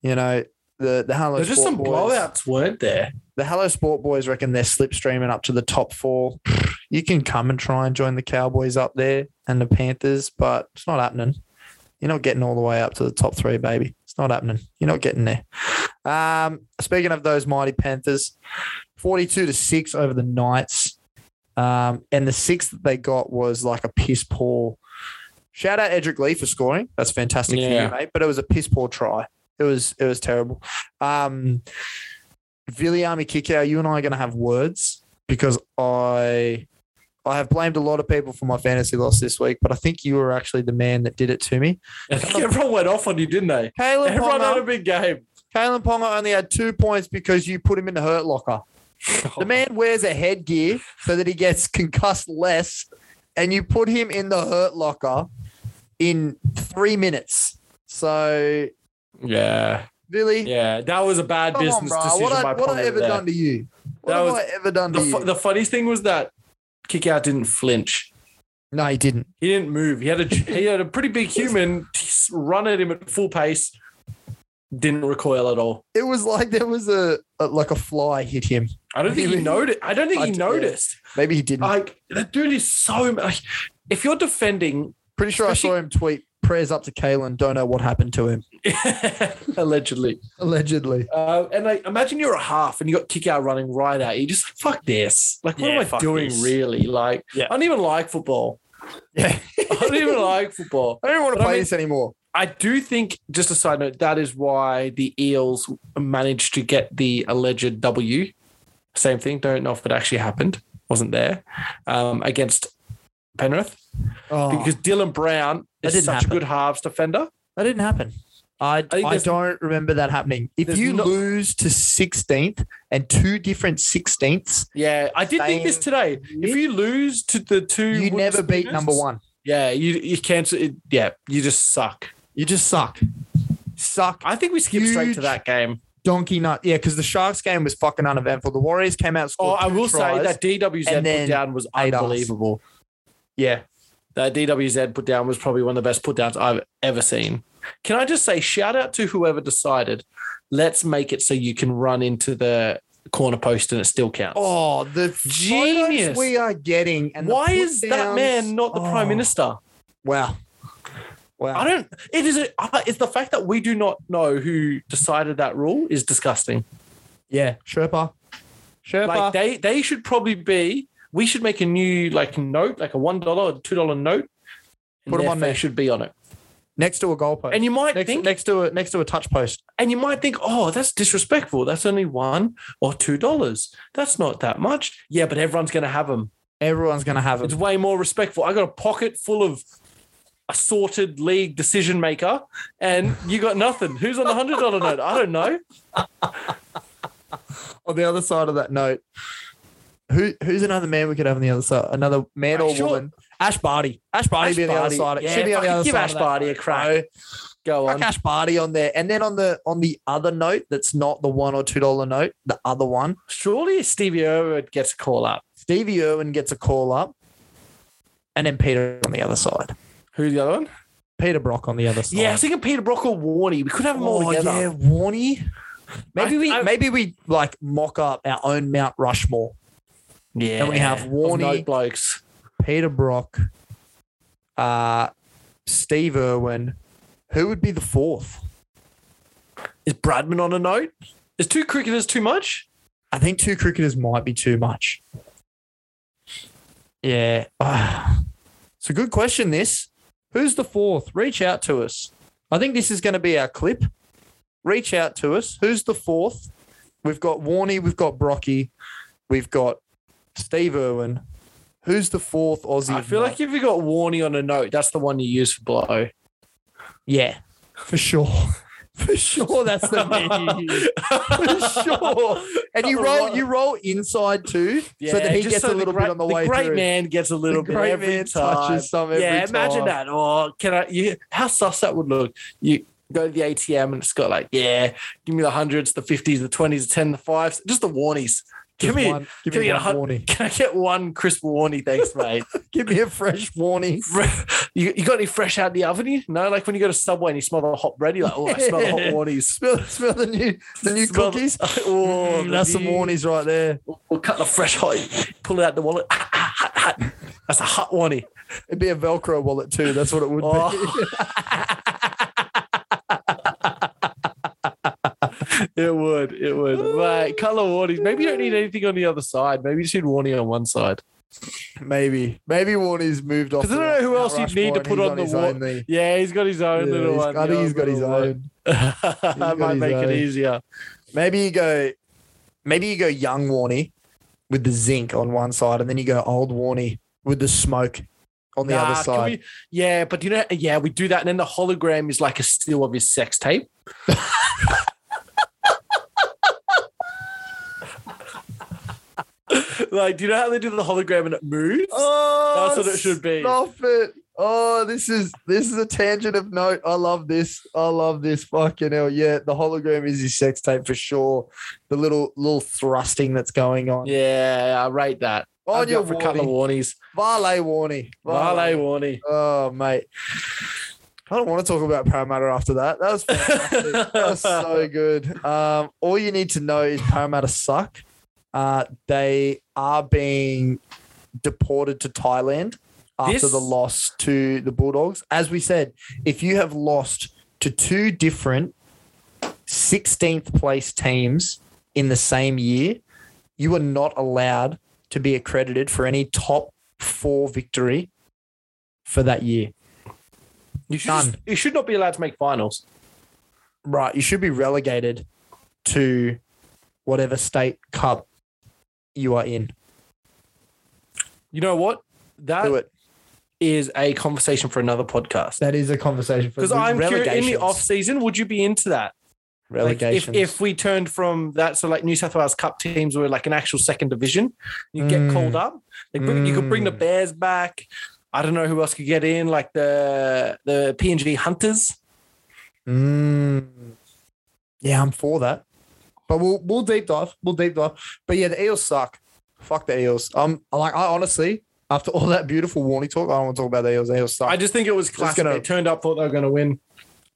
[SPEAKER 1] You know, the, the Hello
[SPEAKER 2] There's just
[SPEAKER 1] Sport
[SPEAKER 2] some
[SPEAKER 1] boys,
[SPEAKER 2] blowouts, weren't there?
[SPEAKER 1] The Hello Sport boys reckon they're slipstreaming up to the top four. You can come and try and join the Cowboys up there and the Panthers, but it's not happening. You're not getting all the way up to the top three, baby. It's not happening. You're not getting there. Um, speaking of those mighty Panthers, 42 to 6 over the Knights. Um, and the six that they got was like a piss poor. Shout out Edric Lee for scoring. That's fantastic
[SPEAKER 2] Yeah.
[SPEAKER 1] for you, mate. But it was a piss poor try. It was it was terrible. Um Viliami Kikau, you and I are gonna have words because I I have blamed a lot of people for my fantasy loss this week, but I think you were actually the man that did it to me.
[SPEAKER 2] I think everyone went off on you, didn't they?
[SPEAKER 1] Kalen
[SPEAKER 2] Everyone had a
[SPEAKER 1] Ponga,
[SPEAKER 2] big game.
[SPEAKER 1] Kalen Ponga only had two points because you put him in the hurt locker. The
[SPEAKER 2] Oh.
[SPEAKER 1] man wears a headgear so that he gets concussed less, and you put him in the hurt locker in three minutes. So,
[SPEAKER 2] Yeah.
[SPEAKER 1] Billy,
[SPEAKER 2] Yeah, that was a bad
[SPEAKER 1] come on,
[SPEAKER 2] business
[SPEAKER 1] bro.
[SPEAKER 2] decision
[SPEAKER 1] What I,
[SPEAKER 2] by
[SPEAKER 1] what I
[SPEAKER 2] Ponga
[SPEAKER 1] ever
[SPEAKER 2] there.
[SPEAKER 1] done to you? What
[SPEAKER 2] That
[SPEAKER 1] have
[SPEAKER 2] was-
[SPEAKER 1] I ever done to
[SPEAKER 2] The,
[SPEAKER 1] you?
[SPEAKER 2] fu- the funniest thing was that kick out didn't flinch.
[SPEAKER 1] no, he didn't.
[SPEAKER 2] He didn't move. He had a he had a pretty big human s- run at him at full pace. Didn't recoil at all.
[SPEAKER 1] It was like there was a, a like a fly hit him.
[SPEAKER 2] I don't think he
[SPEAKER 1] Really?
[SPEAKER 2] noticed. I don't think
[SPEAKER 1] I
[SPEAKER 2] he
[SPEAKER 1] d- yeah.
[SPEAKER 2] noticed.
[SPEAKER 1] Maybe he didn't.
[SPEAKER 2] Like that dude is so. Like, if you're defending,
[SPEAKER 1] Pretty sure I
[SPEAKER 2] especially-
[SPEAKER 1] saw him tweet prayers up to Kalen. Don't know what happened to him.
[SPEAKER 2] Allegedly.
[SPEAKER 1] Allegedly.
[SPEAKER 2] Uh, and like, imagine you're a half and you got kick out running right at you. Just like, fuck this. Like, what
[SPEAKER 6] Yeah,
[SPEAKER 2] am I
[SPEAKER 6] fuck
[SPEAKER 2] doing
[SPEAKER 6] this.
[SPEAKER 2] really? Like,
[SPEAKER 6] Yeah.
[SPEAKER 2] I don't even like football.
[SPEAKER 1] Yeah.
[SPEAKER 2] I don't even like football.
[SPEAKER 1] I don't want
[SPEAKER 2] But
[SPEAKER 1] to
[SPEAKER 2] I
[SPEAKER 1] play
[SPEAKER 2] mean-
[SPEAKER 1] this anymore.
[SPEAKER 2] I do think, just a side note, that is why the Eels managed to get the alleged W. Same thing. Don't know if it actually happened. Wasn't there um, against Penrith
[SPEAKER 1] Oh,
[SPEAKER 2] because Dylan Brown
[SPEAKER 1] That
[SPEAKER 2] is
[SPEAKER 1] didn't
[SPEAKER 2] such
[SPEAKER 1] happen.
[SPEAKER 2] a good halves defender.
[SPEAKER 1] that didn't happen. I, I,
[SPEAKER 2] think there's-
[SPEAKER 1] don't remember that happening. If
[SPEAKER 2] There's
[SPEAKER 1] you
[SPEAKER 2] no-
[SPEAKER 1] lose to 16th and two different 16ths,
[SPEAKER 2] Yeah, I did think this
[SPEAKER 1] Same.
[SPEAKER 2] today. If you lose to the two,
[SPEAKER 1] you
[SPEAKER 2] Wood
[SPEAKER 1] never beat
[SPEAKER 2] spinners,
[SPEAKER 1] number one.
[SPEAKER 2] Yeah, you you cancel. It, yeah, you just suck.
[SPEAKER 1] You just suck. Suck.
[SPEAKER 2] I think we skip straight
[SPEAKER 1] Huge
[SPEAKER 2] to that game.
[SPEAKER 1] Donkey nut. Yeah, because the Sharks game was fucking uneventful. The Warriors came out.
[SPEAKER 2] Oh,
[SPEAKER 1] scored
[SPEAKER 2] I
[SPEAKER 1] two
[SPEAKER 2] will
[SPEAKER 1] tries.
[SPEAKER 2] say that DWZ
[SPEAKER 1] and then
[SPEAKER 2] put down was
[SPEAKER 1] ate us.
[SPEAKER 2] unbelievable. Yeah. That DWZ put down was probably one of the best put downs I've ever seen. Can I just say, shout out to whoever decided, let's make it so you can run into the corner post and it still counts.
[SPEAKER 1] Oh, the genius
[SPEAKER 2] Genius.
[SPEAKER 1] we are getting. And the
[SPEAKER 2] Why is that
[SPEAKER 1] put-downs.
[SPEAKER 2] man not the prime
[SPEAKER 1] Oh,
[SPEAKER 2] minister?
[SPEAKER 1] Wow. Wow.
[SPEAKER 2] I don't. It is. A, I- it's the fact that we do not know who decided that rule is disgusting.
[SPEAKER 1] yeah, Sherpa. Sherpa.
[SPEAKER 2] Like they they should probably be. We should make a new like note, like a one dollar or two dollar note. and
[SPEAKER 1] Put 'em
[SPEAKER 2] their
[SPEAKER 1] on there.
[SPEAKER 2] face Should be on it.
[SPEAKER 1] next to a goalpost.
[SPEAKER 2] And you might
[SPEAKER 1] next,
[SPEAKER 2] think,
[SPEAKER 1] next to a next to a touch post.
[SPEAKER 2] and you might think, oh, that's disrespectful. That's only one or two dollars. That's not that much. Yeah, but everyone's going to have them.
[SPEAKER 1] Everyone's gonna have
[SPEAKER 2] It's
[SPEAKER 1] it.
[SPEAKER 2] way more respectful. I got a pocket full of assorted league decision maker, and you got nothing. Who's on the hundred dollar note? I don't know.
[SPEAKER 1] On the other side of that note, who who's another man we could have on the other side? Another man or
[SPEAKER 2] Like, sure.
[SPEAKER 1] woman? Ash Barty. Ash Barty be on the other
[SPEAKER 2] Barty.
[SPEAKER 1] side. It
[SPEAKER 2] Yeah,
[SPEAKER 1] should be on the
[SPEAKER 2] fucking
[SPEAKER 1] other
[SPEAKER 2] give
[SPEAKER 1] side.
[SPEAKER 2] Ash
[SPEAKER 1] of that
[SPEAKER 2] Barty a
[SPEAKER 1] note,
[SPEAKER 2] crack.
[SPEAKER 1] bro.
[SPEAKER 2] Go
[SPEAKER 1] Fuck
[SPEAKER 2] on.
[SPEAKER 1] Ash Barty on there, and then on the on the other note that's not the one or two dollar note, the other one.
[SPEAKER 2] Surely Stevie Irwin gets a call up.
[SPEAKER 1] Stevie Irwin gets a call up, and then Peter on the other side.
[SPEAKER 2] Who's the other one?
[SPEAKER 1] Peter Brock on the other side.
[SPEAKER 2] Yeah, I was thinking Peter Brock or Warney. We could have them all
[SPEAKER 1] Oh
[SPEAKER 2] together.
[SPEAKER 1] yeah, Warney. Maybe
[SPEAKER 2] I-
[SPEAKER 1] we
[SPEAKER 2] I-
[SPEAKER 1] maybe we like mock up our own Mount Rushmore.
[SPEAKER 2] Yeah.
[SPEAKER 1] And we have
[SPEAKER 2] Of
[SPEAKER 1] Warney.
[SPEAKER 2] note blokes.
[SPEAKER 1] Peter Brock, uh, Steve Irwin. Who would be the fourth?
[SPEAKER 2] Is Bradman on a note? Is two cricketers too much?
[SPEAKER 1] I think two cricketers might be too much. Yeah. Ah. it's a good question, this. Who's the fourth? Reach out to us. I think this is going to be our clip. Reach out to us. Who's the fourth? We've got Warney, we've got Brocky, we've got Steve Irwin. Who's the fourth Aussie?
[SPEAKER 2] I feel like if you got Warney on a note, that's the one you use for blow.
[SPEAKER 1] yeah, for sure. For sure, that's the man you use. For sure. And you roll, you roll inside too, so that he
[SPEAKER 2] just
[SPEAKER 1] gets
[SPEAKER 2] so
[SPEAKER 1] a
[SPEAKER 2] the
[SPEAKER 1] little
[SPEAKER 2] great-
[SPEAKER 1] bit on the way
[SPEAKER 2] great
[SPEAKER 1] through.
[SPEAKER 2] man gets a little
[SPEAKER 1] The
[SPEAKER 2] bit
[SPEAKER 1] great
[SPEAKER 2] every
[SPEAKER 1] man
[SPEAKER 2] time.
[SPEAKER 1] touches some every
[SPEAKER 2] yeah, imagine
[SPEAKER 1] time.
[SPEAKER 2] that. Or can I? You, how sus that would look. You go to the ATM and it's got like, yeah, give me the hundreds, the fifties, the twenties, the ten, the fives, just the warnies. Give
[SPEAKER 1] Just
[SPEAKER 2] me,
[SPEAKER 1] one- give
[SPEAKER 2] can
[SPEAKER 1] me
[SPEAKER 2] I get
[SPEAKER 1] one
[SPEAKER 2] a hun-
[SPEAKER 1] warning.
[SPEAKER 2] can I get one crisp warnie? Thanks, mate.
[SPEAKER 1] Give me a fresh warning.
[SPEAKER 2] you, you got any fresh out the oven? You no, like when you go to Subway and you smell the hot bread, you're like, oh, I smell the hot
[SPEAKER 1] Yeah.
[SPEAKER 2] warnies.
[SPEAKER 1] Smell, smell the new, the new
[SPEAKER 2] Smell the-
[SPEAKER 1] cookies.
[SPEAKER 2] Oh,
[SPEAKER 1] Mm, that's some
[SPEAKER 2] baby.
[SPEAKER 1] warnies right there.
[SPEAKER 2] We'll cut the fresh hot, pull it out the wallet. Ah, ah, hot, hot. That's a hot warnie.
[SPEAKER 1] It'd be a Velcro wallet too. That's what it would
[SPEAKER 2] Oh. It would. It would. Right. Color warnings. Maybe you don't need anything on the other side. Maybe you just need warning on one side.
[SPEAKER 1] be. Maybe, maybe warnies moved off.
[SPEAKER 2] 'Cause I
[SPEAKER 1] the
[SPEAKER 2] don't know who
[SPEAKER 1] Mount
[SPEAKER 2] else you'd
[SPEAKER 1] Rushmore
[SPEAKER 2] need to
[SPEAKER 1] and
[SPEAKER 2] put
[SPEAKER 1] he's
[SPEAKER 2] on the
[SPEAKER 1] his
[SPEAKER 2] wa-
[SPEAKER 1] own thing.
[SPEAKER 2] Yeah, he's got his own
[SPEAKER 1] Yeah,
[SPEAKER 2] little
[SPEAKER 1] he's-
[SPEAKER 2] one.
[SPEAKER 1] I think
[SPEAKER 2] Yeah,
[SPEAKER 1] he's got his
[SPEAKER 2] little one.
[SPEAKER 1] own.
[SPEAKER 2] That might
[SPEAKER 1] his
[SPEAKER 2] make
[SPEAKER 1] own.
[SPEAKER 2] it easier.
[SPEAKER 1] Maybe you go, maybe you go young Warney with the zinc on one side, and then you go old Warney with the smoke on the
[SPEAKER 2] Nah,
[SPEAKER 1] other
[SPEAKER 2] can
[SPEAKER 1] side.
[SPEAKER 2] we- yeah, but you know, yeah, we do that, and then the hologram is like a still of his sex tape. like, do you know how they do the hologram and it moves?
[SPEAKER 1] Oh,
[SPEAKER 2] That's what it should be.
[SPEAKER 1] Stop it. Oh, this is this is a tangent of note. I love this. I love this. Fucking hell. Yeah, the hologram is his sex tape for sure. The little little thrusting that's going on.
[SPEAKER 2] Yeah, I rate that.
[SPEAKER 1] On
[SPEAKER 2] I'd go
[SPEAKER 1] your
[SPEAKER 2] for a couple of
[SPEAKER 1] warning.
[SPEAKER 2] warnies.
[SPEAKER 1] Varley warning.
[SPEAKER 2] Vale warning.
[SPEAKER 1] Oh, mate. I don't want to talk about Parramatta after that. That was fantastic. that was so good. Um, all you need to know is Parramatta suck. Uh, they are being deported to Thailand after
[SPEAKER 2] This-
[SPEAKER 1] the loss to the Bulldogs. As we said, if you have lost to two different 16th place teams in the same year, you are not allowed to be accredited for any top four victory for that year.
[SPEAKER 2] You should,
[SPEAKER 1] Done.
[SPEAKER 2] you should not be allowed to make finals.
[SPEAKER 1] Right. You should be relegated to whatever state cup you are in.
[SPEAKER 2] You know what? That
[SPEAKER 1] Do
[SPEAKER 2] is
[SPEAKER 1] it.
[SPEAKER 2] a conversation for another podcast.
[SPEAKER 1] That is a conversation for
[SPEAKER 2] Because
[SPEAKER 1] the
[SPEAKER 2] I'm curious, in the
[SPEAKER 1] relegations.
[SPEAKER 2] off season, would you be into that? Like, if,
[SPEAKER 1] Relegations.
[SPEAKER 2] if we turned from that, so like New South Wales Cup teams were like an actual second division, you
[SPEAKER 1] Mm.
[SPEAKER 2] get called up. Like bring, you could bring the
[SPEAKER 1] Mm.
[SPEAKER 2] Bears back. I don't know who else could get in, like the the PNG Hunters.
[SPEAKER 1] Mm. Yeah, I'm for that. But we'll we'll deep dive. We'll deep dive. But yeah, the Eels suck. Fuck the Eels. Um, I like I honestly, after all that beautiful warning talk, I don't want to talk about the Eels. The Eels suck.
[SPEAKER 2] I just think it was classic.
[SPEAKER 1] gonna-
[SPEAKER 2] they turned up, thought they were going to win,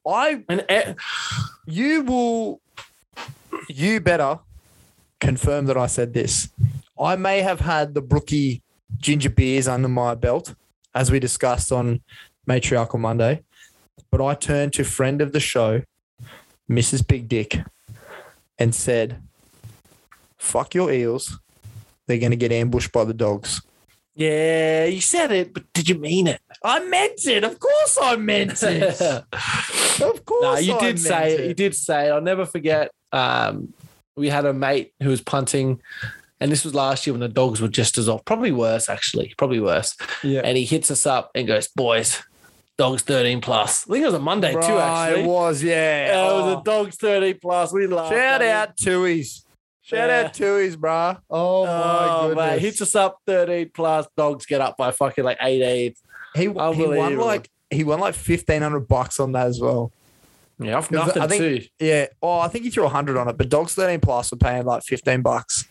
[SPEAKER 1] I
[SPEAKER 2] and eh,
[SPEAKER 1] you will you better confirm that I said this. I may have had the Brookie ginger beers under my belt, as we discussed on Matriarchal Monday, but I turned to friend of the show, Mrs. Big Dick, and said, Fuck your eels. They're going to get ambushed by the dogs.
[SPEAKER 2] yeah, you said it, but did you mean it?
[SPEAKER 1] I meant it. Of course I meant it. of course.
[SPEAKER 2] No, you
[SPEAKER 1] I
[SPEAKER 2] did
[SPEAKER 1] meant
[SPEAKER 2] say it. You did say it. I'll never forget. Um, we had a mate who was punting, and this was last year when the dogs were just as off, probably worse actually, probably worse.
[SPEAKER 5] Yeah.
[SPEAKER 2] And he hits us up and goes, "Boys, dogs thirteen plus." I think it was a Monday too,
[SPEAKER 1] Right,
[SPEAKER 2] actually.
[SPEAKER 1] It was, yeah.
[SPEAKER 2] Yeah, it
[SPEAKER 1] Oh.
[SPEAKER 2] was a dogs thirteen plus. We laughed.
[SPEAKER 1] Shout
[SPEAKER 2] at him.
[SPEAKER 1] out Tuies. Shout
[SPEAKER 2] Oh, Yeah.
[SPEAKER 1] out Tuies, bruh. Oh my
[SPEAKER 2] Oh,
[SPEAKER 1] goodness.
[SPEAKER 2] mate, hits us up thirteen plus. Dogs get up by fucking like eighteen.
[SPEAKER 1] he, he won
[SPEAKER 2] Unbelievable.
[SPEAKER 1] like he won like fifteen hundred bucks on that as well.
[SPEAKER 2] Yeah, off
[SPEAKER 1] Because
[SPEAKER 2] nothing
[SPEAKER 1] I think-
[SPEAKER 2] too.
[SPEAKER 1] Yeah. Oh, I think he threw hundred on it, but dogs thirteen plus were paying like fifteen bucks.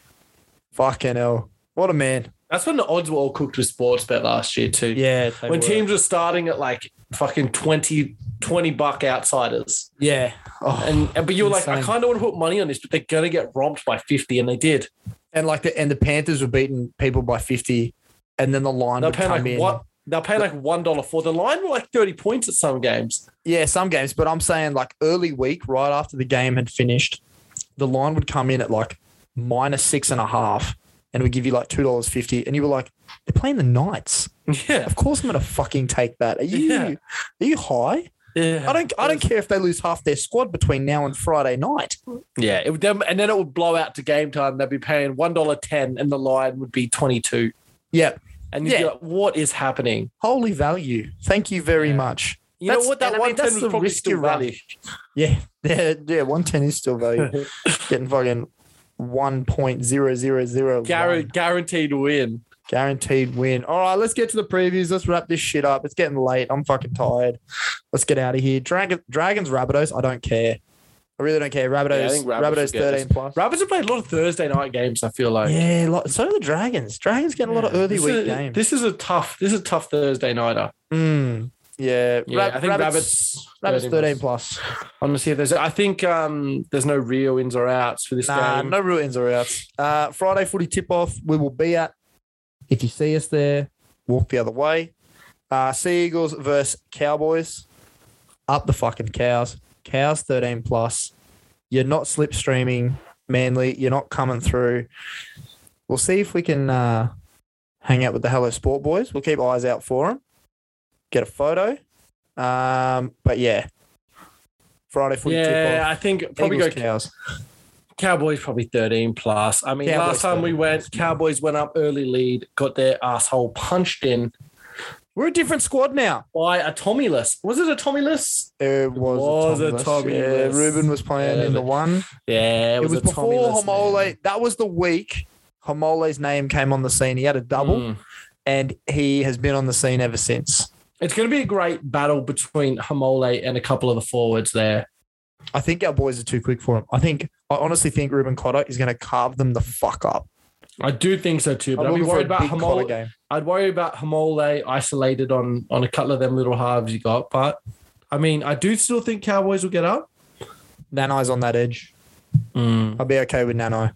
[SPEAKER 1] Fucking hell. What a man.
[SPEAKER 2] That's when the odds were all cooked with sports bet last year too.
[SPEAKER 1] Yeah.
[SPEAKER 2] when teams were starting at like fucking 20, 20 buck outsiders.
[SPEAKER 1] Yeah. Oh. And,
[SPEAKER 2] And and- but you were like, I
[SPEAKER 1] Insane.
[SPEAKER 2] kind of want to put money on this, but they're gonna get romped by 50, and they did.
[SPEAKER 1] and like the and the Panthers were beating people by fifty and then the line
[SPEAKER 2] They'll
[SPEAKER 1] would
[SPEAKER 2] pay
[SPEAKER 1] come
[SPEAKER 2] like
[SPEAKER 1] in.
[SPEAKER 2] what they'll pay like one dollar for the line were like 30 points at some games.
[SPEAKER 1] Yeah, some games, but I'm saying like early week, right after the game had finished, the line would come in at like minus six and a half, and would give you like two dollars fifty, and you were like, "They're playing the Knights.
[SPEAKER 2] Yeah.
[SPEAKER 1] Of course, I'm gonna fucking take that." Are you?
[SPEAKER 2] Yeah.
[SPEAKER 1] Are you high? I don't. I don't care if they lose half their squad between now and Friday night.
[SPEAKER 2] yeah. It would then, and then it would blow out to game time. They'd be paying one dollar ten and the line would be 22.
[SPEAKER 1] Yeah,
[SPEAKER 2] And you'd be
[SPEAKER 1] Yeah.
[SPEAKER 2] like, what is happening?
[SPEAKER 1] holy value. Thank you very
[SPEAKER 2] Yeah.
[SPEAKER 1] much.
[SPEAKER 2] You
[SPEAKER 1] That's-
[SPEAKER 2] know what? That
[SPEAKER 1] and I mean,
[SPEAKER 2] one ten
[SPEAKER 1] that's
[SPEAKER 2] was
[SPEAKER 1] the
[SPEAKER 2] probably
[SPEAKER 1] risk you
[SPEAKER 2] still
[SPEAKER 1] run.
[SPEAKER 2] value.
[SPEAKER 1] Yeah, yeah, yeah. One ten is still value. Getting fucking one point zero zero zero.
[SPEAKER 2] Guar- guaranteed win.
[SPEAKER 1] Guaranteed win. All right, let's get to the previews. Let's wrap this shit up. It's getting late. I'm fucking tired. Let's get out of here. Dragon, Dragons, Rabbitohs. I don't care. I really don't care. Rabbitohs,
[SPEAKER 2] Yeah, I think Rabbitohs
[SPEAKER 1] Rabbitohs,
[SPEAKER 2] should get
[SPEAKER 1] 13 plus.
[SPEAKER 2] Rabbits have played a lot of Thursday night games, I feel like.
[SPEAKER 1] yeah, lot, so do the Dragons. Dragons getting a lot of
[SPEAKER 2] Yeah.
[SPEAKER 1] early
[SPEAKER 2] This
[SPEAKER 1] week
[SPEAKER 2] is-
[SPEAKER 1] games.
[SPEAKER 2] This is a tough. This is a tough Thursday nighter.
[SPEAKER 1] Mm, yeah,
[SPEAKER 2] Yeah,
[SPEAKER 1] Rab-
[SPEAKER 2] I think
[SPEAKER 1] Rabbits
[SPEAKER 2] Rabbits
[SPEAKER 1] 13,
[SPEAKER 2] 13
[SPEAKER 1] plus.
[SPEAKER 2] I'm gonna see if there's. I think um, there's no real ins or outs for this
[SPEAKER 1] Nah,
[SPEAKER 2] game.
[SPEAKER 1] no real ins or outs. Uh, Friday footy tip off. We will be at. If you see us there, walk the other way. Uh, sea Eagles versus Cowboys. Up the fucking cows. Cows 13 plus. You're not slipstreaming, Manly. You're not coming through. We'll see if we can uh, hang out with the Hello Sport boys. We'll keep eyes out for them. Get a photo. Um, but yeah. Friday footy
[SPEAKER 2] yeah,
[SPEAKER 1] tip off.
[SPEAKER 2] I think probably
[SPEAKER 1] Eagles,
[SPEAKER 2] go
[SPEAKER 1] cows.
[SPEAKER 2] Cowboys probably 13 plus. I mean,
[SPEAKER 1] Cowboys
[SPEAKER 2] last time we
[SPEAKER 1] 13
[SPEAKER 2] went, Cowboys went up early lead, got their asshole punched in
[SPEAKER 1] We're a different squad now.
[SPEAKER 2] by a Tommyless. Was it a Tommyless?
[SPEAKER 1] It was,
[SPEAKER 2] was
[SPEAKER 1] a
[SPEAKER 2] a
[SPEAKER 1] Tommy.
[SPEAKER 2] Tommy
[SPEAKER 1] Yeah,
[SPEAKER 2] list.
[SPEAKER 1] Ruben was playing
[SPEAKER 2] Yeah,
[SPEAKER 1] in the
[SPEAKER 2] but-
[SPEAKER 1] one.
[SPEAKER 2] Yeah,
[SPEAKER 1] It,
[SPEAKER 2] it,
[SPEAKER 1] was,
[SPEAKER 2] a
[SPEAKER 1] before
[SPEAKER 2] Tommyless,
[SPEAKER 1] Homole.
[SPEAKER 2] man.
[SPEAKER 1] That was the week Homole's name came on the scene. He had a double,
[SPEAKER 2] Mm.
[SPEAKER 1] and he has been on the scene ever since.
[SPEAKER 2] It's going to be a great battle between Homole and a couple of the forwards there.
[SPEAKER 1] I think our boys are too quick for him. I think I honestly think Ruben Cotter is going to carve them the fuck up.
[SPEAKER 2] I do think so too, but
[SPEAKER 1] I'm
[SPEAKER 2] I'd be
[SPEAKER 1] looking for a
[SPEAKER 2] worried about
[SPEAKER 1] big Cotter
[SPEAKER 2] Homole.
[SPEAKER 1] game.
[SPEAKER 2] I'd worry about Hamole isolated on on a couple of them little halves you got, but I mean, I do still think Cowboys will get up.
[SPEAKER 1] Mm. Nanai's on that edge. I'll be okay with Nanai.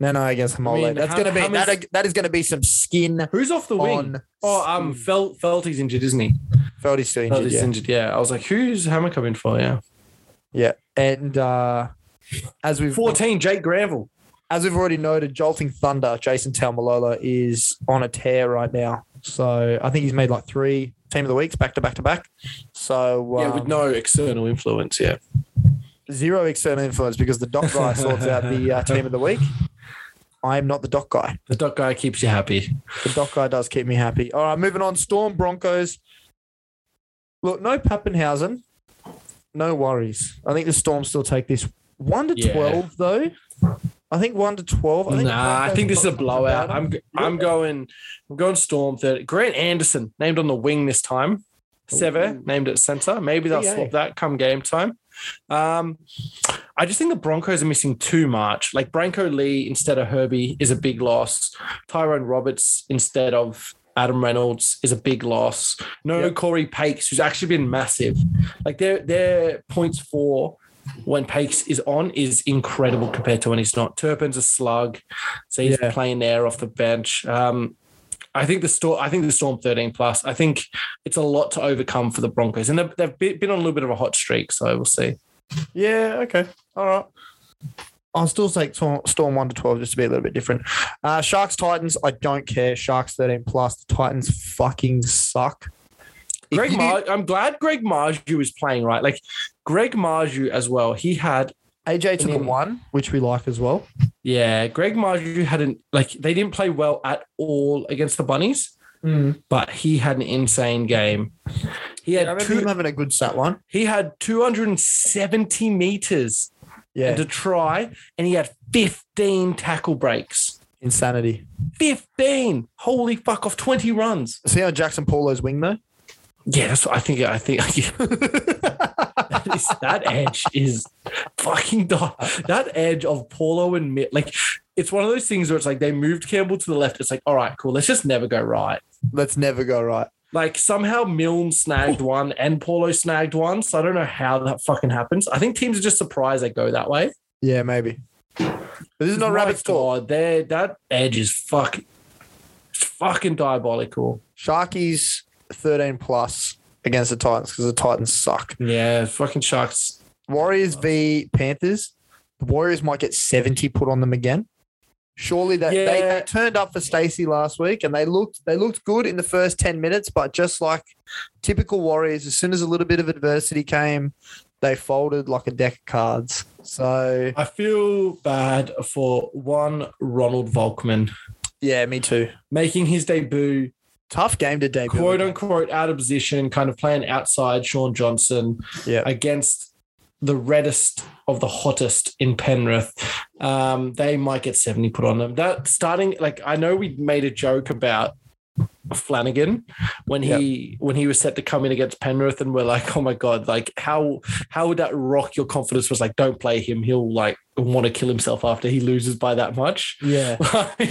[SPEAKER 1] No, no, against Hamole.
[SPEAKER 2] mean,
[SPEAKER 1] That's
[SPEAKER 2] how-
[SPEAKER 1] gonna be
[SPEAKER 2] how many-
[SPEAKER 1] that, that is gonna be some skin
[SPEAKER 2] Who's off the wing?
[SPEAKER 1] on
[SPEAKER 2] Oh, um, Fel- Felty's injured, isn't he?
[SPEAKER 1] Feldy's still injured.
[SPEAKER 2] Felty's
[SPEAKER 1] yeah.
[SPEAKER 2] injured. Yeah, I was like, who's Hammer coming for? Yeah,
[SPEAKER 1] yeah. And uh as we've
[SPEAKER 2] fourteen. Jake Granville.
[SPEAKER 1] as we've already noted, Jolting Thunder, Jason Talmalolo is on a tear right now. So I think he's made like three team of the weeks back to back to back. So
[SPEAKER 2] yeah,
[SPEAKER 1] um,
[SPEAKER 2] with no external influence. Yeah,
[SPEAKER 1] zero external influence because the doc guy sorts out the uh, team of the week. I am not the doc guy.
[SPEAKER 2] the dot guy keeps you happy.
[SPEAKER 1] The doc guy does keep me happy. All right, moving on. Storm Broncos. Look, no Pappenhausen. No worries. I think the Storm still take this. One to
[SPEAKER 2] Yeah.
[SPEAKER 1] twelve though. I think one to twelve. I think the
[SPEAKER 2] nah, I
[SPEAKER 1] Broncos have
[SPEAKER 2] think this is a
[SPEAKER 1] got something about
[SPEAKER 2] blowout.
[SPEAKER 1] them.
[SPEAKER 2] I'm I'm going I'm going Storm third. Grant Anderson named on the wing this time. Sever named at center. Maybe they'll
[SPEAKER 1] Yeah.
[SPEAKER 2] swap that come game time. Um, I just think the Broncos are missing too much. Like Branko Lee instead of Herbie is a big loss. Tyrone Roberts instead of Adam Reynolds is a big loss. No Corey Pakes, who's actually been massive. Like their their points for when Pakes is on is incredible compared to when he's not. Turpin's a slug, so he's
[SPEAKER 1] Yeah.
[SPEAKER 2] playing there off the bench. Um, I think the storm. I think the storm thirteen plus. I think it's a lot to overcome for the Broncos, and they've, they've be- been on a little bit of a hot streak. So we'll see.
[SPEAKER 1] Yeah, okay. All right. I'll still take Tor- Storm 1 to 12 just to be a little bit different. Uh, Sharks, Titans, I don't care. Sharks 13 plus. The Titans fucking suck. If
[SPEAKER 2] Greg,
[SPEAKER 1] you-
[SPEAKER 2] Mar- I'm glad Greg Marju is playing right. Like Greg Marju as well. He had
[SPEAKER 1] AJ took a
[SPEAKER 2] Mm.
[SPEAKER 1] 1, which we like as well.
[SPEAKER 2] yeah. Greg Marju hadn't like they didn't play well at all against the Bunnies, but he had an insane game. He
[SPEAKER 1] Yeah, I
[SPEAKER 2] had
[SPEAKER 1] remember
[SPEAKER 2] two.
[SPEAKER 1] him having a good stat one.
[SPEAKER 2] He had 270 meters
[SPEAKER 1] Yeah.
[SPEAKER 2] to try, and he had 15 tackle breaks.
[SPEAKER 1] Insanity.
[SPEAKER 2] 15. Holy fuck! Off 20 runs.
[SPEAKER 1] See how Jackson Paulo's wing, though?
[SPEAKER 2] Yeah, that's what I think. I think that, is, that edge is fucking dark. That edge of Paulo and Mitt, like it's one of those things where it's like they moved Campbell to the left. It's like, all right, cool. Let's just never go right.
[SPEAKER 1] Let's never go right.
[SPEAKER 2] Like somehow Milne
[SPEAKER 1] Oh.
[SPEAKER 2] snagged one and Paulo snagged one. So I don't know how that fucking happens. I think teams are just surprised they go that way.
[SPEAKER 1] Yeah, maybe. But this is not
[SPEAKER 2] My
[SPEAKER 1] Rabbit's talk.
[SPEAKER 2] God, There, that edge is fucking, it's fucking diabolical.
[SPEAKER 1] Sharkies 13 plus against the Titans because the Titans suck.
[SPEAKER 2] Yeah, fucking sharks.
[SPEAKER 1] Warriors v Panthers. The Warriors might get 70 put on them again. Surely that they,
[SPEAKER 2] Yeah.
[SPEAKER 1] they turned up for Stacey last week and they looked they looked good in the first 10 minutes, but just like typical Warriors, as soon as a little bit of adversity came, they folded like a deck of cards. So
[SPEAKER 2] I feel bad for one Ronald Volkman
[SPEAKER 1] yeah, me too.
[SPEAKER 2] making his debut,
[SPEAKER 1] Tough game to debut.
[SPEAKER 2] quote unquote, out of position, kind of playing outside Sean Johnson
[SPEAKER 1] Yeah.
[SPEAKER 2] against the reddest of the hottest in Penrith. Um, they might get 70 put on them. That starting, like, I know we made a joke about. Flanagan when he when he was set to come in against Penrith and we're like oh my god like how how would that rock your confidence was like don't play him he'll like want to kill himself after he loses by that much
[SPEAKER 1] Yeah.
[SPEAKER 2] like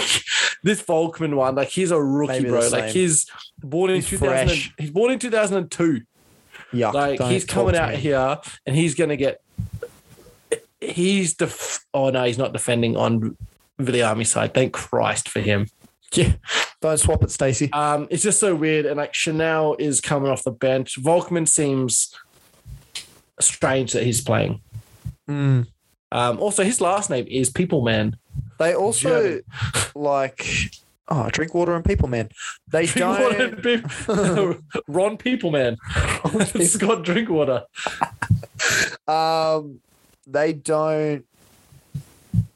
[SPEAKER 2] this Volkman one, like he's a rookie,
[SPEAKER 1] Maybe
[SPEAKER 2] bro.
[SPEAKER 1] the
[SPEAKER 2] Like
[SPEAKER 1] same.
[SPEAKER 2] he's born in
[SPEAKER 1] He's
[SPEAKER 2] 2000. and-
[SPEAKER 1] fresh.
[SPEAKER 2] He's born in 2002.
[SPEAKER 1] Yuck,
[SPEAKER 2] Like
[SPEAKER 1] don't
[SPEAKER 2] he's
[SPEAKER 1] talk
[SPEAKER 2] coming
[SPEAKER 1] to
[SPEAKER 2] out
[SPEAKER 1] me.
[SPEAKER 2] here and he's gonna get. He's def. Oh no, he's not defending on Viliami's side. Thank Christ for him.
[SPEAKER 1] Don't swap it, Stacey.
[SPEAKER 2] Um, it's just so weird. And like Chanel is coming off the bench. Volkman seems strange that he's playing.
[SPEAKER 1] Mm.
[SPEAKER 2] Um, also, his last name is People Man.
[SPEAKER 1] They also
[SPEAKER 2] German.
[SPEAKER 1] like oh, drink water and people, man. They don't
[SPEAKER 2] Drinkwater and Pip- Ron Peopleman. Scott Drinkwater.
[SPEAKER 1] Um, they don't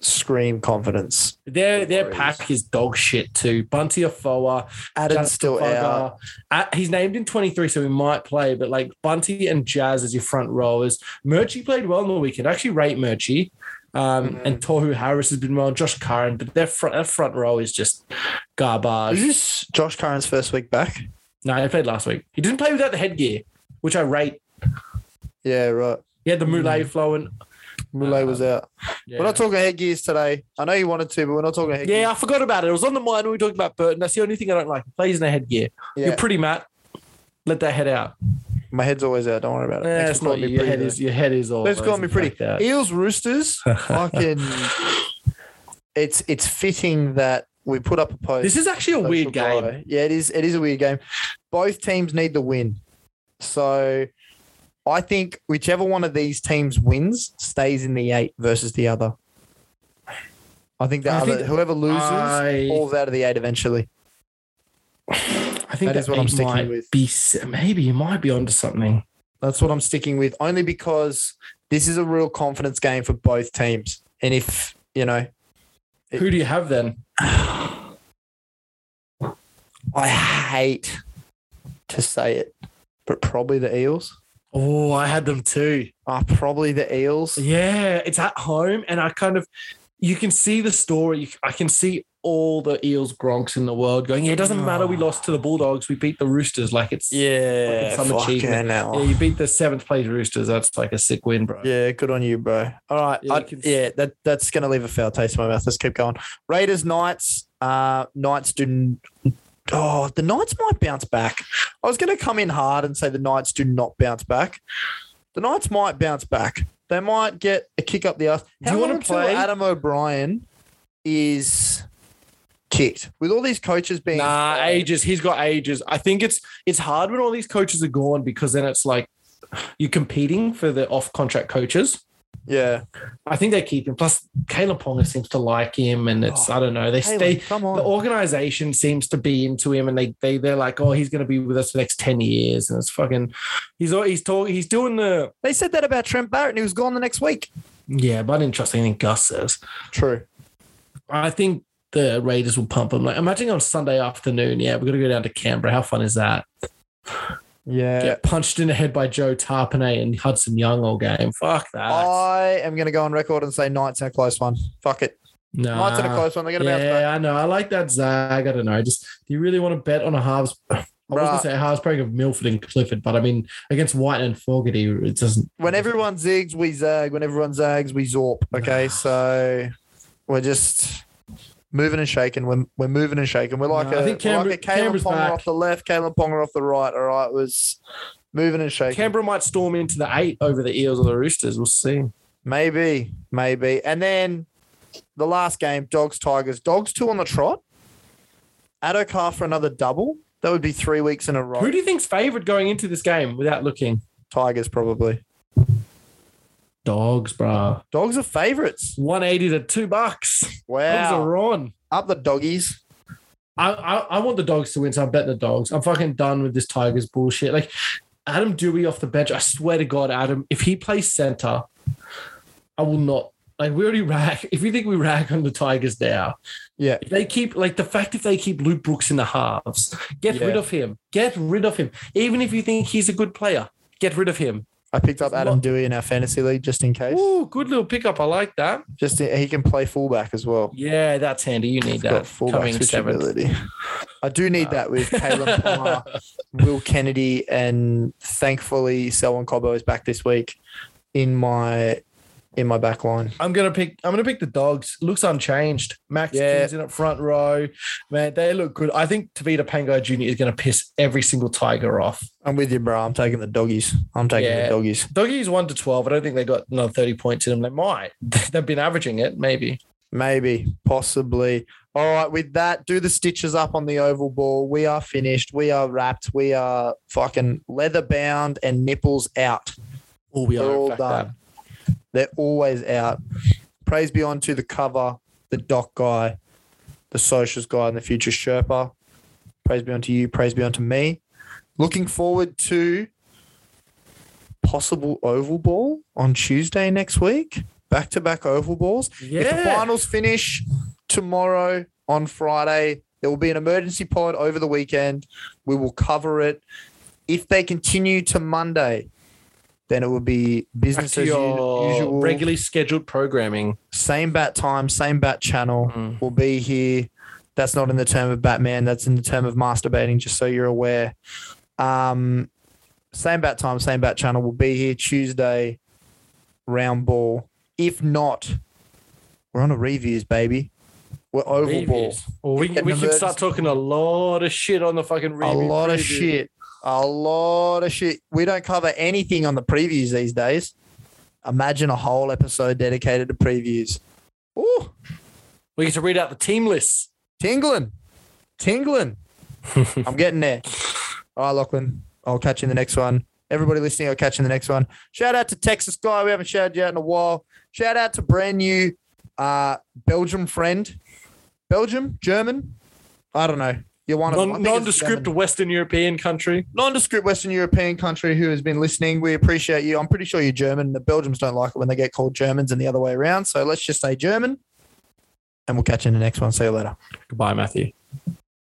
[SPEAKER 1] scream confidence.
[SPEAKER 2] Their their
[SPEAKER 1] worries.
[SPEAKER 2] pack is dog shit too. Bunty Afoa,
[SPEAKER 1] Adam's
[SPEAKER 2] Jazz Uh,
[SPEAKER 1] still out.
[SPEAKER 2] he's named in 23, so he might play, but like Bunty and Jazz as your front rowers. Murchie played well in the weekend. I actually rate Murchie. Um,
[SPEAKER 1] Mm-hmm.
[SPEAKER 2] And Toru Harris has been well, Josh Curran, but their front, their front row is just
[SPEAKER 1] Is
[SPEAKER 2] garbage.
[SPEAKER 1] this Josh Curran's first week back?
[SPEAKER 2] No, he played last week. He didn't play without the headgear, which I rate.
[SPEAKER 1] Yeah, right.
[SPEAKER 2] He had the moulet flowing.
[SPEAKER 1] Moulet
[SPEAKER 2] Uh,
[SPEAKER 1] was out. Mm-hmm. We're not talking headgears today. I know you wanted to, but we're not talking headgears.
[SPEAKER 2] Yeah, I forgot about it. It was on the mind when we were talking about Burton. That's the only thing I don't like. He plays in a headgear.
[SPEAKER 1] Yeah.
[SPEAKER 2] You're pretty, Matt. Let that head out.
[SPEAKER 1] My head's always out. Don't worry about it.
[SPEAKER 2] Eh,
[SPEAKER 1] Thanks
[SPEAKER 2] it's
[SPEAKER 1] for
[SPEAKER 2] not
[SPEAKER 1] calling
[SPEAKER 2] you.
[SPEAKER 1] me
[SPEAKER 2] Your
[SPEAKER 1] pretty.
[SPEAKER 2] head
[SPEAKER 1] though.
[SPEAKER 2] is your head is all.
[SPEAKER 1] Thanks for calling me
[SPEAKER 2] over
[SPEAKER 1] pretty.
[SPEAKER 2] like that.
[SPEAKER 1] Eels, Roosters, fucking it's it's fitting that we put up a post.
[SPEAKER 2] This is actually a
[SPEAKER 1] Social
[SPEAKER 2] weird game.
[SPEAKER 1] Guy. Yeah, it is. It is a weird game. Both teams need the win, so I think whichever one of these teams wins stays in the eight versus the other. I think the
[SPEAKER 2] I
[SPEAKER 1] other
[SPEAKER 2] think
[SPEAKER 1] whoever loses
[SPEAKER 2] I-
[SPEAKER 1] falls out of the eight eventually.
[SPEAKER 2] I think
[SPEAKER 1] That is what I'm
[SPEAKER 2] eight
[SPEAKER 1] sticking
[SPEAKER 2] might
[SPEAKER 1] with.
[SPEAKER 2] Be, maybe you might be onto something.
[SPEAKER 1] That's what I'm sticking with, only because this is a real confidence game for both teams. And if you know, It-
[SPEAKER 2] Who do you have then?
[SPEAKER 1] I hate to say it, but probably the Eels.
[SPEAKER 2] Oh, I had them too.
[SPEAKER 1] Ah, probably the Eels.
[SPEAKER 2] Yeah, it's at home, and I kind of you can see the story. You- I can see all the Eels gronks in the world going. Yeah, it doesn't matter. We lost to the Bulldogs. We beat the Roosters. Like it's
[SPEAKER 1] Yeah,
[SPEAKER 2] Fucking some
[SPEAKER 1] fucking
[SPEAKER 2] achievement.
[SPEAKER 1] hell.
[SPEAKER 2] Yeah, you beat the seventh place Roosters. That's like a sick win, bro.
[SPEAKER 1] Yeah, good on you, bro. All right.
[SPEAKER 2] Yeah,
[SPEAKER 1] I-
[SPEAKER 2] you can-
[SPEAKER 1] yeah, that, that's going to leave a foul taste in my mouth. Let's keep going. Raiders, Knights. Uh, Knights do. n- Oh, the Knights might bounce back. I was going to come in hard and say the Knights do not bounce back. The Knights might bounce back. They might get a kick up the ass.
[SPEAKER 2] you wanna
[SPEAKER 1] long till
[SPEAKER 2] play?
[SPEAKER 1] Adam O'Brien is kicked with all these coaches being.
[SPEAKER 2] Nah,
[SPEAKER 1] fired.
[SPEAKER 2] ages. He's got ages. I think it's it's hard when all these coaches are gone because then it's like you're competing for the off contract coaches.
[SPEAKER 1] Yeah.
[SPEAKER 2] I think they keep him. Plus, Caleb Ponga seems to like him, and it's I don't know. They
[SPEAKER 1] Caleb,
[SPEAKER 2] stay.
[SPEAKER 1] come on.
[SPEAKER 2] The organization seems to be into him, and they they they're like, oh, he's going to be with us for the next ten years, and it's fucking. He's al- he's talking. He's doing the
[SPEAKER 1] They said that about Trent Barrett and he was gone the next week.
[SPEAKER 2] yeah, but I didn't trust anything Gus says.
[SPEAKER 1] True.
[SPEAKER 2] I think the Raiders will pump him. Like, imagine on Sunday afternoon, yeah, we're going to go down to Canberra. How fun is that?
[SPEAKER 1] Yeah.
[SPEAKER 2] Get punched in the head by Joe Tarpanay and Hudson Young all game. Fuck that.
[SPEAKER 1] I am going to go on record and say Knights in a close one. Fuck it.
[SPEAKER 2] no.
[SPEAKER 1] Knights in a close one. They're going to bounce back.
[SPEAKER 2] Yeah, I know. I like that Zag. I don't know. Just do you really want to bet on a halves? I was
[SPEAKER 1] Bruh.
[SPEAKER 2] gonna say a halves break of Milford and Clifford, but I mean against White and Fogarty, it doesn't.
[SPEAKER 1] When everyone zigs, we zag. When everyone zags, we zorp. Okay. So we're just moving and shaking. We're, we're moving and shaking. We're like,
[SPEAKER 2] No, I
[SPEAKER 1] a,
[SPEAKER 2] think
[SPEAKER 1] we're
[SPEAKER 2] Canberra-
[SPEAKER 1] like a Caleb
[SPEAKER 2] Canberra's
[SPEAKER 1] Ponga
[SPEAKER 2] back.
[SPEAKER 1] off the left, Caleb Ponga off the right. All right. It was moving and shaking.
[SPEAKER 2] Canberra might storm into the eight over the Eels or the Roosters. We'll see.
[SPEAKER 1] Maybe, maybe. And then the last game, Dogs Tigers. Dogs two on the trot. Addo Car for another double. That would be three weeks in a row.
[SPEAKER 2] Who do you think's favourite going into this game without looking?
[SPEAKER 1] Tigers probably.
[SPEAKER 2] Dogs, bruh.
[SPEAKER 1] Dogs are favourites.
[SPEAKER 2] One eighty to two bucks. Dogs
[SPEAKER 1] Wow.
[SPEAKER 2] are on.
[SPEAKER 1] Up the doggies.
[SPEAKER 2] I, I I want the dogs to win, so I'm betting the dogs. I'm fucking done with this Tigers bullshit. Like Adam Dewey off the bench. I swear to God, Adam, if he plays center, I will not. Like we already rag. If you think we rag on the Tigers now,
[SPEAKER 1] Yeah.
[SPEAKER 2] if they keep like the fact if they keep Luke Brooks in the halves, get
[SPEAKER 1] Yeah.
[SPEAKER 2] rid of him. Get rid of him. Even if you think he's a good player, get rid of him.
[SPEAKER 1] I picked up Adam
[SPEAKER 2] What-
[SPEAKER 1] Dewey in our fantasy league just in case.
[SPEAKER 2] Ooh, good little pickup. I like that.
[SPEAKER 1] Just he can play fullback as well.
[SPEAKER 2] Yeah, that's handy. You need
[SPEAKER 1] Got
[SPEAKER 2] that.
[SPEAKER 1] fullback
[SPEAKER 2] Coming seventh.
[SPEAKER 1] switchability. I do need that with Caleb Palmer, Will Kennedy, and thankfully Selwyn Cobbo is back this week in my in my back line.
[SPEAKER 2] I'm gonna pick. I'm gonna pick the dogs. Looks unchanged. Max
[SPEAKER 1] Yeah.
[SPEAKER 2] King's in up front row. Man, they look good. I think Tavita Pango Jr. is gonna piss every single Tiger off.
[SPEAKER 1] I'm with you, bro. I'm taking the doggies. I'm taking
[SPEAKER 2] Yeah.
[SPEAKER 1] the doggies.
[SPEAKER 2] Doggies one to twelve. I don't think they got another thirty points in them. They might. They've been averaging it, maybe.
[SPEAKER 1] Maybe, possibly. All right, with that, do the stitches up on the oval ball. We are finished. We are wrapped. We are fucking leather bound and nipples out.
[SPEAKER 2] Oh, we
[SPEAKER 1] They're all done. They're always out. Praise be on to the cover, the doc guy, the socials guy, and the future Sherpa. Praise be on to you. Praise be on to me. Looking forward to possible oval ball on Tuesday next week. Back to back oval balls. If the
[SPEAKER 2] Yeah.
[SPEAKER 1] finals finish tomorrow on Friday, there will be an emergency pod over the weekend. We will cover it. If they continue to Monday, then it will be
[SPEAKER 2] Back
[SPEAKER 1] business
[SPEAKER 2] to
[SPEAKER 1] as u-
[SPEAKER 2] your
[SPEAKER 1] usual.
[SPEAKER 2] regularly scheduled programming.
[SPEAKER 1] Same bat time, same bat channel.
[SPEAKER 2] Mm.
[SPEAKER 1] We'll be here. That's not in the term of Batman. That's in the term of masturbating, just so you're aware. Um, same bat time, same bat channel. We'll be here Tuesday, round ball. If not, we're on a reviews, baby. We're oval ball.
[SPEAKER 2] Reviews. Well, we,
[SPEAKER 1] Get
[SPEAKER 2] we
[SPEAKER 1] an
[SPEAKER 2] can start talking a lot of shit on the fucking
[SPEAKER 1] A
[SPEAKER 2] review
[SPEAKER 1] lot of
[SPEAKER 2] preview.
[SPEAKER 1] shit. A lot of shit. We don't cover anything on the previews these days. Imagine a whole episode dedicated to previews. Ooh.
[SPEAKER 2] We get to read out the team lists.
[SPEAKER 1] Tingling. Tingling. I'm getting there. All right, Lachlan. I'll catch you in the next one. Everybody listening, I'll catch you in the next one. Shout out to Texas guy. We haven't shouted you out in a while. Shout out to brand new uh, Belgium friend. Belgium? German? I don't know. You're one of them. I
[SPEAKER 2] Non-
[SPEAKER 1] think it's
[SPEAKER 2] nondescript
[SPEAKER 1] German.
[SPEAKER 2] Western European country.
[SPEAKER 1] Nondescript Western European country who has been listening. We appreciate you. I'm pretty sure you're German. The Belgians don't like it when they get called Germans and the other way around. So let's just say German. And we'll catch you in the next one. See you later.
[SPEAKER 2] Goodbye, Matthew.